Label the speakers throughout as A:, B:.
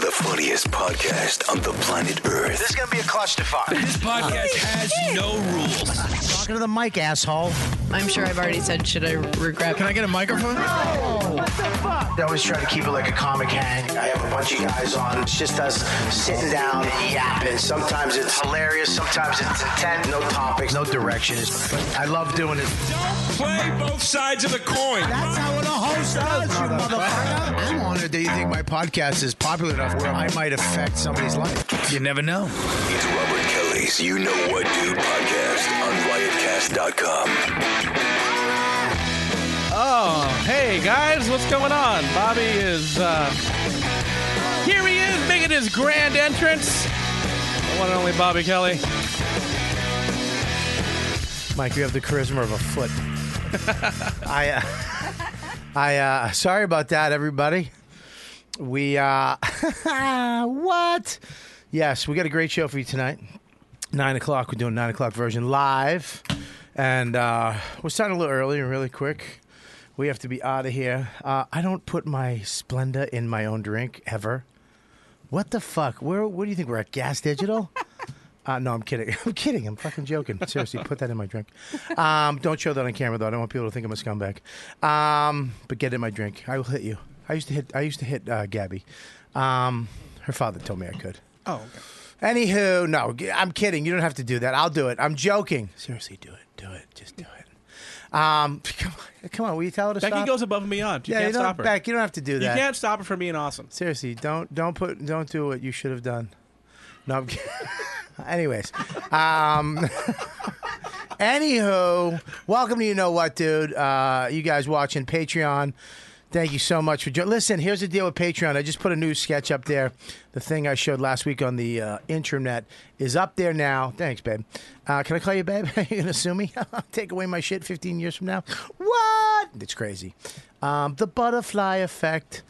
A: the funniest podcast on the planet Earth.
B: This is gonna be a clutch to find.
C: This podcast has no rules.
D: Talking to the mic, asshole.
E: I'm sure I've already said, should I regret?
C: Can I get a microphone?
B: I always try to keep it like a comic hang. I have a bunch of guys on. It's just us sitting down and yapping. Sometimes it's hilarious. Sometimes it's intent. No topics. No directions. I love doing it.
C: Play both sides of the coin.
D: That's how a host does, you motherfucker.
B: I'm honored that you think my podcast is popular enough where I might affect somebody's life.
C: You never know.
A: It's Robert Kelly's You Know What Dude podcast on riotcast.com.
F: Oh, hey guys, what's going on? Bobby is uh, here. He is making his grand entrance. The one and only Bobby Kelly.
D: Mike, you have the charisma of a foot. I, uh, I, uh, sorry about that, everybody. We, uh, what? Yes, we got a great show for you tonight. Nine o'clock. We're doing nine o'clock version live, and uh, we're starting a little early and really quick. We have to be out of here. Uh, I don't put my Splenda in my own drink ever. What the fuck? Where? What do you think we're at? Gas Digital? Uh, no, I'm kidding. I'm kidding. I'm fucking joking. Seriously, put that in my drink. Um, don't show that on camera though. I don't want people to think I'm a scumbag. Um, but get it in my drink. I will hit you. I used to hit. I used to hit uh, Gabby. Um, her father told me I could.
F: Oh, okay.
D: Anywho, no, g- I'm kidding. You don't have to do that. I'll do it. I'm joking. Seriously, do it. Do it. Just do it. Um, come on. Come on. Will you tell her to
F: Becky
D: stop?
F: goes above and beyond. You
D: yeah, you
F: can't
D: don't,
F: stop her.
D: Beck, you don't have to do
F: you
D: that.
F: can't stop her from being awesome.
D: Seriously, don't don't put don't do what you should have done. No, I'm kidding. Anyways, um, anywho, welcome to you know what, dude. Uh, you guys watching Patreon. Thank you so much for joining. Listen, here's the deal with Patreon. I just put a new sketch up there. The thing I showed last week on the uh, intranet is up there now. Thanks, babe. Uh, can I call you babe? you gonna sue me? Take away my shit 15 years from now? What? It's crazy. Um, the butterfly effect.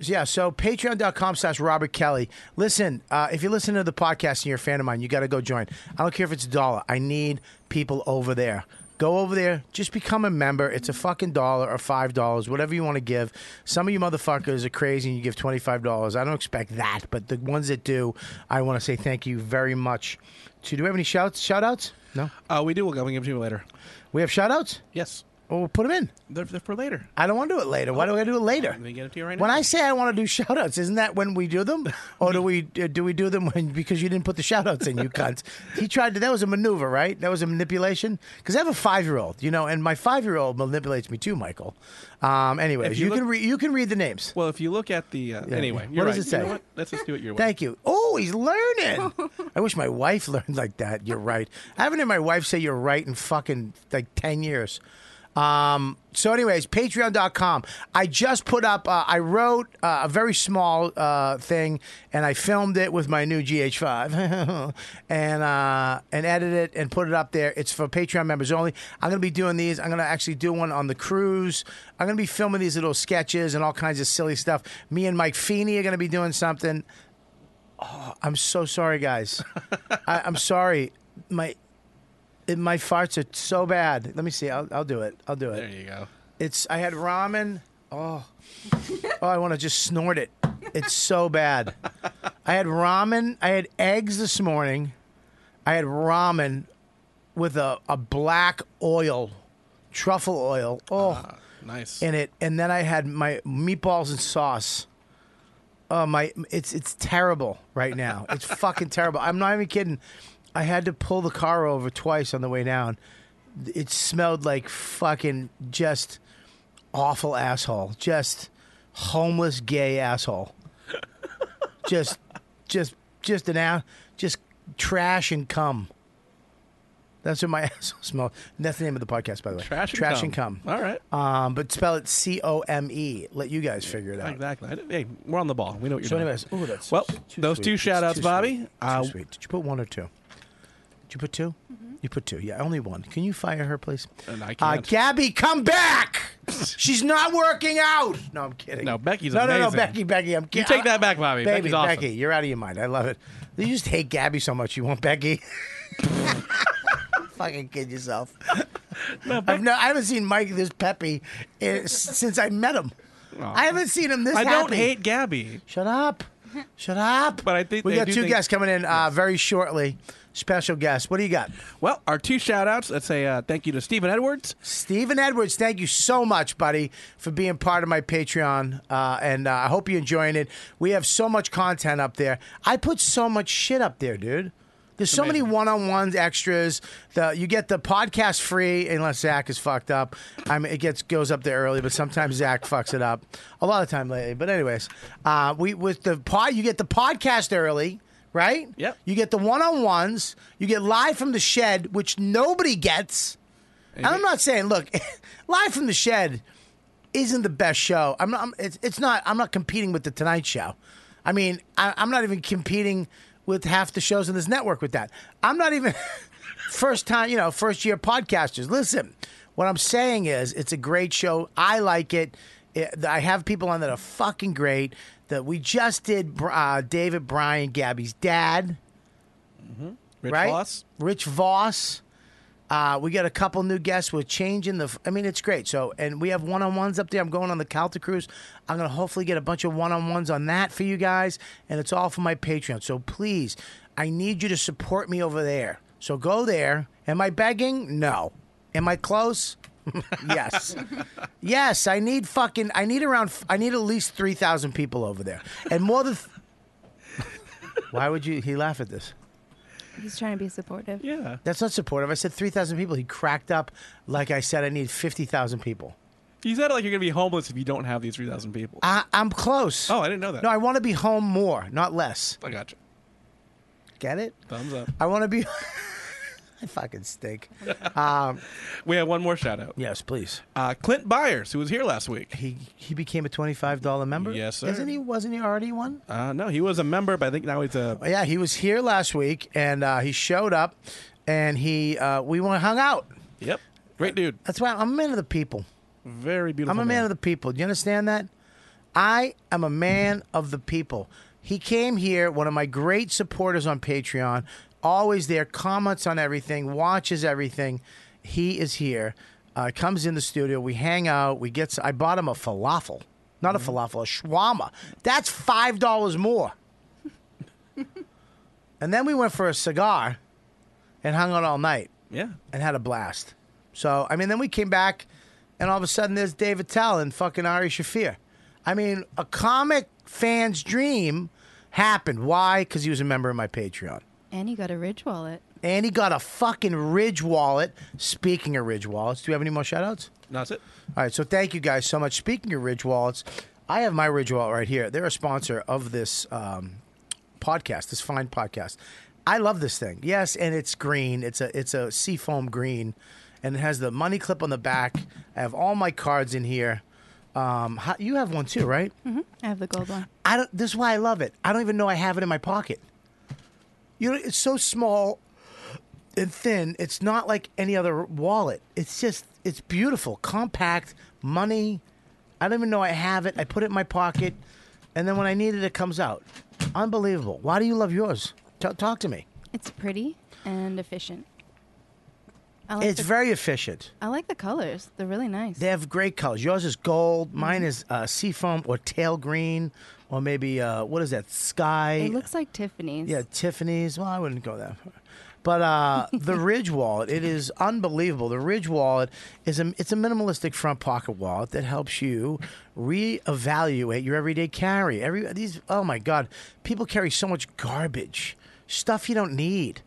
D: Yeah, so patreon.com slash Robert Kelly. Listen, uh, if you listen to the podcast and you're a fan of mine, you got to go join. I don't care if it's a dollar. I need people over there. Go over there, just become a member. It's a fucking dollar or five dollars, whatever you want to give. Some of you motherfuckers are crazy and you give $25. I don't expect that, but the ones that do, I want to say thank you very much. So, do we have any shouts, shout outs? No?
F: Uh, we do. We'll give them to you later.
D: We have shout outs?
F: Yes.
D: Well, we'll put them in.
F: They're, they're for later.
D: I don't want to do it later. Why do I do it later?
F: Let me get it to you right
D: When
F: now.
D: I say I want to do shout outs, isn't that when we do them? Or do we uh, do we do them when because you didn't put the shout outs in, you cunts? He tried to, that was a maneuver, right? That was a manipulation? Because I have a five year old, you know, and my five year old manipulates me too, Michael. Um, anyways,
F: If
D: you,
F: you
D: can
F: look-
D: re- you can read the names.
F: Well, if you look at the uh, anyway,
D: What
F: you're
D: does
F: right.
D: it say?
F: You know what? Let's just do it your way.
D: Thank you. Oh, he's learning. I wish my wife learned like that. You're right. I haven't heard my wife say you're right in fucking like 10 years. Um, so, anyways, patreon.com. I just put up, uh, I wrote uh, a very small uh, thing and I filmed it with my new GH5 and uh, and edited it and put it up there. It's for Patreon members only. I'm going to be doing these. I'm going to actually do one on the cruise. I'm going to be filming these little sketches and all kinds of silly stuff. Me and Mike Feeney are going to be doing something. I'm so sorry, guys. I, I'm sorry. My it, my farts are so bad. Let me see. I'll, I'll do it. I'll do
F: There
D: it.
F: you go.
D: It's. I had ramen. Oh, oh! I want to just snort it. It's so bad. I had ramen. I had eggs this morning. I had ramen with a, a black oil, truffle oil. Oh
F: Ah. Uh, Nice.
D: in it, and then I had my meatballs and sauce. Oh my! It's it's terrible right now. It's fucking terrible. I'm not even kidding. I had to pull the car over twice on the way down. It smelled like fucking just awful asshole. Just homeless gay asshole. just just just an ass. Just trash and cum. That's what my asshole smelled. And that's the name of the podcast, by the way.
F: Trash and
D: trash
F: cum.
D: and cum.
F: All right.
D: Um, but spell it C O M E. Let you guys figure it out.
F: Exactly. I didn't- Hey, we're on the ball. We know what you're
D: So,
F: doing.
D: anyways, ooh, that's
F: well,
D: too
F: those
D: sweet.
F: two
D: It's
F: shout outs,
D: too
F: Bobby.
D: Sweet. It's
F: Uh,
D: too sweet. Did you put one or two? Did you put 2 You put two. Yeah, only one. Can you fire her, please?
F: And I
D: Uh,
F: can't.
D: Gabby, come back. She's not working out. No, I'm kidding.
F: No, Becky's
D: no, No, no,
F: amazing.
D: Becky, Becky, I'm kidding.
F: You take that back, Bobby.
D: Baby,
F: Becky's awesome.
D: Becky, you're out of your mind. I love it. You just hate Gabby so much. You want Becky? fucking kid yourself. I've no, I haven't seen Mike this peppy eh, s- since I met him. I haven't seen him this
F: I don't
D: happy.
F: hate Gabby.
D: Shut up. Shut up.
F: But I think
D: we
F: they
D: got
F: do
D: two
F: think-
D: guests coming in uh, very shortly. Special guests. What do you got?
F: Well, our two shout outs. Let's say uh, thank you to Stephen Edwards.
D: Stephen Edwards, thank you so much, buddy, for being part of my Patreon. Uh, and uh, I hope you're enjoying it. We have so much content up there. I put so much shit up there, dude. There's so many
F: amazing.
D: one-on-ones, extras. The you get the podcast free unless Zach is fucked up. I mean, it gets goes up there early, but sometimes Zach fucks it up. A lot of time lately, but anyways, uh, we with the pod, you get the podcast early, right?
F: Yep.
D: You get the one-on-ones. You get live from the shed, which nobody gets. And I'm not saying, look, Live from the Shed isn't the best show. I'm not. I'm, it's, it's not. I'm not competing with the Tonight Show. I mean, I, I'm not even competing with half the shows in this network with that. I'm not even first time. You know, first year podcasters. Listen, what I'm saying is, it's a great show. I like it. It- I have people on that are fucking great. That we just did uh, David Bryan, Gabby's dad
F: Rich
D: right?
F: Voss.
D: Rich Voss. Uh, we got a couple new guests. We're changing the. I mean, it's great. So, and we have one on ones up there. I'm going on the Calta cruise. I'm gonna hopefully get a bunch of one on ones on that for you guys, and it's all for my Patreon. So please, I need you to support me over there. So go there. Am I begging? No. Am I close? yes. yes. I need fucking. I need around. I need at least three thousand people over there, and more than. Why would you? He laugh at this.
G: He's trying to be supportive.
F: Yeah.
D: That's not supportive. I said 3,000 people. He cracked up like I said I need 50,000 people.
F: You said it like you're going to be homeless if you don't have these 3,000 people.
D: I, I'm close.
F: oh, I didn't know that.
D: No, I want to be home more, not less.
F: I gotcha.
D: Get it?
F: Thumbs up.
D: I want to be. I fucking stink.
F: We have one more shout out.
D: Yes, please.
F: Uh, Clint Byers, who was here last week.
D: He he became a $25 member?
F: Yes, sir.
D: Isn't he? Wasn't he already one?
F: Uh, no, he was a member, but I think now he's a.
D: Yeah, he was here last week and uh, he showed up and he uh, we went hung out.
F: Yep. Great dude.
D: That's why I'm a man of the people.
F: Very beautiful.
D: I'm a man of the people. Do you understand that? I am a man of the people. He came here, one of my great supporters on Patreon, always there, comments on everything, watches everything. He is here, uh, comes in the studio, we hang out, we get. s- I bought him a falafel, not a falafel, a shawarma. That's five dollars more. and then we went for a cigar, and hung out all night
F: Yeah.
D: and had a blast. So I mean, then we came back, and all of a sudden there's Dave Attell and fucking Ari Shafir. I mean, a comic fan's dream happened. Why? Because he was a member of my Patreon,
G: And he got a Ridge wallet.
D: and he got a fucking Ridge wallet. Speaking of Ridge wallets, do we have any more shout outs?
F: That's it.
D: All right, so thank you guys so much. Speaking of Ridge wallets, I have my Ridge wallet right here. They're a sponsor of this um, podcast, this fine podcast. I love this thing. Yes, and it's green. It's a it's a seafoam green, and it has the money clip on the back. I have all my cards in here. Um, how, you have one too, right?
G: I have the gold one.
D: I don't. This is why I love it. I don't even know I have it in my pocket. You know, it's so small and thin. It's not like any other wallet. It's just, it's beautiful, compact, money. I don't even know I have it. I put it in my pocket, and then when I need it, it comes out. Unbelievable. Why do you love yours? Ta talk to me.
G: It's pretty and efficient. I like
D: It's
G: the,
D: very efficient.
G: I like the colors. They're really nice.
D: They have great colors. Yours is gold. Mine
G: Mm-hmm.
D: is uh, seafoam or tail green, or maybe uh, what is that? Sky.
G: it looks like Tiffany's.
D: Yeah, Tiffany's. Well, I wouldn't go that far. But uh, the Ridge wallet, it is unbelievable. The Ridge wallet is a it's a minimalistic front pocket wallet that helps you reevaluate your everyday carry. Every these oh my god, people carry so much garbage, stuff you don't need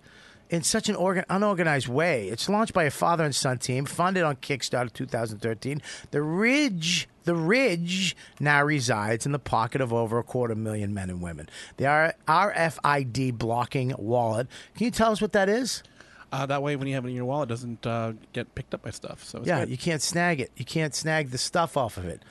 D: in such an organ- unorganized way. It's launched by a father and son team, funded on Kickstarter 2013. The Ridge, the Ridge now resides in the pocket of over a quarter million men and women. The R- RFID blocking wallet. Can you tell us what that is?
F: Uh, that way, when you have it in your wallet, it doesn't uh, get picked up by stuff. So it's
D: yeah,
F: good.
D: you can't snag it. You can't snag the stuff off of it.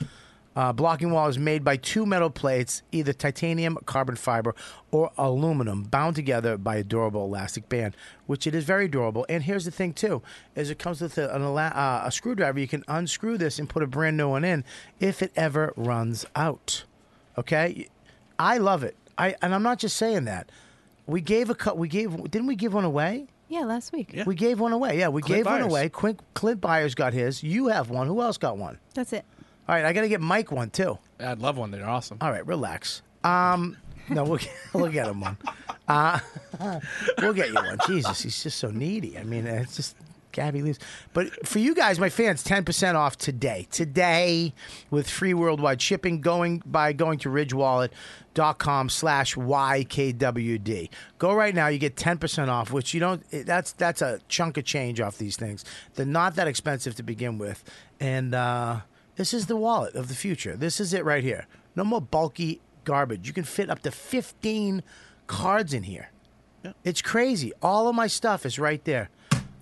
D: Uh, blocking wall is made by two metal plates, either titanium, carbon fiber, or aluminum, bound together by a durable elastic band, which it is very durable. And here's the thing too: is it comes with a, an, ela- uh, a screwdriver. You can unscrew this and put a brand new one in if it ever runs out. Okay, I love it. I and I'm not just saying that. We gave a cut. We gave didn't we give one away?
G: Yeah, last week.
F: Yeah.
D: We gave one away. Yeah, we
F: Clint
D: gave one
F: Byers.
D: away. Clint, Clint Byers got his. You have one. Who else got one?
G: That's it.
D: All right, I got to get Mike one too.
F: I'd love one. They're awesome.
D: All right, relax. Um, no, we'll get, we'll get him one. Uh, we'll get you one. Jesus, he's just so needy. I mean, it's just Gabby leaves. But for you guys, my fans, ten percent off today. Today, with free worldwide shipping, going by going to ridgewallet.com slash ykwd. Go right now. You get ten percent off, which you don't. it- That's that's a chunk of change off these things. They're not that expensive to begin with, and. uh this is the wallet of the future. This is it right here. No more bulky garbage. You can fit up to 15 cards in here. It's crazy. All of my stuff is right there.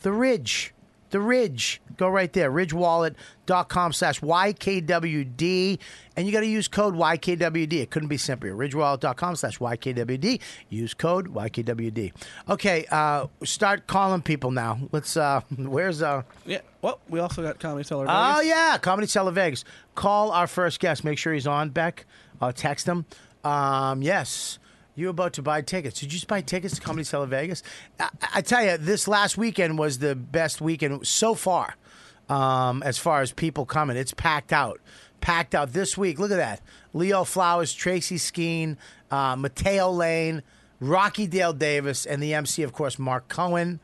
D: The Ridge. The Ridge. Go right there. Ridgewallet.com slash YKWD. And you got to use code YKWD. It couldn't be simpler. Ridgewallet.com slash YKWD. Use code YKWD. Okay, uh, start calling people now. Let's, uh, where's, uh,
F: Yeah. Well, we also got Comedy Cellar.
D: Oh
F: Vegas.
D: yeah, Comedy Cellar Vegas. Call our first guest. Make sure he's on. Beck, uh, text him. Um, yes, you about to buy tickets? Did you just buy tickets to Comedy Cellar Vegas? I, I tell you, this last weekend was the best weekend so far. Um, as far as people coming, it's packed out. Packed out this week. Look at that: Leo Flowers, Tracy Skeen, uh, Mateo Lane, Rocky Dale Davis, and the MC, of course, Mark Cohen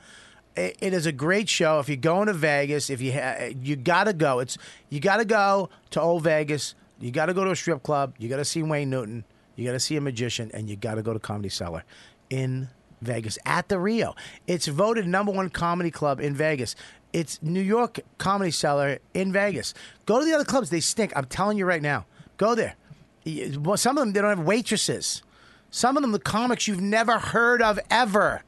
D: it it is a great show. If you're going to Vegas, if you ha- you gotta go, it's you gotta go to old Vegas. You gotta go to a strip club. You gotta see Wayne Newton. You gotta see a magician, and you gotta go to Comedy Cellar in Vegas at the Rio. It's voted number one comedy club in Vegas. It's New York Comedy Cellar in Vegas. Go to the other clubs; they stink. I'm telling you right now. Go there. Y- well, Some of them they don't have waitresses. Some of them the comics you've never heard of ever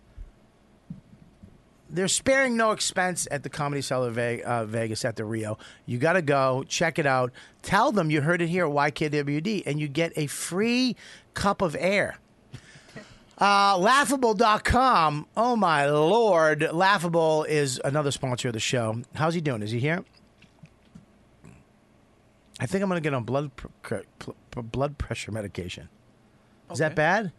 D: they're sparing no expense at the Comedy Cellar Ve- uh, Vegas at the Rio. You got to go check it out. Tell them you heard it here at YKWd, and you get a free cup of air. Uh, laughable.com. Oh my lord, Laughable is another sponsor of the show. How's he doing? Is he here? I think I'm going to get on blood pr- cr- pl- pr- blood pressure medication. Is that
F: Okay.
D: bad?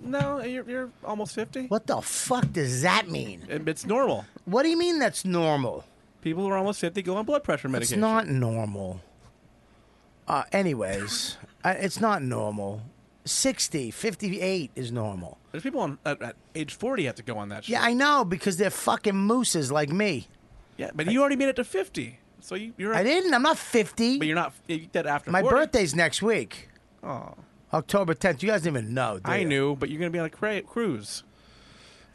F: No, you're, you're almost fifty.
D: What the fuck does that mean?
F: It- It's normal.
D: What do you mean that's normal?
F: People who are almost fifty go on blood pressure medication.
D: It's not normal. Uh, anyways, I, it's not normal. 60, 58 is normal.
F: There's people on at, at age forty have to go on that. Shit.
D: Yeah, I know because they're fucking mooses like me.
F: Yeah, but you already made it to fifty, so you, you're.
D: I didn't. I'm not 50.
F: But you're not you did after
D: My
F: 40.
D: birthday's next week. Oh. October 10th. You guys didn't even know. did
F: I
D: you?
F: knew, but you're gonna be on a cra- cruise.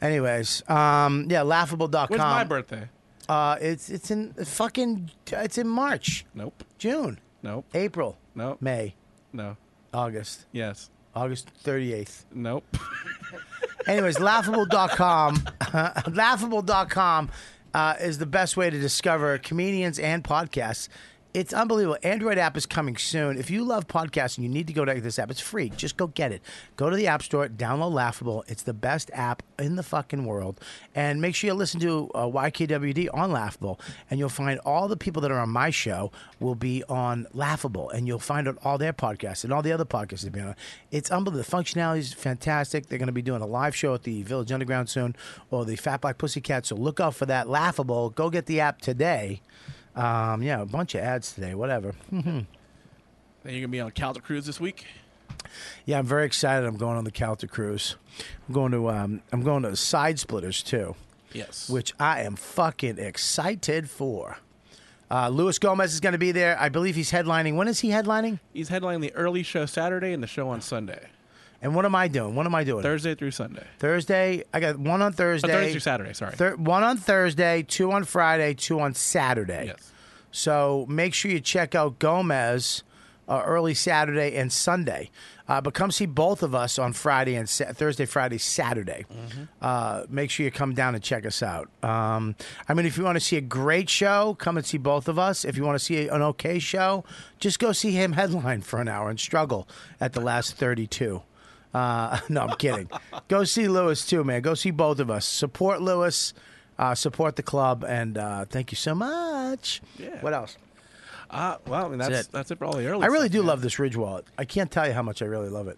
D: Anyways, um, yeah, laughable.com.
F: When's my birthday?
D: Uh, it's it's in fucking it's in March,
F: Nope.
D: June,
F: Nope.
D: April,
F: Nope.
D: May,
F: No.
D: August,
F: Yes.
D: August 38th.
F: Nope.
D: Anyways, laughable.com. laughable.com uh, is the best way to discover comedians and podcasts. It's unbelievable. Android app is coming soon. If you love podcasting, you need to go to this app. It's free. Just go get it. Go to the App Store, download Laughable. It's the best app in the fucking world. And make sure you listen to uh, YKWD on Laughable, and you'll find all the people that are on my show will be on Laughable, and you'll find out all their podcasts and all the other podcasts they've been on. It's unbelievable. The functionality is fantastic. They're going to be doing a live show at the Village Underground soon, or the Fat Black Pussycat. So look out for that. Laughable. Go get the app today. Um, yeah, a bunch of ads today. Whatever.
F: Then you're gonna be on a Calder cruise this week.
D: Yeah, I'm very excited. I'm going on the Calta cruise. I'm going to um, I'm going to Side Splitters too.
F: Yes.
D: which I am fucking excited for. Uh, Luis Gomez is going to be there. I believe he's headlining. When is he headlining?
F: he's headlining the early show Saturday and the show on Sunday,
D: And what am I doing? What am I doing?
F: Thursday through Sunday.
D: Thursday. I got one on Thursday.
F: Oh, Thursday through Saturday. Sorry.
D: Thir- one on Thursday, two on Friday, two on Saturday.
F: Yes.
D: So make sure you check out Gomez uh, early Saturday and Sunday. Uh, but come see both of us on Friday and Sa- Thursday, Friday, Saturday. Uh, make sure you come down and check us out. Um, I mean, if you want to see a great show, come and see both of us. If you want to see an okay show, just go see him headline for an hour and struggle at the last 32. Uh, no, I'm kidding. Go see Lewis too, man. Go see both of us. Support Lewis, uh, support the club, and uh, thank you so much.
F: Yeah.
D: What else?
F: Uh, well, I mean, that's
D: That's
F: that's
D: it.
F: it. for all the early.
D: I really
F: stuff,
D: do
F: man.
D: love this Ridge wallet. I can't tell you how much I really love it.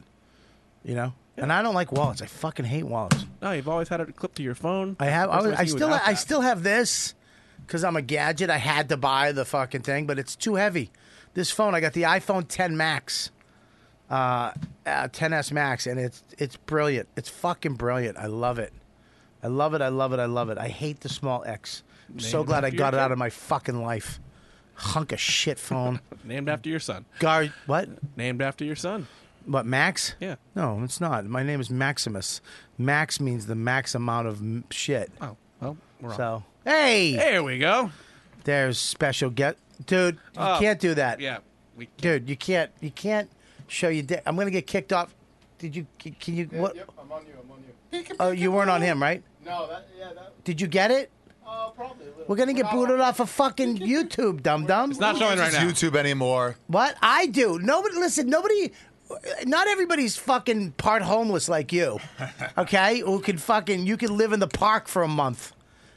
D: You know, And I don't like wallets. I fucking hate wallets.
F: No, you've always had it clipped to your phone.
D: I have. I,
F: That's
D: was,
F: why
D: I
F: you
D: still.
F: have
D: I
F: that.
D: still have this because I'm a gadget. I had to buy the fucking thing, but it's too heavy. This phone, I got the iPhone 10 Max, uh, uh, 10s Max, and it's it's brilliant. It's fucking brilliant. I love it. I love it. I love it. I love it. I hate the small X. I'm so
F: Named
D: glad I
F: after
D: got it
F: your
D: out
F: kid.
D: of my fucking life. Hunk of shit phone.
F: named after your son.
D: Guard what?
F: Named after your son.
D: What Max?
F: Yeah.
D: No, it's not. My name is Maximus. Max means the max amount of m- shit.
F: Oh, well, we're on.
D: So hey,
F: There we go.
D: there's special get, dude. You
F: Oh,
D: can't do that.
F: Yeah, we can't.
D: dude. You can't. You can't show your dick. I'm gonna get kicked off. Did you? c- Can you? what?
H: Yep, I'm on you. I'm on you.
D: Oh, you weren't on him, right?
H: No, that yeah, that
D: Did you get it?
H: uh, probably. A little.
D: We're gonna get booted off of fucking YouTube, dum dum.
F: It's not showing right
H: It's
F: now.
H: YouTube anymore.
D: What I do? Nobody. Listen. Nobody. Not everybody's fucking part homeless like you, okay? Who can fucking you can live in the park for a month.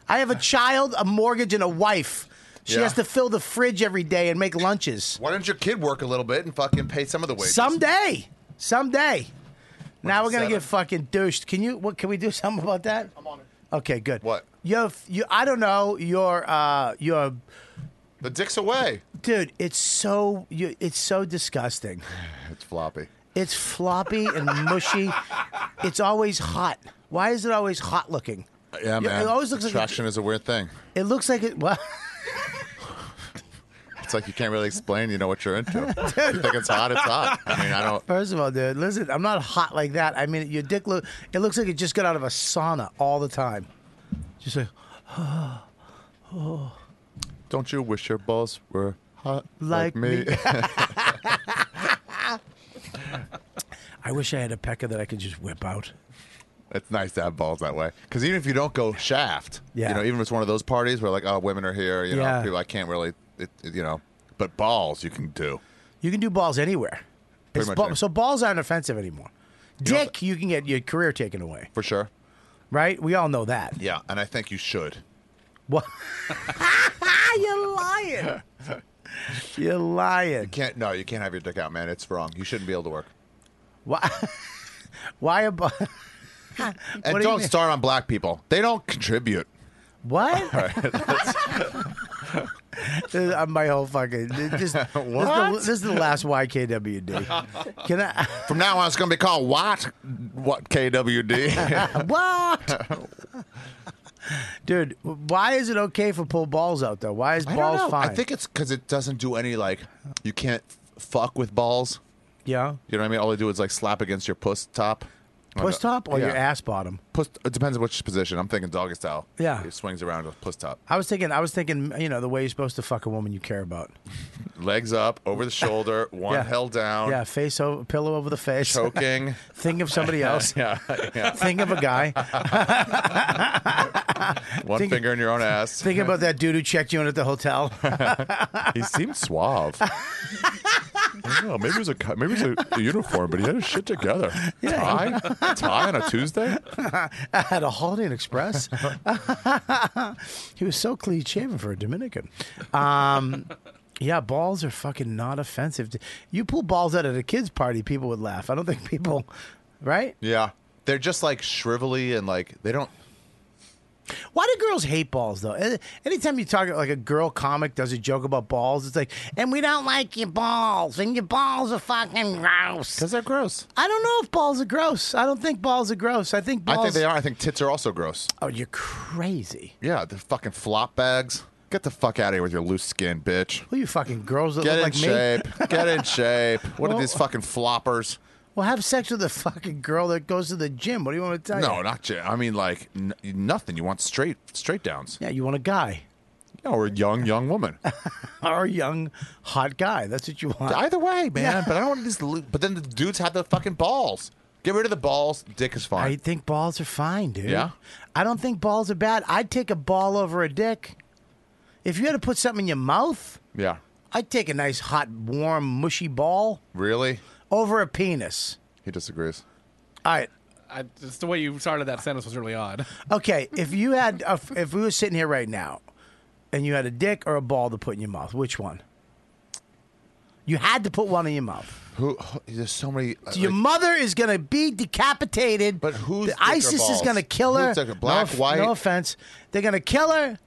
D: I have a child, a mortgage, and a wife. She
H: Yeah.
D: has to fill the fridge every day and make lunches.
H: Why don't your kid work a little bit and fucking pay some of the wages?
D: Someday, someday. now
H: it
D: we're gonna
H: seven?
D: get fucking douched. Can you? What can we do something about that? I'm on it. Okay, good.
H: What?
D: Your, f- you, I don't know. Your, uh, your,
H: The dick's away.
D: dude. It's so, you, it's so disgusting.
H: It's floppy.
D: It's floppy and mushy. It's always hot. Why is it always hot looking?
H: Uh, Yeah, man.
D: It always looks
H: Attraction is a weird thing.
D: like it, it looks like it. Well,
H: It's like you can't really explain. You know what you're into. you think it's hot. It's hot. I mean, I don't.
D: first of all, dude, listen. I'm not hot like that. I mean, your dick look. It looks like it just got out of a sauna all the time. Just like.
H: Don't you wish your balls were hot
D: Like
H: like, me?
D: me. I wish I had a pecker that I could just whip out.
H: it's nice to have balls that way. Because even if you don't go shaft,
D: Yeah.
H: you know, even if it's one of those parties where like, oh, women are here. You know,
D: Yeah.
H: people I can't really, it, it- you know, but balls you can do.
D: You can do balls anywhere.
H: Pretty
D: It's
H: much
D: ba-
H: any-
D: so balls aren't offensive anymore.
H: know
D: Dick, you can get your career taken away,
H: For sure.
D: right? We all know that.
H: Yeah, and I think you should.
D: What? You're lying. You're lying.
H: Can't no, you can't have your dick out, man. It's wrong. You shouldn't be able to work.
D: Why? Why about
H: And
D: What do you
H: don't
D: mean?
H: start on black people. They don't contribute.
D: what? This- uh, My whole fucking this, this, is the,
H: What?
D: this is the last YKWd. Can I?
H: From now on, it's going to be called what? What KWD?
D: What? Dude, why is it okay for pull balls out though? Why is
H: I
D: balls
H: don't know.
D: fine?
H: I think it's because it doesn't do any like you can't f- fuck with balls.
D: yeah.
H: You know what I mean? All they do is like slap against your puss top.
D: Puss top or your
H: Yeah.
D: ass bottom?
H: Puss, it depends on which position. I'm thinking doggy style.
D: Yeah.
H: it swings around with puss top,
D: I was thinking, I was thinking, you know, the way you're supposed to fuck a woman you care about.
H: legs up over the shoulder, one
D: Yeah.
H: held down,
D: Yeah, face over, pillow over the face.
H: choking.
D: Think of somebody else.
H: yeah, yeah.
D: Think of a guy.
H: One
D: Think-
H: finger in your own ass.
D: Think about that dude who checked you in at the hotel.
H: He seemed suave. I don't know. Maybe it was a co- maybe it was a, a uniform, but he had his shit together. Tie, tie on a Tuesday.
D: Had a Holiday Inn Express. he was so clean shaven for a Dominican. Um, yeah, balls are fucking not offensive. You pull balls out at a kid's party, people would laugh. I don't think people, right?
H: Yeah, they're just like shrivelly and like they don't.
D: Why do girls hate balls though? Eh, Anytime you talk like a girl comic does a joke about balls, it's like, and we don't like your balls, and your balls are fucking gross.
H: they're gross.
D: I don't know if balls are gross. I don't think balls are gross. I think balls.
H: I think they are. I think tits are also gross.
D: Oh, you're crazy.
H: Yeah, they're fucking flop bags. Get the fuck out of here with your loose skin, bitch.
D: Well, you fucking girls that
H: Get in
D: look like me.
H: shape. Get in shape. What
D: Well-
H: are these fucking floppers?
D: Well, have sex with a fucking girl that goes to the gym. What do you want to tell
H: No,
D: you?
H: not j I I mean, like n- nothing. You want straight, straight downs.
D: Yeah, you want a guy
H: Yeah, or a young, young woman.
D: or a young, hot guy. That's what you want.
H: Either way, man.
D: Yeah.
H: But I don't want this. Lo- but then the dudes have the fucking balls. Get rid of the balls. Dick is fine.
D: I think balls are fine, dude.
H: Yeah?
D: I don't think balls are bad. I'd take a ball over a dick. If you had to put something in your mouth,
H: yeah.
D: I'd take a nice, hot, warm, mushy ball
H: Really?
D: over a penis.
H: He disagrees.
D: All right.
F: I, just the way you started that sentence was really odd.
D: Okay. If you had, a, if we were sitting here right now and you had a dick or a ball to put in your mouth, which one? You had to put one in your mouth.
H: Who? who- There's so many. uh,
D: your
H: like,
D: mother is going to be decapitated. But
H: who's
D: the
H: thicker
D: ISIS is
H: balls?
D: going to kill her?
H: Who's thicker, black,
D: no, off-
H: white?
D: No offense. They're going to kill her,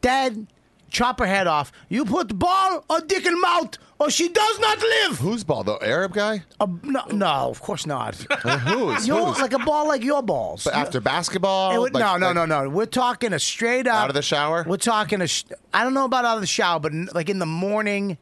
D: dead. Chop her head off. You put ball or dick in mouth, or she does not live.
H: who's ball? The Arab guy?
D: Uh, no, no, of course not.
H: Like, who's?
D: You're
H: who's?
D: like a ball like your balls.
H: But after basketball?
D: It would-
H: Oh, Like-
D: no, no,
H: like-
D: no, no. We're talking a straight up
H: Out of the shower?
D: We're talking a. Sh- I don't know about out of the shower, but n- like in the morning,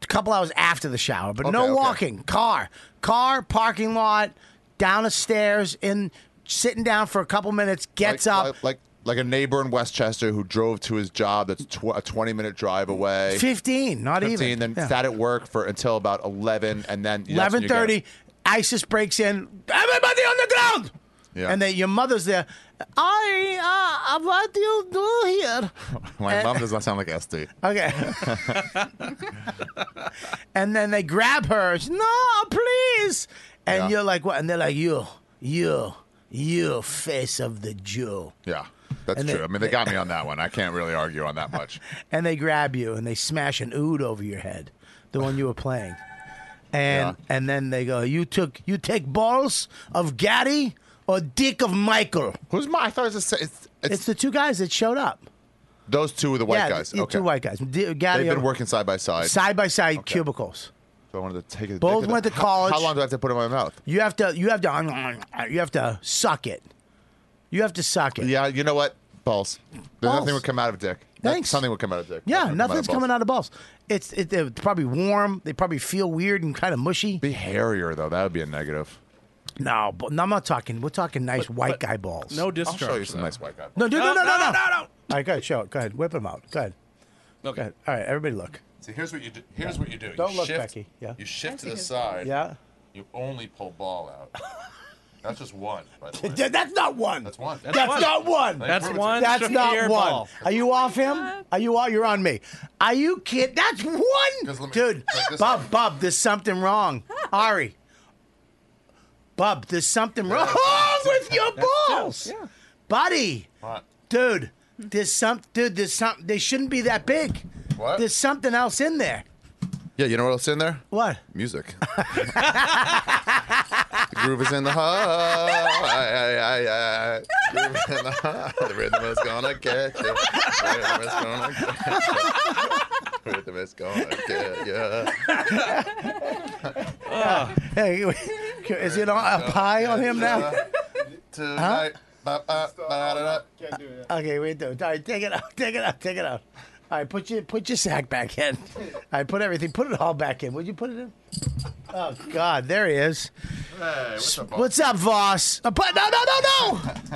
D: a couple hours after the shower, but
H: Okay,
D: no
H: okay.
D: walking. Car, car, parking lot, down the stairs, in sitting down for a couple minutes, gets
H: like,
D: up.
H: Like, like like a neighbor in Westchester who drove to his job that's tw- a 20 minute drive away.
D: 15, not
H: 15,
D: even.
H: then
D: Yeah.
H: sat at work for until about 11, and then that's when you get-
D: 11.30, ISIS breaks in. Everybody on the ground!
H: Yeah.
D: And then your mother's there. I, uh, what do you do here?
H: My mom does not sound like SD.
D: Okay. and then they grab her. She's, no, please. And
H: Yeah.
D: you're like, what? And they're like, you, you, you, face of the Jew.
H: Yeah, that's
D: And
H: true.
D: they-
H: I mean, they got me on that one. I can't really argue on that much.
D: And they grab you and they smash an ood over your head, the one you were playing. And
H: Yeah.
D: and then they go, you took you take balls of Gaddy or dick of Michael.
H: Who's my? I thought it was the, sa- it's, it's,
D: It's the two guys that showed up.
H: those two were the white
D: yeah,
H: guys.
D: the- the
H: okay.
D: two white guys. D-
H: They've
D: Gaddy
H: been
D: over-
H: working side by side.
D: side by side cubicles.
H: So I wanted to take a
D: Both
H: dick in
D: went
H: the-
D: to
H: how-
D: college.
H: How, long do I have to put it in my mouth?
D: You have to. You have to. You have to suck it. You have to suck it.
H: Yeah, you know what? Balls. There's
D: Balls.
H: Nothing would come out of dick. Noth-
D: Thanks.
H: Something would come out of dick.
D: Yeah,
H: would come
D: nothing's
H: balls.
D: coming out of balls. It's it, they're probably warm. They probably feel weird and kind of mushy.
H: Be hairier though. That would be a negative.
D: No, but no, I'm not talking. We're talking nice white guy balls.
F: No
H: I'll
F: discharge.
H: show you some nice white guy.
D: no, no, no, no, no, no. All
F: no,
D: right, go ahead, show it. Go ahead, whip them out. Go ahead.
F: no.
D: Go
F: Okay.
D: ahead. All right, everybody, look.
H: See, here's what you do. Here's what you do.
D: Don't look, Becky. Yeah.
H: shift to the side.
D: Yeah.
H: You only pull ball out. That's just one. By the
D: Th- That's not one. That's,
H: one.
F: one.
D: not one.
F: That's one.
D: That's
F: shook
D: not one.
F: ear ball.
D: Are you off him? Are you off? You're on me. Are you kidding? That's one,
H: 'Cause let me-
D: dude.
H: like this
D: Bub,
H: one.
D: Bub, there's something wrong. Ari, Bub, there's something wrong with your balls, buddy.
H: What?
D: Dude, there's some. Dude, there's some. They shouldn't be that big.
H: What?
D: There's something else in there.
H: Yeah, you know what else is in there?
D: What?
H: Music. the groove is in the hall. I, I, I, I. Groove is in the hall. The rhythm is gonna get you. The rhythm is gonna get you. The rhythm is gonna get you.
D: Hey, is it on, up high on him now?
H: Tonight. Ba, ba, ba, da, da.
D: Okay, we do. All right, take it out. Take it out. Take it out. All right, put your put your sack back in. All right, put everything. Put it all back in. Would you put it in? Oh God, there he is.
H: what's up,
D: What's up, Voss? Uh, put, no, no, no,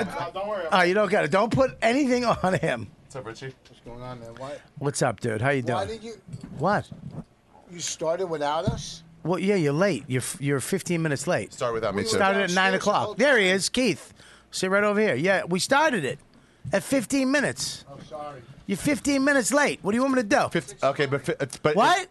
D: no.
I: Don't worry.
D: Oh, you don't got it. Don't put anything on him.
H: What's up, Richie?
I: What's going on, man? Why,
D: What's up, dude? How you
I: why
D: doing?
I: did you
D: What?
I: you started without us?
D: Well, yeah, you're late. You're f- you're 15 minutes late.
H: Start without me, too.
D: Started at nine
I: Downstairs
D: o'clock.
I: all the
D: There he is, Keith. Sit right over here. Yeah, we started it at 15 minutes.
I: I'm Oh, sorry.
D: You're 15 minutes late. What do you want me to do?
H: Fifty- Okay, but, fi- it's- but
D: What?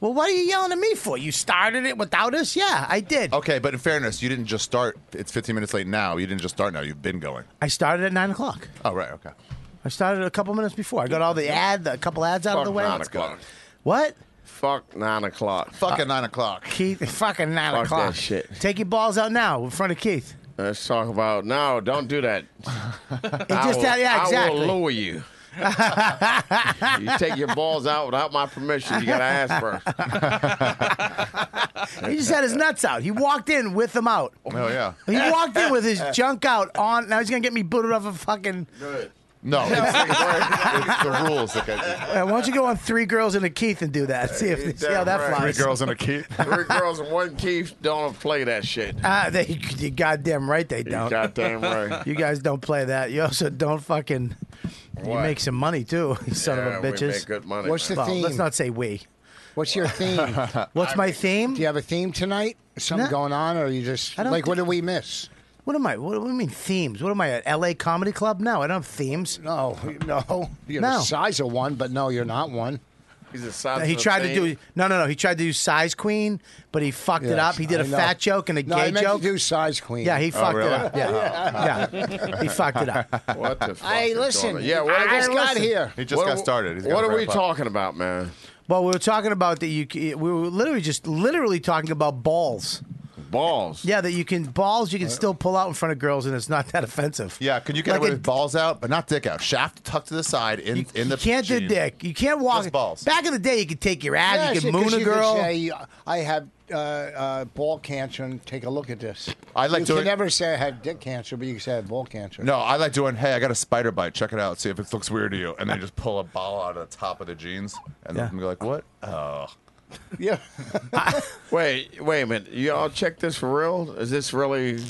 D: Well, what are you yelling at me for? You started it without us? Yeah, I did.
H: Okay, but in fairness, you didn't just start. It's 15 minutes late now. You didn't just start now. You've been going.
D: I started at nine o'clock.
H: Oh, right. Okay.
D: I started a couple minutes before. I got all the ad, the couple ads out of the way.
H: nine o'clock.
D: What?
I: Fuck nine o'clock.
H: Fucking nine o'clock.
D: Keith, fucking nine
I: Fuck
D: o'clock.
I: that shit.
D: Take your balls out now in front of Keith.
I: Let's talk about no. Don't do that.
D: It just had- yeah, exactly.
I: lure you. you take your balls out without my permission. You gotta ask first.
D: He just had his nuts out. He walked in with them out.
H: Oh yeah.
D: He walked in with his junk out on. Now he's gonna get me booted off a fucking.
H: No, it's, it's the rules. That get,
D: Uh, why don't you go on three girls and a Keith and do that? See if see how that
I: Right.
D: flies.
H: girls and a key.
I: Three girls and one Keith don't play that shit.
D: Ah, they, you goddamn right they don't.
I: Goddamn right.
D: You guys don't play that. You also don't fucking. You
I: What?
D: make some money too, you son
I: Yeah,
D: of a
I: we
D: bitches.
I: make good money,
G: What's
I: man.
G: the
D: Well,
G: theme?
D: let's not say we.
G: What's your theme?
D: What's my theme?
G: do you have a theme tonight? Something
D: No.
G: going on, or you just
D: I don't
G: like what
D: think-
G: did we miss?
D: What am I? What do you mean themes? What am I at L.A. Comedy Club? No, I don't have themes.
G: No, no. You're
D: Oh, No.
G: the size of one, but no, you're not one.
I: He's a size.
D: he tried to do no, no, no. He tried to do size queen, but he fucked it
J: Yes,
D: up. He did a
J: I know.
D: fat joke and a
J: No,
D: gay
J: I meant to
D: joke.
J: do size queen.
D: Yeah, he
J: Oh,
D: fucked
J: really?
D: it up. Yeah, yeah. He fucked it up.
I: What the fuck?
J: Hey,
I: is
J: listen,
I: going on? Yeah, what,
J: I
I: what's-
J: just got
I: listen.
J: here.
K: He just
I: What
K: got
I: are-
K: started. He's gotta
I: What are we
K: wrap up.
I: talking about, man?
D: Well, we were talking about that. You c- we were literally just literally talking about balls.
I: Balls.
D: Yeah, that you can balls you can still pull out in front of girls and it's not that offensive.
H: Yeah, could you get
D: Like
H: away
D: a-
H: with balls out, but not dick out? Shaft tucked to the side in in the.
D: You can't do
H: jean.
D: dick. You can't walk.
H: Just balls.
D: Back in the day, you could take your ass. you
J: Yes,
D: could
J: 'cause
D: moon a
J: you
D: girl.
J: say, I have uh, uh, ball cancer, and take a look at this.
H: I like
J: you
H: doing-
J: can never say I have dick cancer, but you can say I have ball cancer.
H: No, I like doing. Hey, I got a spider bite. Check it out. See if it looks weird to you. And then just pull a ball out of the top of the jeans, and
I: Yeah.
H: then be like, "What? Oh,
J: Yeah.
I: wait, wait a minute. Y'all check this for real? Is this really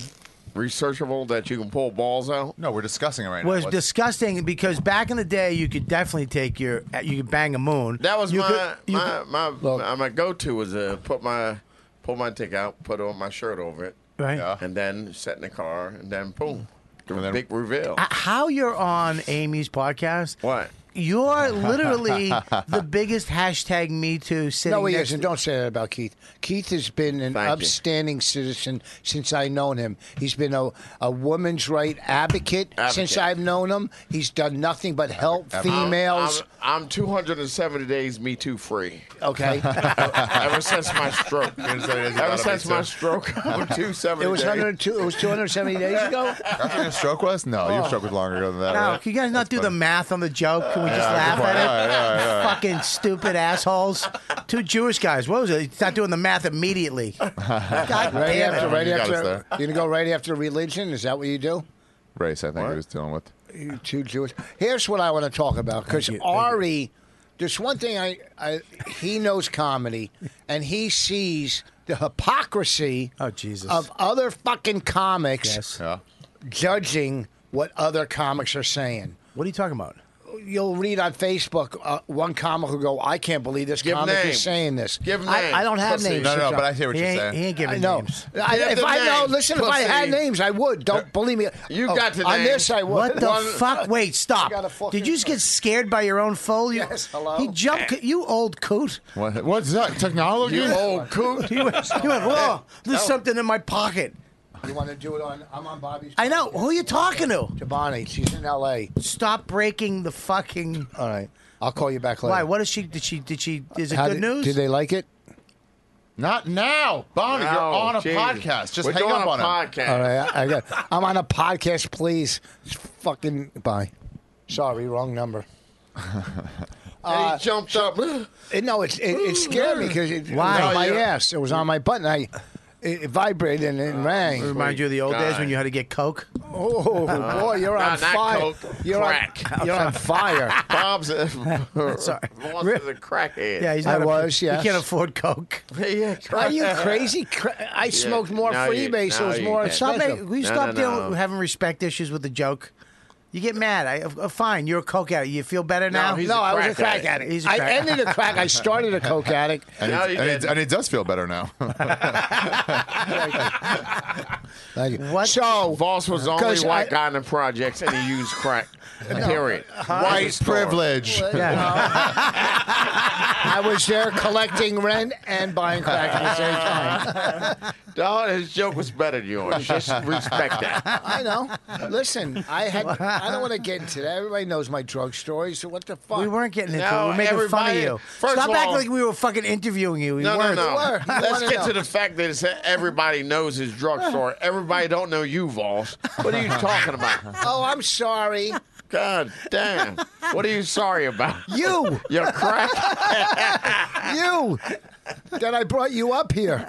I: researchable that you can pull balls out?
H: No, we're discussing it right
D: was disgusting because back in the day you could definitely take your you could bang a moon.
I: That was
D: you
I: my,
D: could- you
I: my, my, my go-to was uh, put my pull my dick out, put on my shirt over it,
D: Right.
I: and then sit in the car, and then boom, the big reveal.
D: Uh, how you're on Amy's podcast?
I: What?
D: You're literally the biggest hashtag Me Too sitting.
J: No, he
D: next
J: isn't. Don't say that about Keith. Keith has been an upstanding citizen since I've known him. He's been a, a woman's right advocate, since
I: Advocate.
J: I've known him. He's done nothing but help
I: I'm-
J: females.
I: I'm, I'm, 270 days Me Too free.
J: Okay.
I: Ever since my stroke. Ever
J: Me
I: since my
J: Too.
I: stroke, I'm 270
J: it was
I: days.
J: 102. It was 270 days ago.
H: That's when your stroke was? No, your
J: Oh.
H: stroke was longer ago than that.
D: No,
H: right?
D: can you guys not do the math on the joke? Can we just
H: Yeah, good
D: laugh
H: point.
D: at it?
H: All right, all right, all right.
D: Fucking stupid assholes. Two Jewish guys. What was it? It's not doing the math immediately. God
J: right
D: damn it.
J: after, right
H: You got us
J: after,
H: there.
J: you gonna go right after religion? Is that what you do?
H: race. I think he was dealing with.
J: You Two Jewish. Here's what I want to talk about because Ari, there's one thing I, I, he knows comedy, and he sees the hypocrisy.
D: Oh Jesus!
J: Of other fucking comics
H: Yeah.
J: judging what other comics are saying.
D: What are you talking about?
J: You'll read on Facebook, uh, one comic will go, "I can't believe this
I: Give
J: comic
I: names.
J: is saying this."
I: Give names,
J: I, I don't have
I: pussy.
J: names.
I: No, no,
J: It's
I: but
J: not-
I: I hear what
D: He
I: you're
D: ain't,
I: saying.
D: he ain't giving
J: I know.
D: names.
J: I,
I: Give
J: if
I: the
J: I know,
I: names,
J: listen, if I had
I: pussy.
J: names, I would. Don't believe me. Oh,
I: You got the
J: on
I: names.
J: this. I would.
D: What the
J: One-
D: fuck? Wait, stop!
J: got a fucking
D: Did you just get scared by your own fool? You,
J: Yes, hello?
D: He jumped. You old coot.
H: What, what's that? Technology? Oh,
I: You old coot.
D: He went. He went. Whoa! There's something in my pocket.
J: You want to do it on? I'm on Bobby's.
D: I know. Who are you talking to?
J: Giovanni. She's in L.A.
D: Stop breaking the fucking.
J: All right. I'll call you back later.
D: Why? What is she? Did she? Did she? Is it
J: How
D: good
J: did-
D: news?
J: Did they like it?
H: Not now, Bonnie. you're
I: No,
H: on a
I: Oh, Jesus.
H: podcast. Just
I: We're
H: hang
I: doing
H: up
I: a
H: on him.
I: podcast.
J: All right. I I got. I'm on a podcast. Please, fucking bye. Sorry, wrong number.
I: And he jumped up. Why
J: It, no, it, it, it scared me because it,
D: Why?
J: was on my
I: No, you-
J: ass. It was on my butt, and I it, it vibrated and it
I: Uh,
J: rang.
D: Remind you of the old days when you had to get coke.
J: Oh boy, you're
I: Nah, not
J: on fire.
I: coke,
J: you're
I: crack.
J: on. You're on fire.
I: Bob's a,
D: Sorry.
I: Ross is a crackhead.
D: Yeah, he's
J: I
D: not. a-
J: was, yes.
D: He can't afford coke.
I: yeah,
J: Are
I: crack-
J: you crazy? Cra- I smoked more
I: now you-
J: freebase. It
I: now
J: was
I: you
J: more
I: get-
D: Stop.
J: expensive.
D: Make, will you
I: No,
D: stop
I: no,
D: dealing
I: no.
D: with having respect issues with the joke? You get mad. I, uh, fine. You're a coke addict. You feel better
I: No,
D: now.
I: he's
J: no,
I: a
J: I was a
I: crack
J: crack
I: addict.
J: addict.
D: He's a
J: I
D: crack-
J: ended a crack. I started a coke addict.
H: And,
I: No,
H: it,
I: you
H: and, it,
I: didn't.
H: and it does feel better now.
J: Thank you.
D: What?
J: So
I: Voss was the only
J: 'Cause
I: white
J: I-
I: guy in the projects, and he used crack. Period. White
H: Privilege.
D: Yeah.
J: I was there collecting rent and buying crack at the same time.
I: Dog, his joke was better than yours. Just respect that.
J: I know. Listen, I had. I don't want to get into that. Everybody knows my drug story. So what the fuck?
D: we weren't getting into it.
I: No,
D: We're making fun of
I: everybody-
D: you.
I: first
D: Stop
I: of
D: acting
I: all-
D: like we were fucking interviewing you. We
I: No, no,
D: weren't.
I: no.
J: Word.
I: Let's
J: Word.
I: get to the fact that it's, everybody knows his drugstore. Everybody don't know you, Voss. What are you talking about?
J: Oh, I'm sorry.
I: God damn. What are you sorry about?
J: You,
I: You're crack.
J: you. That I brought you up here.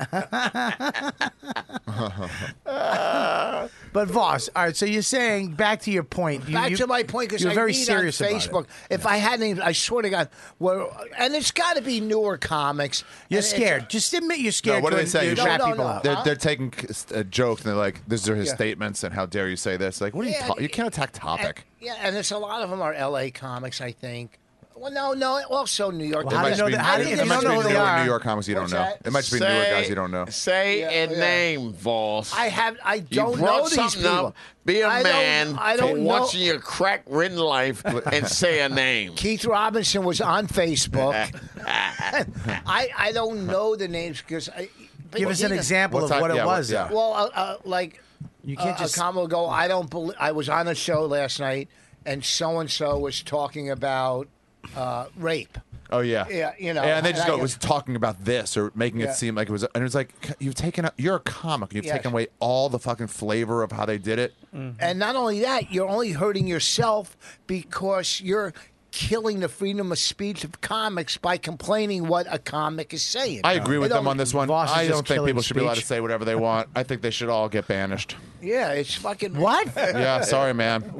D: But Voss, all right. So you're saying back to your point. You,
J: Back
D: you-
J: to my point, because
D: you're
J: I
D: very
J: read
D: serious
J: on
D: about it.
J: Facebook. If I hadn't, I swear to God, well, and it's got to be newer comics.
D: You're
J: and it's-
D: scared. Just admit you're
H: No,
D: scared.
H: what do
D: to
H: they say?
D: You
H: You should-
D: rat
J: No, no,
D: people
J: no.
D: out.
H: They're, they're taking uh, jokes and they're like, "These are his
J: Yeah.
H: statements," and how dare you say this? Like, what are you?
J: Yeah,
H: talking? you can't attack topic.
J: Yeah, and it's a lot of them are L.A. comics, I think. Well, no, no. Also, New York.
H: It might just be-
J: How do
H: it-
J: you-
H: it
J: you
H: might
J: don't know
H: just
J: who
H: be
J: they
H: newer
J: are?
H: New York comics you don't
J: What's
H: know.
J: that?
H: It might just be newer guys you don't know.
I: Say a name, Voss.
J: I have. I
I: You
J: don't
I: brought
J: know these
I: something
J: people.
I: up. Be a
J: I don't-
I: man.
J: I don't
I: Quit
J: know-
I: watching your crack ridden life and say a name.
J: Keith Robinson was on Facebook. I I don't know the names because I. but
D: Give us an
J: he-
D: example What of type- what it yeah, what- was, yeah. though.
J: Well, uh, uh, like
D: You can't
J: uh,
D: just-
J: a comma will go. I don't believe. I was on a show last night, and so and so was talking about uh, rape.
H: Oh yeah,
J: Yeah, you know,
H: and they just
J: and
H: go
J: I-
H: it was talking about this or making
J: Yeah.
H: it seem like it was, and it's like you've taken, a, you're a comic, you've
J: Yes.
H: taken away all the fucking flavor of how they did it.
J: And not only that, you're only hurting yourself because you're killing the freedom of speech of comics by complaining what a comic is saying.
H: I agree with
J: It
H: them
J: only-
H: on this one.
D: Voss is
H: I
D: just
H: don't think
D: killing
H: people should be allowed to
D: speech.
H: say whatever they want. I think they should all get banished.
J: Yeah, it's fucking what?
H: Yeah, sorry, man.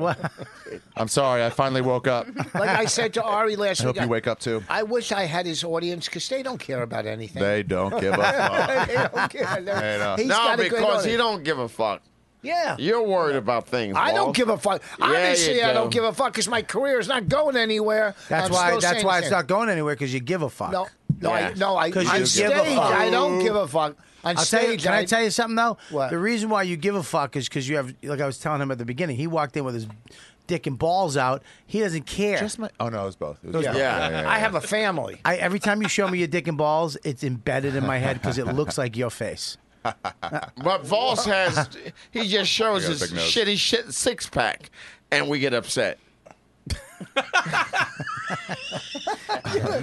H: I'm sorry. I finally woke up.
J: Like I said to Ari last
H: I
J: week.
H: hope you wake up too.
J: I wish I had his audience because they don't care about anything.
H: They don't give a fuck.
J: they don't care.
I: I
J: They're-
I: know.
J: he's
I: no,
J: got a great
I: because
J: audience.
I: you don't give a fuck.
J: Yeah.
I: You're worried about things.
J: I don't
I: Voss.
J: give a fuck.
I: Yeah, you
J: Obviously, I don't
I: do.
J: give a fuck because my career is not going anywhere.
D: That's
J: I'm
D: why.
J: still
D: That's
J: saying
D: why
J: the
D: it's
J: same.
D: not going anywhere because you give a fuck.
J: No, no,
D: Yeah.
J: I, no. I,
D: 'Cause
J: on
D: you
J: stage,
D: give a fuck.
J: I don't give a fuck. On
D: I'll
J: stage,
D: tell you, can I, tell you something though?
J: What?
D: The reason why you give a fuck is because you have, like I was telling him at the beginning, he walked in with his dick and balls out. He doesn't care.
H: Just my. Oh no, it was both. It was
D: Yeah.
H: both.
J: I have a family.
D: I, every time you show me your dick and balls, it's embedded in my head because it looks like your face.
I: But Voss has, he just shows
H: I got a
I: his
H: big nose.
I: shitty shit six pack, and we get upset.
D: You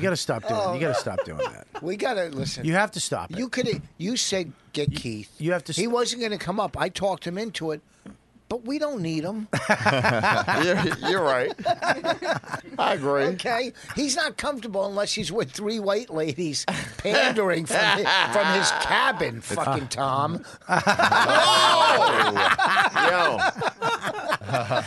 D: gotta stop doing. You gotta stop doing that.
J: We gotta listen.
D: You have to stop it.
J: You could. You said get Keith.
D: You have to.
J: He wasn't going to come up. I talked him into it, but we don't need him.
I: you're, you're right. I agree.
J: Okay, he's not comfortable unless he's with three white ladies pandering from his, from his cabin. Fucking Tom.
I: Oh.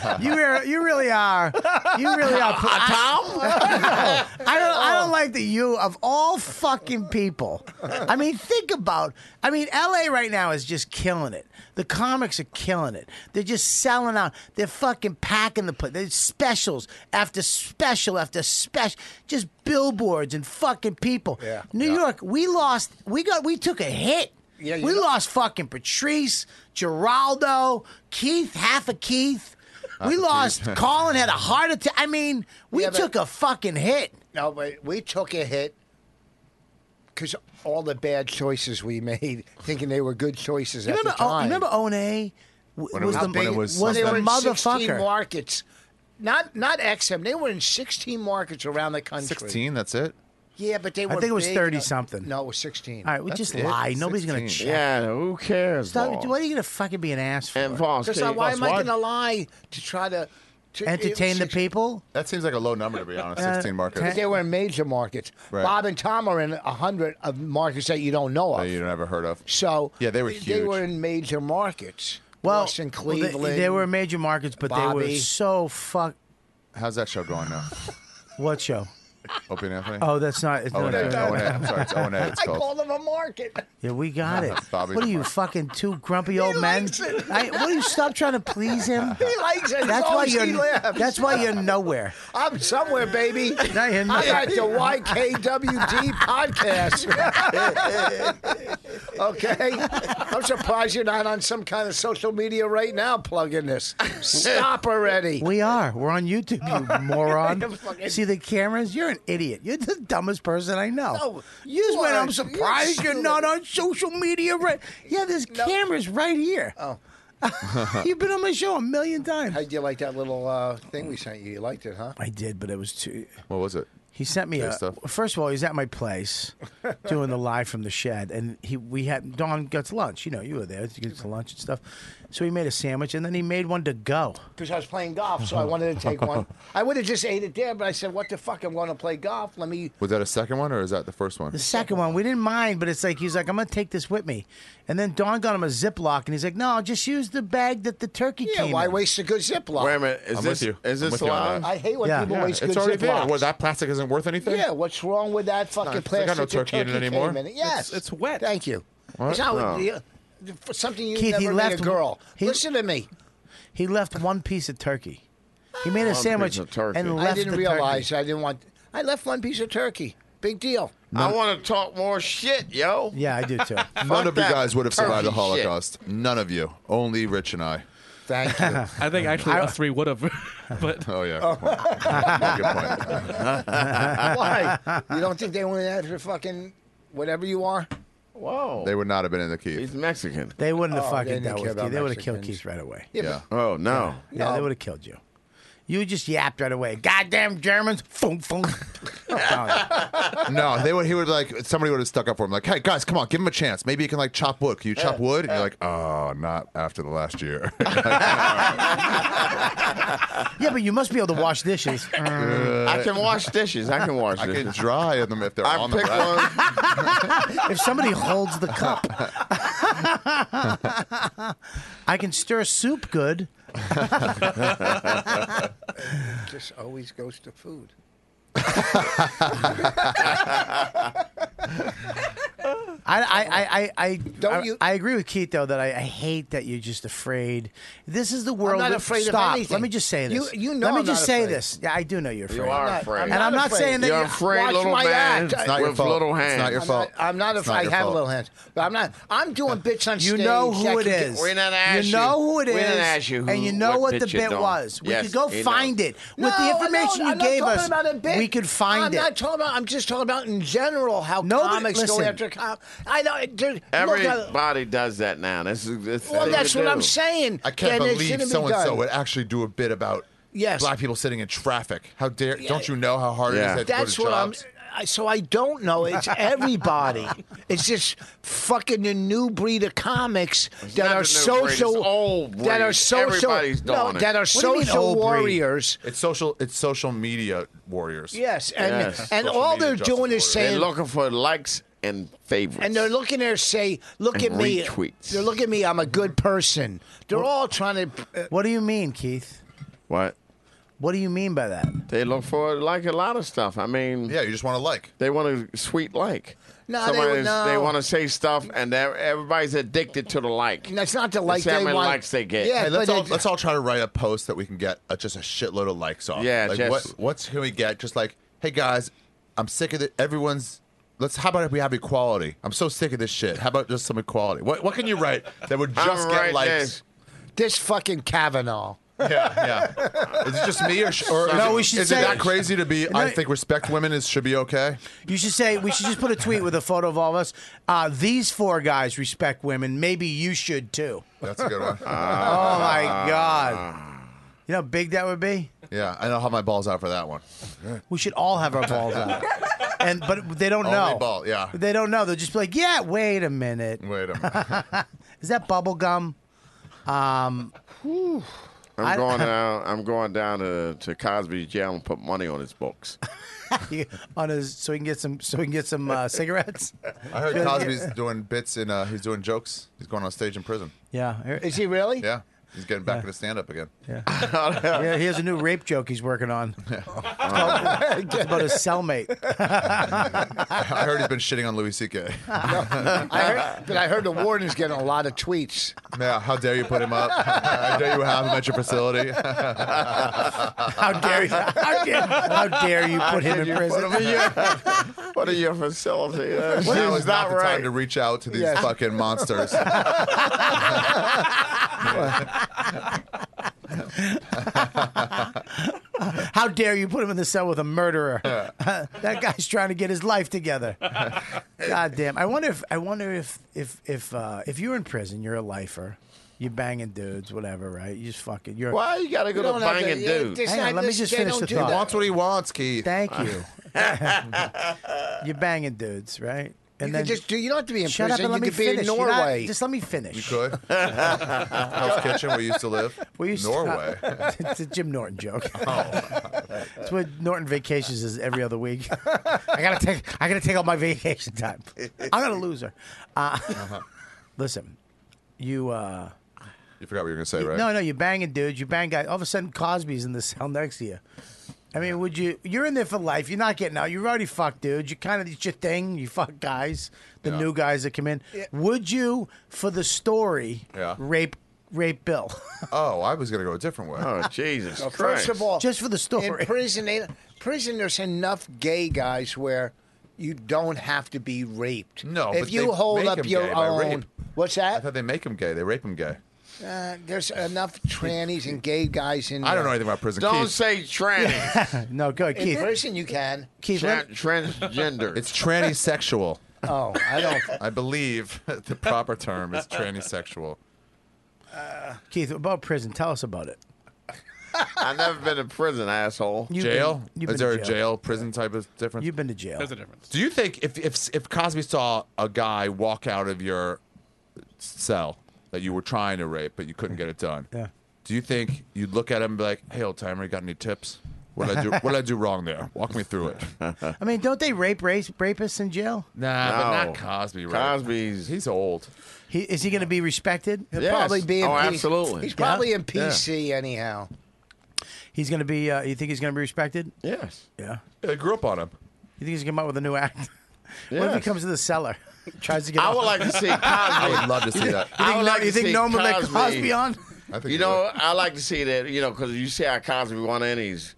I: Yo,
D: You are, you really are. You really are.
J: Uh,
I: Tom?
D: I don't. I don't like that you of all fucking people. I mean, think about. I mean, L.A. right now is just killing it. The comics are killing it. They're just selling out. They're fucking packing the place. There's specials after special after special. Just billboards and fucking people.
J: Yeah.
D: New York, we lost. We got. We took a hit.
J: Yeah, you
D: we
J: know-
D: lost fucking Patrice, Geraldo, Keith, half of Keith. We lost. Colin had a heart attack. I mean, we
J: Yeah, but-
D: took a fucking hit.
J: No, but we took a hit because all the bad choices we made, thinking they were good choices
D: You
J: at
D: remember,
J: the
D: oh,
J: time.
D: remember Ona w-
H: When it
D: was,
H: was-
D: the,
H: when it was
D: was the
J: they were in 16
D: motherfucker.
J: markets. Not not XM. They were in 16 markets around the country.
H: Sixteen. That's it.
J: Yeah, but they were.
D: think it was
J: big
D: 30
J: enough-
D: something.
J: No, it was 16.
D: All right, we
H: That's
D: just
H: it.
D: lie. Nobody's gonna
H: 16.
D: check.
I: yeah, who cares?
D: Stop,
I: Voss?
D: what are you gonna fucking be an ass for?
I: and Voss,
J: Because
I: can you-
J: why am I
H: why?
J: going to lie to try to, to
D: Entertain the
J: people?
D: people.
H: That seems like a low number to be honest.
D: Uh,
H: Sixteen
D: ten-
H: markets.
J: They were in major markets.
H: Right.
J: Bob and Tom are in a hundred of markets that you don't know of.
H: that you never heard of.
J: So
H: Yeah, they were
J: They
H: huge.
J: were in major markets.
D: Well,
J: Boston,
D: well, they-
J: Cleveland.
D: they, were major markets, but they were
J: Bobby.
D: so fuck.
H: How's that show going now?
D: What show?
H: Opie and Anthony.
D: Oh, that's not. It's
H: O
D: not
H: and A. O and A. I'm sorry, it's O and A. It's
J: I
H: called.
J: call them a market.
D: Yeah, we got it.
H: Bobby
D: what are you
H: Clark.
D: fucking two grumpy old men?
J: likes it.
D: I, what do you stop trying to please him?
J: He likes it.
D: That's why you're.
J: He laughs.
D: That's why you're nowhere.
J: I'm somewhere, baby.
D: Now you're
J: I'm
D: not-
J: at the YKWd podcast. okay, I'm surprised you're not on some kind of social media right now plugging this. Stop already.
D: We are. We're on YouTube, you moron.
J: I'm fucking-
D: See the cameras? You're an idiot. You're the dumbest person I know.
J: No,
D: you just
J: you
D: went,
J: are-
D: I'm surprised
J: you're
D: you're not on social media right. Yeah, there's cameras right here.
J: Oh.
D: You've been on my show a million times.
J: How would you like that little uh, thing we sent you? You liked it, huh?
D: I did, but it was too.
H: What was it?
D: He sent me
H: Good
D: a.
H: stuff.
D: First of all, he's at my place doing the live from the shed, and he we had Don gets lunch. You know, you were there. He gets lunch and stuff. So he made a sandwich, and then he made one to go.
J: Because I was playing golf, so I wanted to take one. I would have just ate it there, but I said, "What the fuck? I'm going to play golf. Let me."
H: Was that a second one or is that the first one?
D: The second one, we didn't mind, but it's like he's like, I'm gonna take this with me, and then Don got him a Ziploc, and he's like, No, just use the bag that the turkey
J: Yeah,
D: came.
J: why
D: in.
J: waste a good Ziploc?
I: Wait a minute. Is
H: I'm
I: this
H: with you.
I: is
H: I'm
I: this
H: with you on
I: live?
H: that.
J: I hate when
D: Yeah.
J: people
D: Yeah,
J: waste
H: it's
J: good
H: already there.
J: Ziplocs.
H: Well, that plastic isn't worth anything.
J: Yeah, what's wrong with that fucking
H: it's- they
J: plastic?
H: got no
J: that
H: turkey in it
J: came
H: anymore.
J: Yes,
I: it's wet.
J: Thank you. It's not you- for something you
D: Keith, he
J: never
D: left-
J: made a girl.
D: he-
J: Listen to me.
D: He left one piece of turkey. He made a
I: piece
D: sandwich
I: of turkey.
D: and
I: I
D: left
J: I didn't
D: the
J: realize.
D: turkey.
J: I didn't want. I left one piece of turkey. Big deal.
I: I want to talk more shit, yo.
D: Yeah, I do too.
I: Fuck
H: None of you
I: that
H: guys would have survived the
I: turkey shit.
H: Holocaust. None of you. Only Rich and I.
J: Thank
F: you. I think actually us three would have, but
H: oh yeah.
J: Why? You don't think they wanted that for fucking whatever you are?
I: Whoa.
H: They would not have been in the Keith. He's
I: Mexican.
D: They wouldn't have
J: Oh, they
D: fucking
J: didn't
D: dealt
J: care
D: with you.
J: about
D: They would have killed
J: Mexicans.
D: Keith right away.
J: Yeah,
I: Yeah. Oh no.
D: Yeah,
J: Um,
D: they would have killed you. You just yapped right away. Goddamn Germans! Funk, funk.
H: no, they would. He would like somebody would have stuck up for him. Like, hey guys, come on, give him a chance. Maybe he can like chop wood. Can you chop wood? And you're like, oh, not after the last year.
D: yeah, but you must be able to wash dishes.
I: I can wash dishes. I can wash
H: Uh, I
I: dishes.
H: can dry them if they're
I: I
H: on the
I: pick
H: rack.
D: if somebody holds the cup, I can stir soup good.
J: It just always goes to food.
D: I, I, I, I, I,
J: Don't you-
D: I, agree with Keith though that I, I hate that you're just afraid. This is the world.
J: not
D: that-
J: afraid of
D: Stop.
J: anything.
D: Let me just say this.
J: You- you know
D: Let me
J: I'm
D: just
J: not
D: say
J: afraid.
D: this. Yeah, I do know you're
I: You
D: afraid.
I: are afraid.
D: and I'm not saying that
I: you're
D: you-
I: afraid,
J: Watch
I: little
J: my
I: man.
J: act.
H: It's not your
I: with
H: fault.
I: little hands.
H: It's not your
J: I'm
H: fault.
J: not, I'm not
H: It's
J: afraid. I
H: your
J: have
H: fault.
J: little hands, but I'm not. I'm doing bits on
D: You
J: stage.
D: know who
J: that
D: it
J: can
D: is.
J: Get,
I: We're not asking-
D: You know who it is.
I: we're not asking who-
D: and you know
I: what
D: what, the
I: bit you're
D: bit
I: doing.
D: was. We
I: Yes,
D: could go
I: he knows.
D: find it
J: no,
D: with the information
J: no,
D: you
J: I'm
D: gave
J: not talking
D: us.
J: About a bit.
D: We could find
J: I'm
D: it.
J: not talking about. I'm just talking about in general how
D: Nobody-
J: comics
D: listen.
J: go after com. I know. dude, look, I-
I: Everybody does that now. This is this
J: well,
I: thing
J: that's
I: to
J: what
I: do.
J: I'm saying.
H: I can't
J: Then it
H: believe
J: shouldn't be
H: so and so
J: done.
H: would actually do a bit about
J: Yes.
H: black people sitting in traffic. How dare? Don't you know how hard
I: Yeah.
H: it is? At
J: That's what
H: jobs?
J: I'm. I, so I don't know. It's everybody. it's just fucking the new breed of comics
I: not
J: that
I: the
J: are
I: new breed, it's
J: social.
I: old
J: That
I: breed.
J: are social.
I: Everybody's
J: no,
I: doing it.
J: that are
D: do you mean,
J: social
D: old breed?
J: warriors.
H: It's social. It's social media warriors.
J: Yes, and
I: Yes.
J: and
H: Social
J: all
H: media
J: they're
H: justice
J: doing is
H: warriors.
I: They're
J: saying.
I: looking for likes and favors.
J: and they're looking there, say, look
I: And
J: at me.
I: retweets.
J: They're looking at me. I'm a good person. They're all trying to. uh,
D: What do you mean, Keith?
I: what?
D: What do you mean by that?
I: They look for like a lot of stuff. I mean,
H: Yeah, you just want to like.
I: they want a sweet like.
J: No, they
I: Somebody
J: would-
I: is-
J: no.
I: they want to say stuff, and they're- everybody's addicted to the like.
J: and that's not the like
I: see how
J: they
I: many
J: want.
I: likes they get.
J: Yeah,
H: Hey, let's
J: but
H: all
J: it-
H: let's all try to write a post that we can get uh, just a shitload of likes on.
I: Yeah,
H: like
I: just-
H: what what's can we get? Just like, hey guys, I'm sick of it. Everyone's. Let's. How about if we have equality? I'm so sick of this shit. How about just some equality? What What can you write that would
I: I'm
H: just get
I: right
H: likes?
J: this fucking Kavanaugh.
H: Yeah, yeah. Is it just me or, sh- or
D: No,
H: is it-
D: we should
H: is
D: say-
H: it that crazy to be?
D: No.
H: I think respect women is should be okay.
D: You should say we should just put a tweet with a photo of all of us. Uh, these four guys respect women. Maybe you should too.
H: That's a good one.
I: Uh.
D: Oh my god! You know how big that would be.
H: yeah, I know how my balls out for that one.
D: We should all have our balls out. And but they don't
H: Only
D: know.
H: ball, yeah.
D: They don't know. They'll just be like, yeah. Wait a minute.
H: Wait a minute.
D: Is that bubble gum?
I: I'm
D: I-
I: going down. I'm going down to, to Cosby's jail and put money on his books.
D: on his so he can get some so he can get some uh, cigarettes.
H: I heard Cosby's doing bits in. Uh, he's doing jokes. He's going on stage in prison.
D: Yeah,
J: Is he really?
H: Yeah, he's getting back into stand up again.
D: yeah. He has a new rape joke he's working on. It's called- it's about his cellmate.
H: I heard he's been shitting on Louis C.K.
J: I heard, but I heard the warden's getting a lot of tweets.
H: yeah, how dare you put him up? How dare you have him at your facility?
D: How dare you? How dare, how dare you put him in prison?
I: What are your, what are your facility? uh, That
H: now
I: is
H: is not
I: not
H: the
I: right.
H: time to reach out to these
J: Yes.
H: fucking monsters.
D: How dare you put him in the cell with a murderer? that guy's trying to get his life together. God damn! I wonder if I wonder if if if uh, if you're in prison, you're a lifer, you're banging dudes, whatever, right? You just fucking you're.
I: Why you gotta go to
J: don't have to-
I: banging
J: yeah,
I: dude?
J: this-
D: Hang on,
J: not-
D: let me
J: this-
D: just
J: they
D: finish
J: don't
D: the
J: do
D: thought.
J: that.
H: Wants what he wants, Keith.
D: Thank you. You're banging dudes, right? And
J: You could just do. You don't have to be in
D: shut up
J: prison.
D: and let
J: you
D: me
J: could be
D: finish.
J: in
D: You're not-
J: Norway.
D: just let me finish. You
H: Good. Hell's Kitchen, where you used to live.
D: We used to-
H: Norway.
D: it's a Jim Norton joke. it's what Norton vacations is every other week. I gotta take. I gotta take all my vacation time. I'm gonna lose her. Uh, Listen, you. Uh,
H: you forgot what you were gonna say, right?
D: No, no, you're banging dudes. You bang guys. All of a sudden, Cosby's in the cell next to you. I mean, would you? You're in there for life. You're not getting out. You're already fucked, dude. You kind of it's your thing. You fuck guys, the
H: Yeah.
D: new guys that come in. Would you, for the story,
H: Yeah.
D: rape rape Bill
H: Oh, I was gonna go a different way.
I: Oh Jesus Christ!
J: First of all,
D: just for the story?
J: in prison, they, prison, there's enough gay guys where you don't have to be raped.
H: No,
J: if
H: but
J: you
H: they
J: hold
H: make
J: up
H: him
J: your
H: gay by rape.
J: own, what's that?
H: I thought they make him gay. They rape him gay.
J: uh, there's enough trannies and gay guys in.
H: I don't know
J: there.
H: anything about prison.
J: Don't
H: Keith.
I: say tranny.
D: no, go ahead,
J: In
D: Keith.
J: prison, you can.
D: Keith,
I: Tran- transgender.
H: It's trannisexual.
J: oh, I don't.
H: I believe the proper term is trannisexual.
D: Keith, about prison, tell us about it.
I: I've never been in prison, asshole.
D: You've
H: jail?
D: been- you've
H: is
D: been to
H: there a
D: jail.
H: jail prison type of difference?
D: You've been to jail.
F: There's a difference.
H: Do you think if if if Cosby saw a guy walk out of your cell that you were trying to rape but you couldn't get it done?
D: Yeah.
H: Do you think you'd look at him and be like, "Hey, old timer, you got any tips? What did I do? What did I do wrong there? Walk me through it." nah,
D: I mean, don't they rape race, rapists in jail?
H: but
I: No.
H: not Cosby. Right?
I: Cosby's-
H: he's old.
D: He, is he going to be respected?
J: He'll probably be in
I: Oh,
J: P-
I: absolutely.
J: He's probably
D: Yeah.
J: in PC anyhow.
D: He's going to be. Uh, you think he's going to be respected?
I: Yes.
D: Yeah.
H: Yeah, they grew up on him.
D: You think he's going to come up with a new act? What if he
I: Yes.
D: comes to the cellar? Tries to get.
I: I
D: off?
I: would like to see Cosby.
H: I would love to see that.
D: You
I: I
D: think,
I: would like
D: you
I: to
D: think
I: see
D: Norman let
I: Cosby-
D: Cosby on?
H: I think
I: You know, I like to see that. You know, because you see how Cosby went in, he's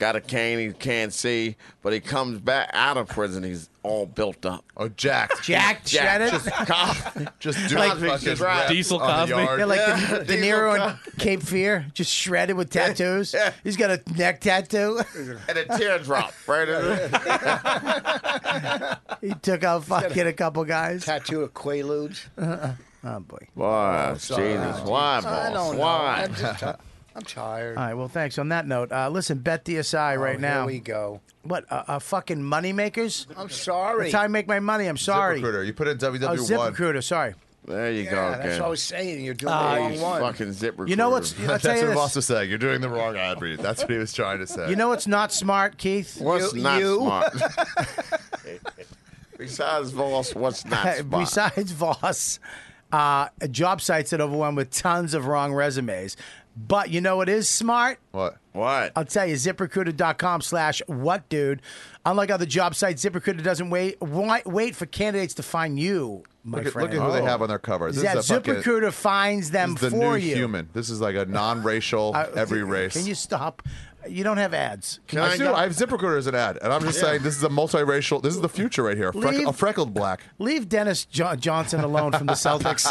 I: got a cane, he can't see, but he comes back out of prison, he's all built up.
H: oh Jack,
D: Jack Shannon?
I: Just, Cos-
H: just do
I: Like-
H: fucking
I: just
H: rap
F: Diesel
H: on the
F: Cosby?
H: yard.
D: Yeah, like
I: Yeah.
D: De, De Niro in Cape Fear, just shredded with tattoos. He's got a neck tattoo.
I: and a teardrop right in there.
D: he took out fucking a couple guys.
J: Tattoo of Quaaludes.
D: Oh boy.
I: Why? Jesus, why,
J: I
I: boss?
J: don't know.
I: Why?
J: I'm, just ti- I'm tired.
D: All right. Well, thanks. On that note, uh, listen, bet DSI
J: Oh,
D: right now.
J: Here we go.
D: What? Uh, uh, fucking money makers?
J: I'm sorry.
D: That's how I make my money. I'm sorry.
H: ZipRecruiter. You put in
D: Oh,
H: WW one.
D: ZipRecruiter. Sorry.
I: There you
J: Yeah,
I: go.
J: that's
I: Ken.
J: what I was saying. You're doing
I: Oh,
J: the
I: you
J: wrong one.
I: fucking zip recruiter.
D: You know what's? I'll
H: That's
D: tell
H: what
D: you this.
H: Ross was saying. You're doing the wrong ad read. That's what he was trying to say.
D: You know what's not smart, Keith?
I: What's
J: You-
I: not
J: you-
I: smart? Besides boss, what's not
D: Hey,
I: smart?
D: Besides Voss, uh, job sites that overwhelmed with tons of wrong resumes. But you know what is smart?
H: what?
I: what?
J: Uh,
D: I'll tell you, ziprecruiter.com slash what dude. Unlike other job sites, ZipRecruiter doesn't wait wait, wait for candidates to find you, my
H: Look at,
D: friend.
H: look at who they have on their cover. This
D: that
H: is a fucking,
D: ZipRecruiter finds them
H: this is the
D: for
H: new
D: you.
H: human. This is like a non-racial,
D: Uh,
H: every
D: can-
H: race.
D: Can you stop? You don't have ads.
I: Can
H: I,
I: I
H: do.
I: go-
H: I have ZipRecruiter as an ad, and I'm just saying this is a multiracial. This is the future right here. Freck,
D: Leave-
H: a freckled black.
D: Leave Dennis jo- Johnson alone from the Celtics.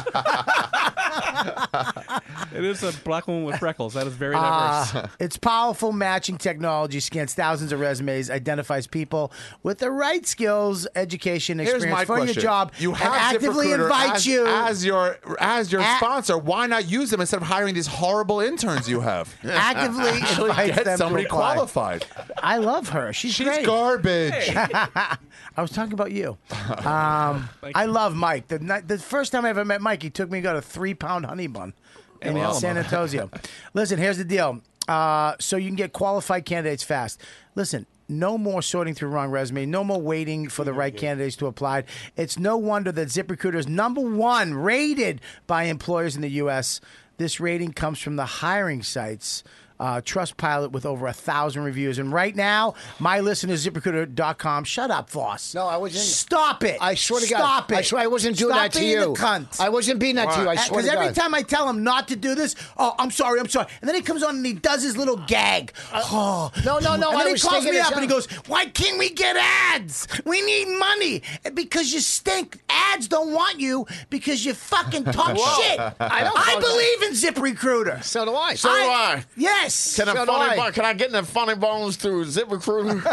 F: It is a black woman with freckles. That is very diverse.
H: Ah.
D: Uh, it's powerful matching technology scans thousands of resumes, identifies people with the right skills, education,
H: Here's
D: experience
H: my
D: for
H: question.
D: your job,
H: You
D: and
H: have
D: actively
H: ZipRecruiter
D: invite
H: as,
D: you.
H: as your as your
D: At-
H: sponsor. Why not use them instead of hiring these horrible interns you have?
D: actively
H: Actually,
D: invites
H: get
D: them
H: somebody
D: to apply.
H: qualified.
D: I love her. She's,
H: She's
D: great.
H: garbage.
D: I was talking about you. Um, I love Mike. The, night- the first time I ever met Mike, he took me and got a three pound honey bun in
F: Wow.
D: San Antonio. Listen, here's the deal. Uh, so you can get qualified candidates fast. Listen, no more sorting through wrong resume. No more waiting for the right candidates to apply. It's no wonder that ZipRecruiter is number one rated by employers in the U.S. This rating comes from the hiring sites uh, Trustpilot with over a thousand reviews. And right now, my listeners, ZipRecruiter.com. Shut up, Voss.
J: No, I wasn't-
D: Stop it.
J: I swear to God.
D: Stop it.
J: I swear I wasn't doing
D: Stop
J: that to
D: being
J: you.
D: a cunt.
J: I wasn't being that to you. I swear
D: Because
J: to
D: every
J: God.
D: time I tell him not to do this, oh, I'm sorry, I'm sorry. And then he comes on and he does his little gag. Oh.
J: Uh, No, no, no,
D: And then
J: I
D: he
J: was
D: calls
J: thinking
D: me
J: of
D: up and he
J: something.
D: goes, Why can't we get ads? We need money. Because you stink. Ads don't want you because you fucking talk shit. I,
J: don't talk-
D: believe in Zip Recruiter.
J: So do I.
I: So do I.
D: Yes.
I: Can
J: So
I: a
J: do I.
I: funny bone? Can I get in the funny bones through Zip Recruiter?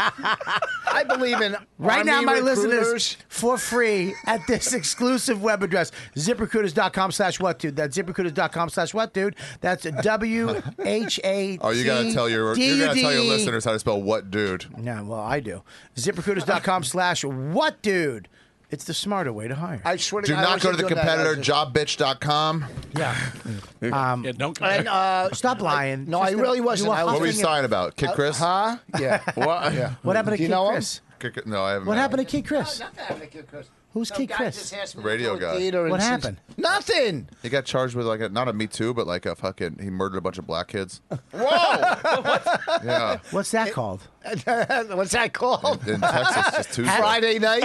J: I believe in
D: Right now,
J: army
D: my
J: recruiters.
D: listeners, for free at this exclusive web address, ziprecruiters.com slash what dude. That's ziprecruiters.com slash what dude. That's W H A.
H: Oh, you gotta tell your you gotta tell your listeners how to spell what dude.
D: Yeah, well, I do. Ziprecruiters.com slash what dude. It's the smarter way to hire.
J: I swear to
H: Do
J: God, I
H: not go to
J: wasn't
H: the
J: doing that. I
H: competitor
J: was just-
H: jobbitch.com.
D: yeah.
F: yeah, don't.
J: And, uh,
D: Stop lying.
J: no, I
D: Just-
J: really
D: you
J: wasn't. I was-
H: What were you
D: huffing
H: sighing about? Kid Chris?
J: huh? Yeah.
I: what?
D: it. Uh, What happened to
J: Do you
D: Kid
J: know him?
D: Chris?
H: Kid Chri- No, I haven't.
D: What
H: met
D: happened to
H: him.
D: Kid Chris?
J: Nothing happened to Kid Chris.
D: Who's
J: Some
D: Kid
J: guy
D: Chris?
J: just asked me to
H: Radio
J: do a
H: guy.
J: theater and
D: What
J: since-
D: happened?
J: Nothing.
H: He got charged with like a, not a Me Too, but like a fucking he murdered a bunch of black kids.
I: Whoa!
H: Yeah,
D: What's that called?
J: What's that called?
H: in Texas just Tuesday.
J: Friday night.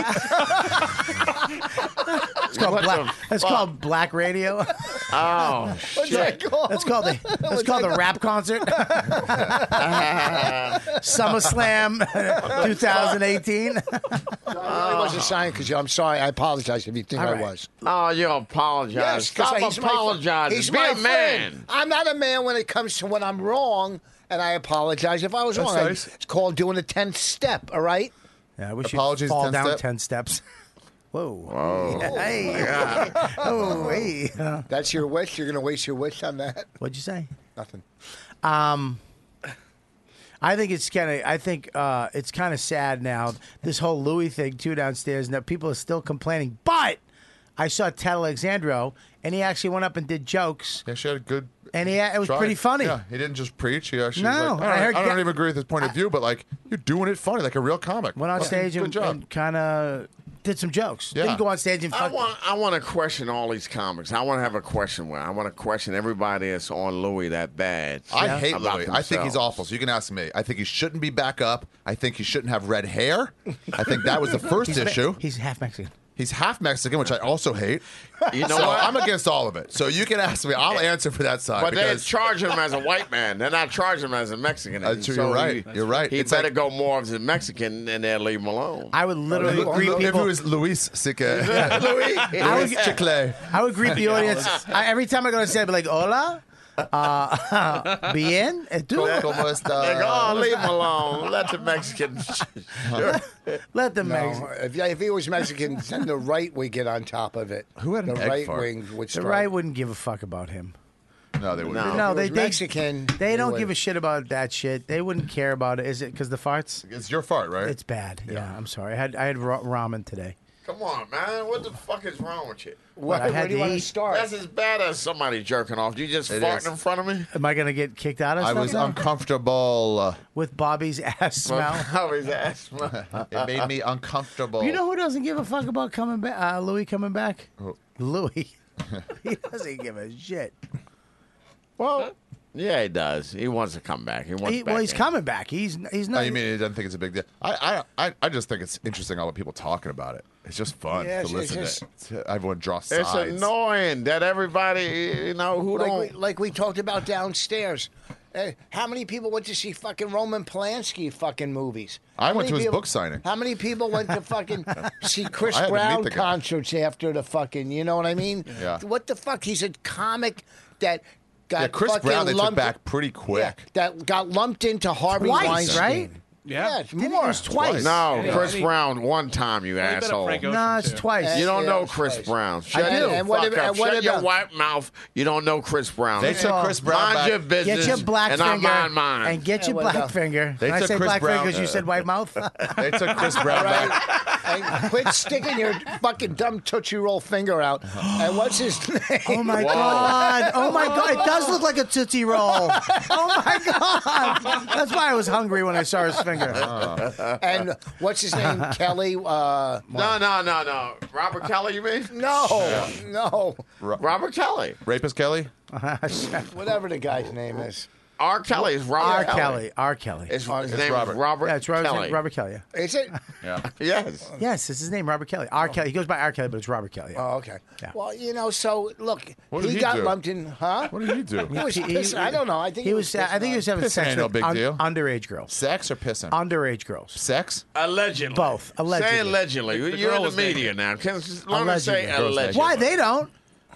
D: It's called, black, it's called Black Radio.
I: oh,
J: What's that called?
D: That's called the, that's called the rap concert. SummerSlam 2018.
J: I
D: Ah.
J: wasn't signing because I'm sorry. I apologize if you think I was.
I: No, Oh, you apologize.
J: Yes, 'cause
I: Stop
J: he's my fr-
I: apologizing.
J: he's
I: Be
J: my
I: a
J: friend.
I: man.
J: I'm not a man when it comes to when I'm wrong, and I apologize if I was
D: That's
J: wrong. I-
D: nice.
J: It's called doing a tenth step. All right.
D: Yeah, I wish
J: Apologies,
D: you'd fall
J: 10
D: down
J: step.
D: 10 steps. Whoa.
I: Oh.
D: Hey. Oh, hey.
J: That's your wish. You're gonna waste your wish on that.
D: What'd you say?
J: Nothing.
D: Um, I think it's kind of. I think uh, it's kind of sad now. This whole Louis thing too downstairs. Now people are still complaining, but I saw Ted Alexandro, and he actually went up and did jokes.
H: Yeah, she had a good.
D: And he, it was
H: Try.
D: pretty funny.
H: Yeah, he didn't just preach. He actually was
D: No,
H: like, I don't,
D: I
H: I
D: heard
H: don't
D: Ga-
H: even agree with his point of view, but like you're doing it funny, like a real comic.
D: Went on
H: Fucking
D: stage
H: good
D: and,
H: job.
D: kind of did some jokes. Didn't go on stage and
I: I
D: fuck.
I: want, I want to question all these comics. I want to have a question where I want to question everybody that's on Louis that bad.
H: I hate Louis.
I: about
H: I think he's
I: themselves.
H: awful. So you can ask me. I think he shouldn't be back up. I think he shouldn't have red hair. I think that was the first
D: He's a-
H: issue.
D: He's half Mexican.
H: He's half Mexican, which I also hate.
I: You know
H: So
I: what? Eh,
H: I'm against all of it. So you can ask me. I'll answer for that side.
I: But they're
H: because
I: charging him as a white man. They're not charging him as a Mexican.
H: That's true. You're right.
I: He,
H: You're right.
I: He
H: It's
I: better go more as a Mexican and then leave him alone.
D: I would literally
H: Lu-
D: greet
H: Lu- Oh, if
D: people.
H: it was Luis Sique.
I: Louis.
D: I
H: Luis
D: would-
H: Chicle.
D: I would greet the audience I, every time I go to say, I'd be like, "Hola, uh, bien, Eh, tú?
H: Como
I: Like,
H: esta?
I: oh, leave him alone. Let the Mexican.
H: Uh-huh.
D: Let them make
J: No, if, if he was Mexican, then the right would get on top of it. Who
H: had
J: the
H: an egg
J: right
H: fart?
J: wing would
D: the
J: strike.
D: right wouldn't give a fuck about him.
H: No, they wouldn't.
I: No.
D: No,
J: If
D: they
J: he was
D: they,
J: Mexican.
D: they
J: he
D: don't
J: would.
D: give a shit about that shit. They wouldn't care about it. Is it because the farts?
H: It's your fart, right?
D: It's bad. Yeah. I'm sorry. I had I had ra- ramen today.
I: Come on, man. What the fuck is wrong with you?
D: What I
J: Where
D: had
J: do you
D: to
J: want to
D: eat.
J: start?
I: That's as bad as somebody jerking off. You just
H: It
I: farting
H: is.
I: in front of me.
D: Am I gonna get kicked out of
H: I
D: something
H: was uncomfortable.
D: with Bobby's ass smell?
I: Always ask. man.
H: It made me uncomfortable.
D: You know who doesn't give a fuck about coming back? Uh, Louis coming back? Louis. he doesn't give a shit.
I: Well, yeah, he does. He wants to come back. He wants.
D: He,
I: back
D: well, he's
I: in.
D: coming back. He's he's
H: Oh,
D: not.
H: you mean he doesn't think it's a big deal? I, I, I, I just think it's interesting all the people talking about it. It's just fun
J: Yeah, it's-
H: to
J: it's
H: listen
J: just-
H: to it. Everyone draws sides.
I: It's annoying that everybody, you know, who
J: like
I: don't.
J: we, like we talked about downstairs. Hey, how many people went to see fucking Roman Polanski fucking movies?
H: I
J: How
H: went
J: many
H: to his
J: people-
H: book signing.
J: How many people went to fucking see Chris
H: I had to meet
J: Brown
H: the guy.
J: concerts after the fucking? You know what I mean?
H: Yeah.
J: What the fuck? He's a comic that got
H: Yeah, Chris
J: fucking
H: Brown they took
J: lumped,
H: back pretty quick.
J: yeah, that got lumped into Harvey
D: Twice,
J: Weinstein.
D: right?
F: Yeah.
J: Yeah, it's
D: Didn't he
J: more.
D: lose twice?
I: no,
F: Yeah.
I: Chris
F: Yeah.
I: Brown, one time, you
F: better
I: asshole.
F: break
I: You
F: up.
D: No, it's twice.
J: Yeah.
I: don't know
J: it's
I: Chris
J: twice.
I: Brown. Shut
J: do.
I: your fuck
J: And what ab-
I: up.
J: and what
I: Shut your
J: about-
I: white mouth. You don't know Chris Brown.
H: They took
D: Well,
H: Chris Brown
I: Mind your
H: back.
I: business.
D: Get your black
I: and
D: finger
I: I mind mine.
D: and get your
J: Yeah, well,
D: black finger.
H: They
D: Did I
H: took
D: say
H: Chris
D: black
H: Brown-
D: finger because you said white mouth?
H: They took Chris Brown back.
J: And quit sticking your fucking dumb tootsie roll finger out.
H: Uh-huh.
J: and what's his name?
D: Oh my god! Oh my god! It does look like a tootsie roll. Oh my god! That's why I was hungry when I saw his finger.
H: Oh.
J: And what's his name? Kelly. Uh,
I: no, no, no, no.
D: Uh,
I: Robert Kelly, you mean?
J: no, no.
I: Robert Kelly.
H: Rapist Kelly?
J: Whatever the guy's name is.
I: R. Kelly is
D: R.
I: Robert
D: Kelly. R. Kelly.
I: It's, his
H: It's
I: name
H: Robert.
I: is Robert
D: yeah, it's Robert
I: Kelly.
D: Robert Kelly. Yeah.
J: Is it?
H: Yeah.
I: Yes.
D: Yes, it's his name, Robert Kelly. R. Kelly. He goes by R. Kelly, but it's Robert Kelly.
J: Oh, okay.
D: Yeah.
J: Well, you know, so look,
H: What
J: he,
H: did he
J: got
H: do?
J: lumped in, huh?
H: What did he do?
J: He was pissing- I don't know. I think
D: He was. I think he was having
H: This
D: sex
H: ain't no
D: with
H: big
D: un-
H: deal.
D: underage girls.
H: Sex or pissing?
D: Underage girls.
H: Sex?
I: Allegedly.
D: Both. Allegedly.
I: Say allegedly.
F: The- the
I: You're
F: girl
I: in the
F: was naked.
I: media now. Can, as long as you say
D: Allegedly.
I: allegedly.
D: Why they don't?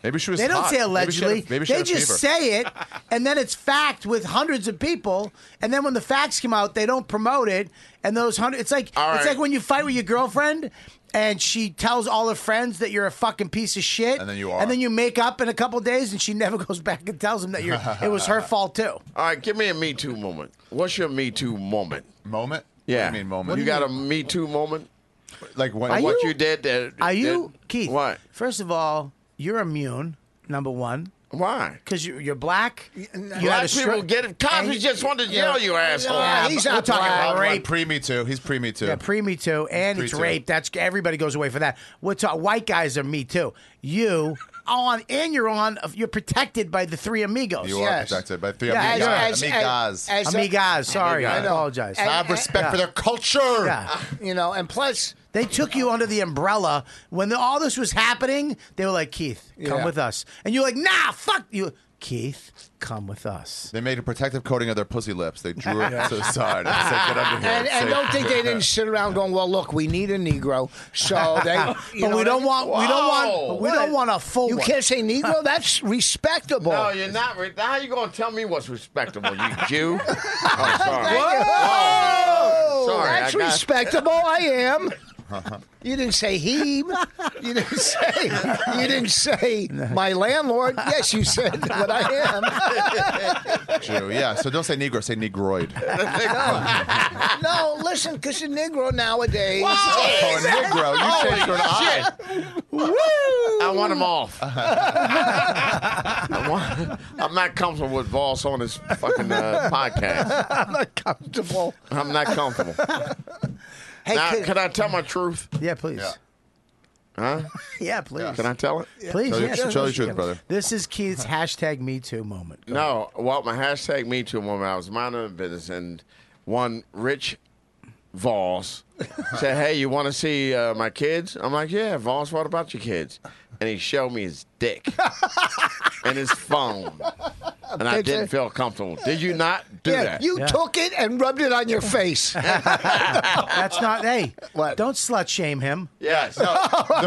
H: Maybe she was
D: They don't
H: hot.
D: say
H: Maybe she had a-
D: allegedly.
H: Maybe she
D: they
H: had a
D: just
H: fever.
D: say it, and then it's fact with hundreds of people. And then when the facts come out, they don't promote it. And those hundred, it's like
I: All
D: it's
I: right.
D: like when you fight with your girlfriend, and she tells all her friends that you're a fucking piece of shit.
H: And then you are.
D: And then you make up in a couple days, and she never goes back and tells them that you're. it was her fault too.
I: All right, give me a Me Too moment. What's your Me Too moment?
H: Moment?
I: Yeah.
H: What do you mean moment?
I: You got a Me Too moment?
H: like when,
D: Are
I: What
D: you-
I: you did that.
D: Are you
I: that-
D: Keith?
I: What?
D: First of all, you're immune. Number one,
I: Why?
D: because you, you're black. You
I: Black
D: had a
I: people
D: stro-
I: get it. Cosby
D: and-
I: just wanted to yell, you asshole.
D: Yeah,
J: he's
D: but
J: not
D: we're talking
J: black.
D: about
H: Rob,
D: rape.
H: Pre me too. He's pre me too.
D: Yeah, pre Me Too, and
H: Pre
D: it's
H: Too.
D: rape. That's everybody goes away for that. What's up? White guys are Me Too. You on, and you're on. You're protected by the three amigos.
H: you are
J: Yes.
H: protected by three
D: Yeah,
H: amigas.
D: as-
H: amigas.
J: as-
D: Amigas, sorry, I
J: Amigas.
D: apologize.
J: And-
H: Have respect
D: Yeah.
H: for their culture.
D: Yeah.
J: you know, and plus,
D: They took you under the umbrella when the, all this was happening. They were like, Keith, come
J: Yeah.
D: with us, and you're like, Nah, fuck you. Keith, come with us.
H: They made a protective coating of their pussy lips. They drew it
D: Yeah.
H: to the side. and said, "Get under here."
J: And,
H: It's
J: and
H: safe."
J: don't think they didn't sit around going, "Well, look, we need a Negro." So they,
D: But we
J: you know what I
D: don't
J: mean?
D: want- we don't want-
J: Whoa.
D: we don't want a full
J: You
D: one.
J: can't say Negro. That's respectable.
I: No, you're not. Re- how you gonna tell me what's respectable, you Jew? oh, sorry.
J: Whoa!
I: Sorry, I
J: That's
I: got-
J: respectable. I am. You didn't say he. You didn't say. You didn't say my landlord. Yes, you said what I am.
H: Jew. Yeah. So don't say Negro. Say Negroid.
J: no, listen, because a Negro nowadays.
H: Whoa, Oh, a Jesus. Negro. You
J: Holy
H: changed your eye.
J: Woo!
I: I want him off. I want, I'm not comfortable with Voss on this fucking uh, podcast.
J: I'm not comfortable.
I: I'm not comfortable.
D: Hey,
I: now,
D: could-
I: can I tell my truth?
D: Yeah, please.
I: Huh?
D: Yeah, please.
I: Can I tell it?
D: Please,
I: Tell
D: yeah,
I: your-
D: yeah,
I: tell your
D: yeah.
I: truth, brother.
D: This is Keith's hashtag Me Too moment.
I: No, well, my hashtag Me Too moment. I was minding my business, and one Rich Voss said, "Hey, you want to see uh, my kids?" I'm like, "Yeah, Voss. What about your kids?" And he showed me his dick and his phone, and I
J: Picture.
I: didn't feel comfortable. Did you not do
J: yeah,
I: that?
J: you took it and rubbed it on your face.
D: That's not. Hey, don't slut shame him.
I: Yes.
H: the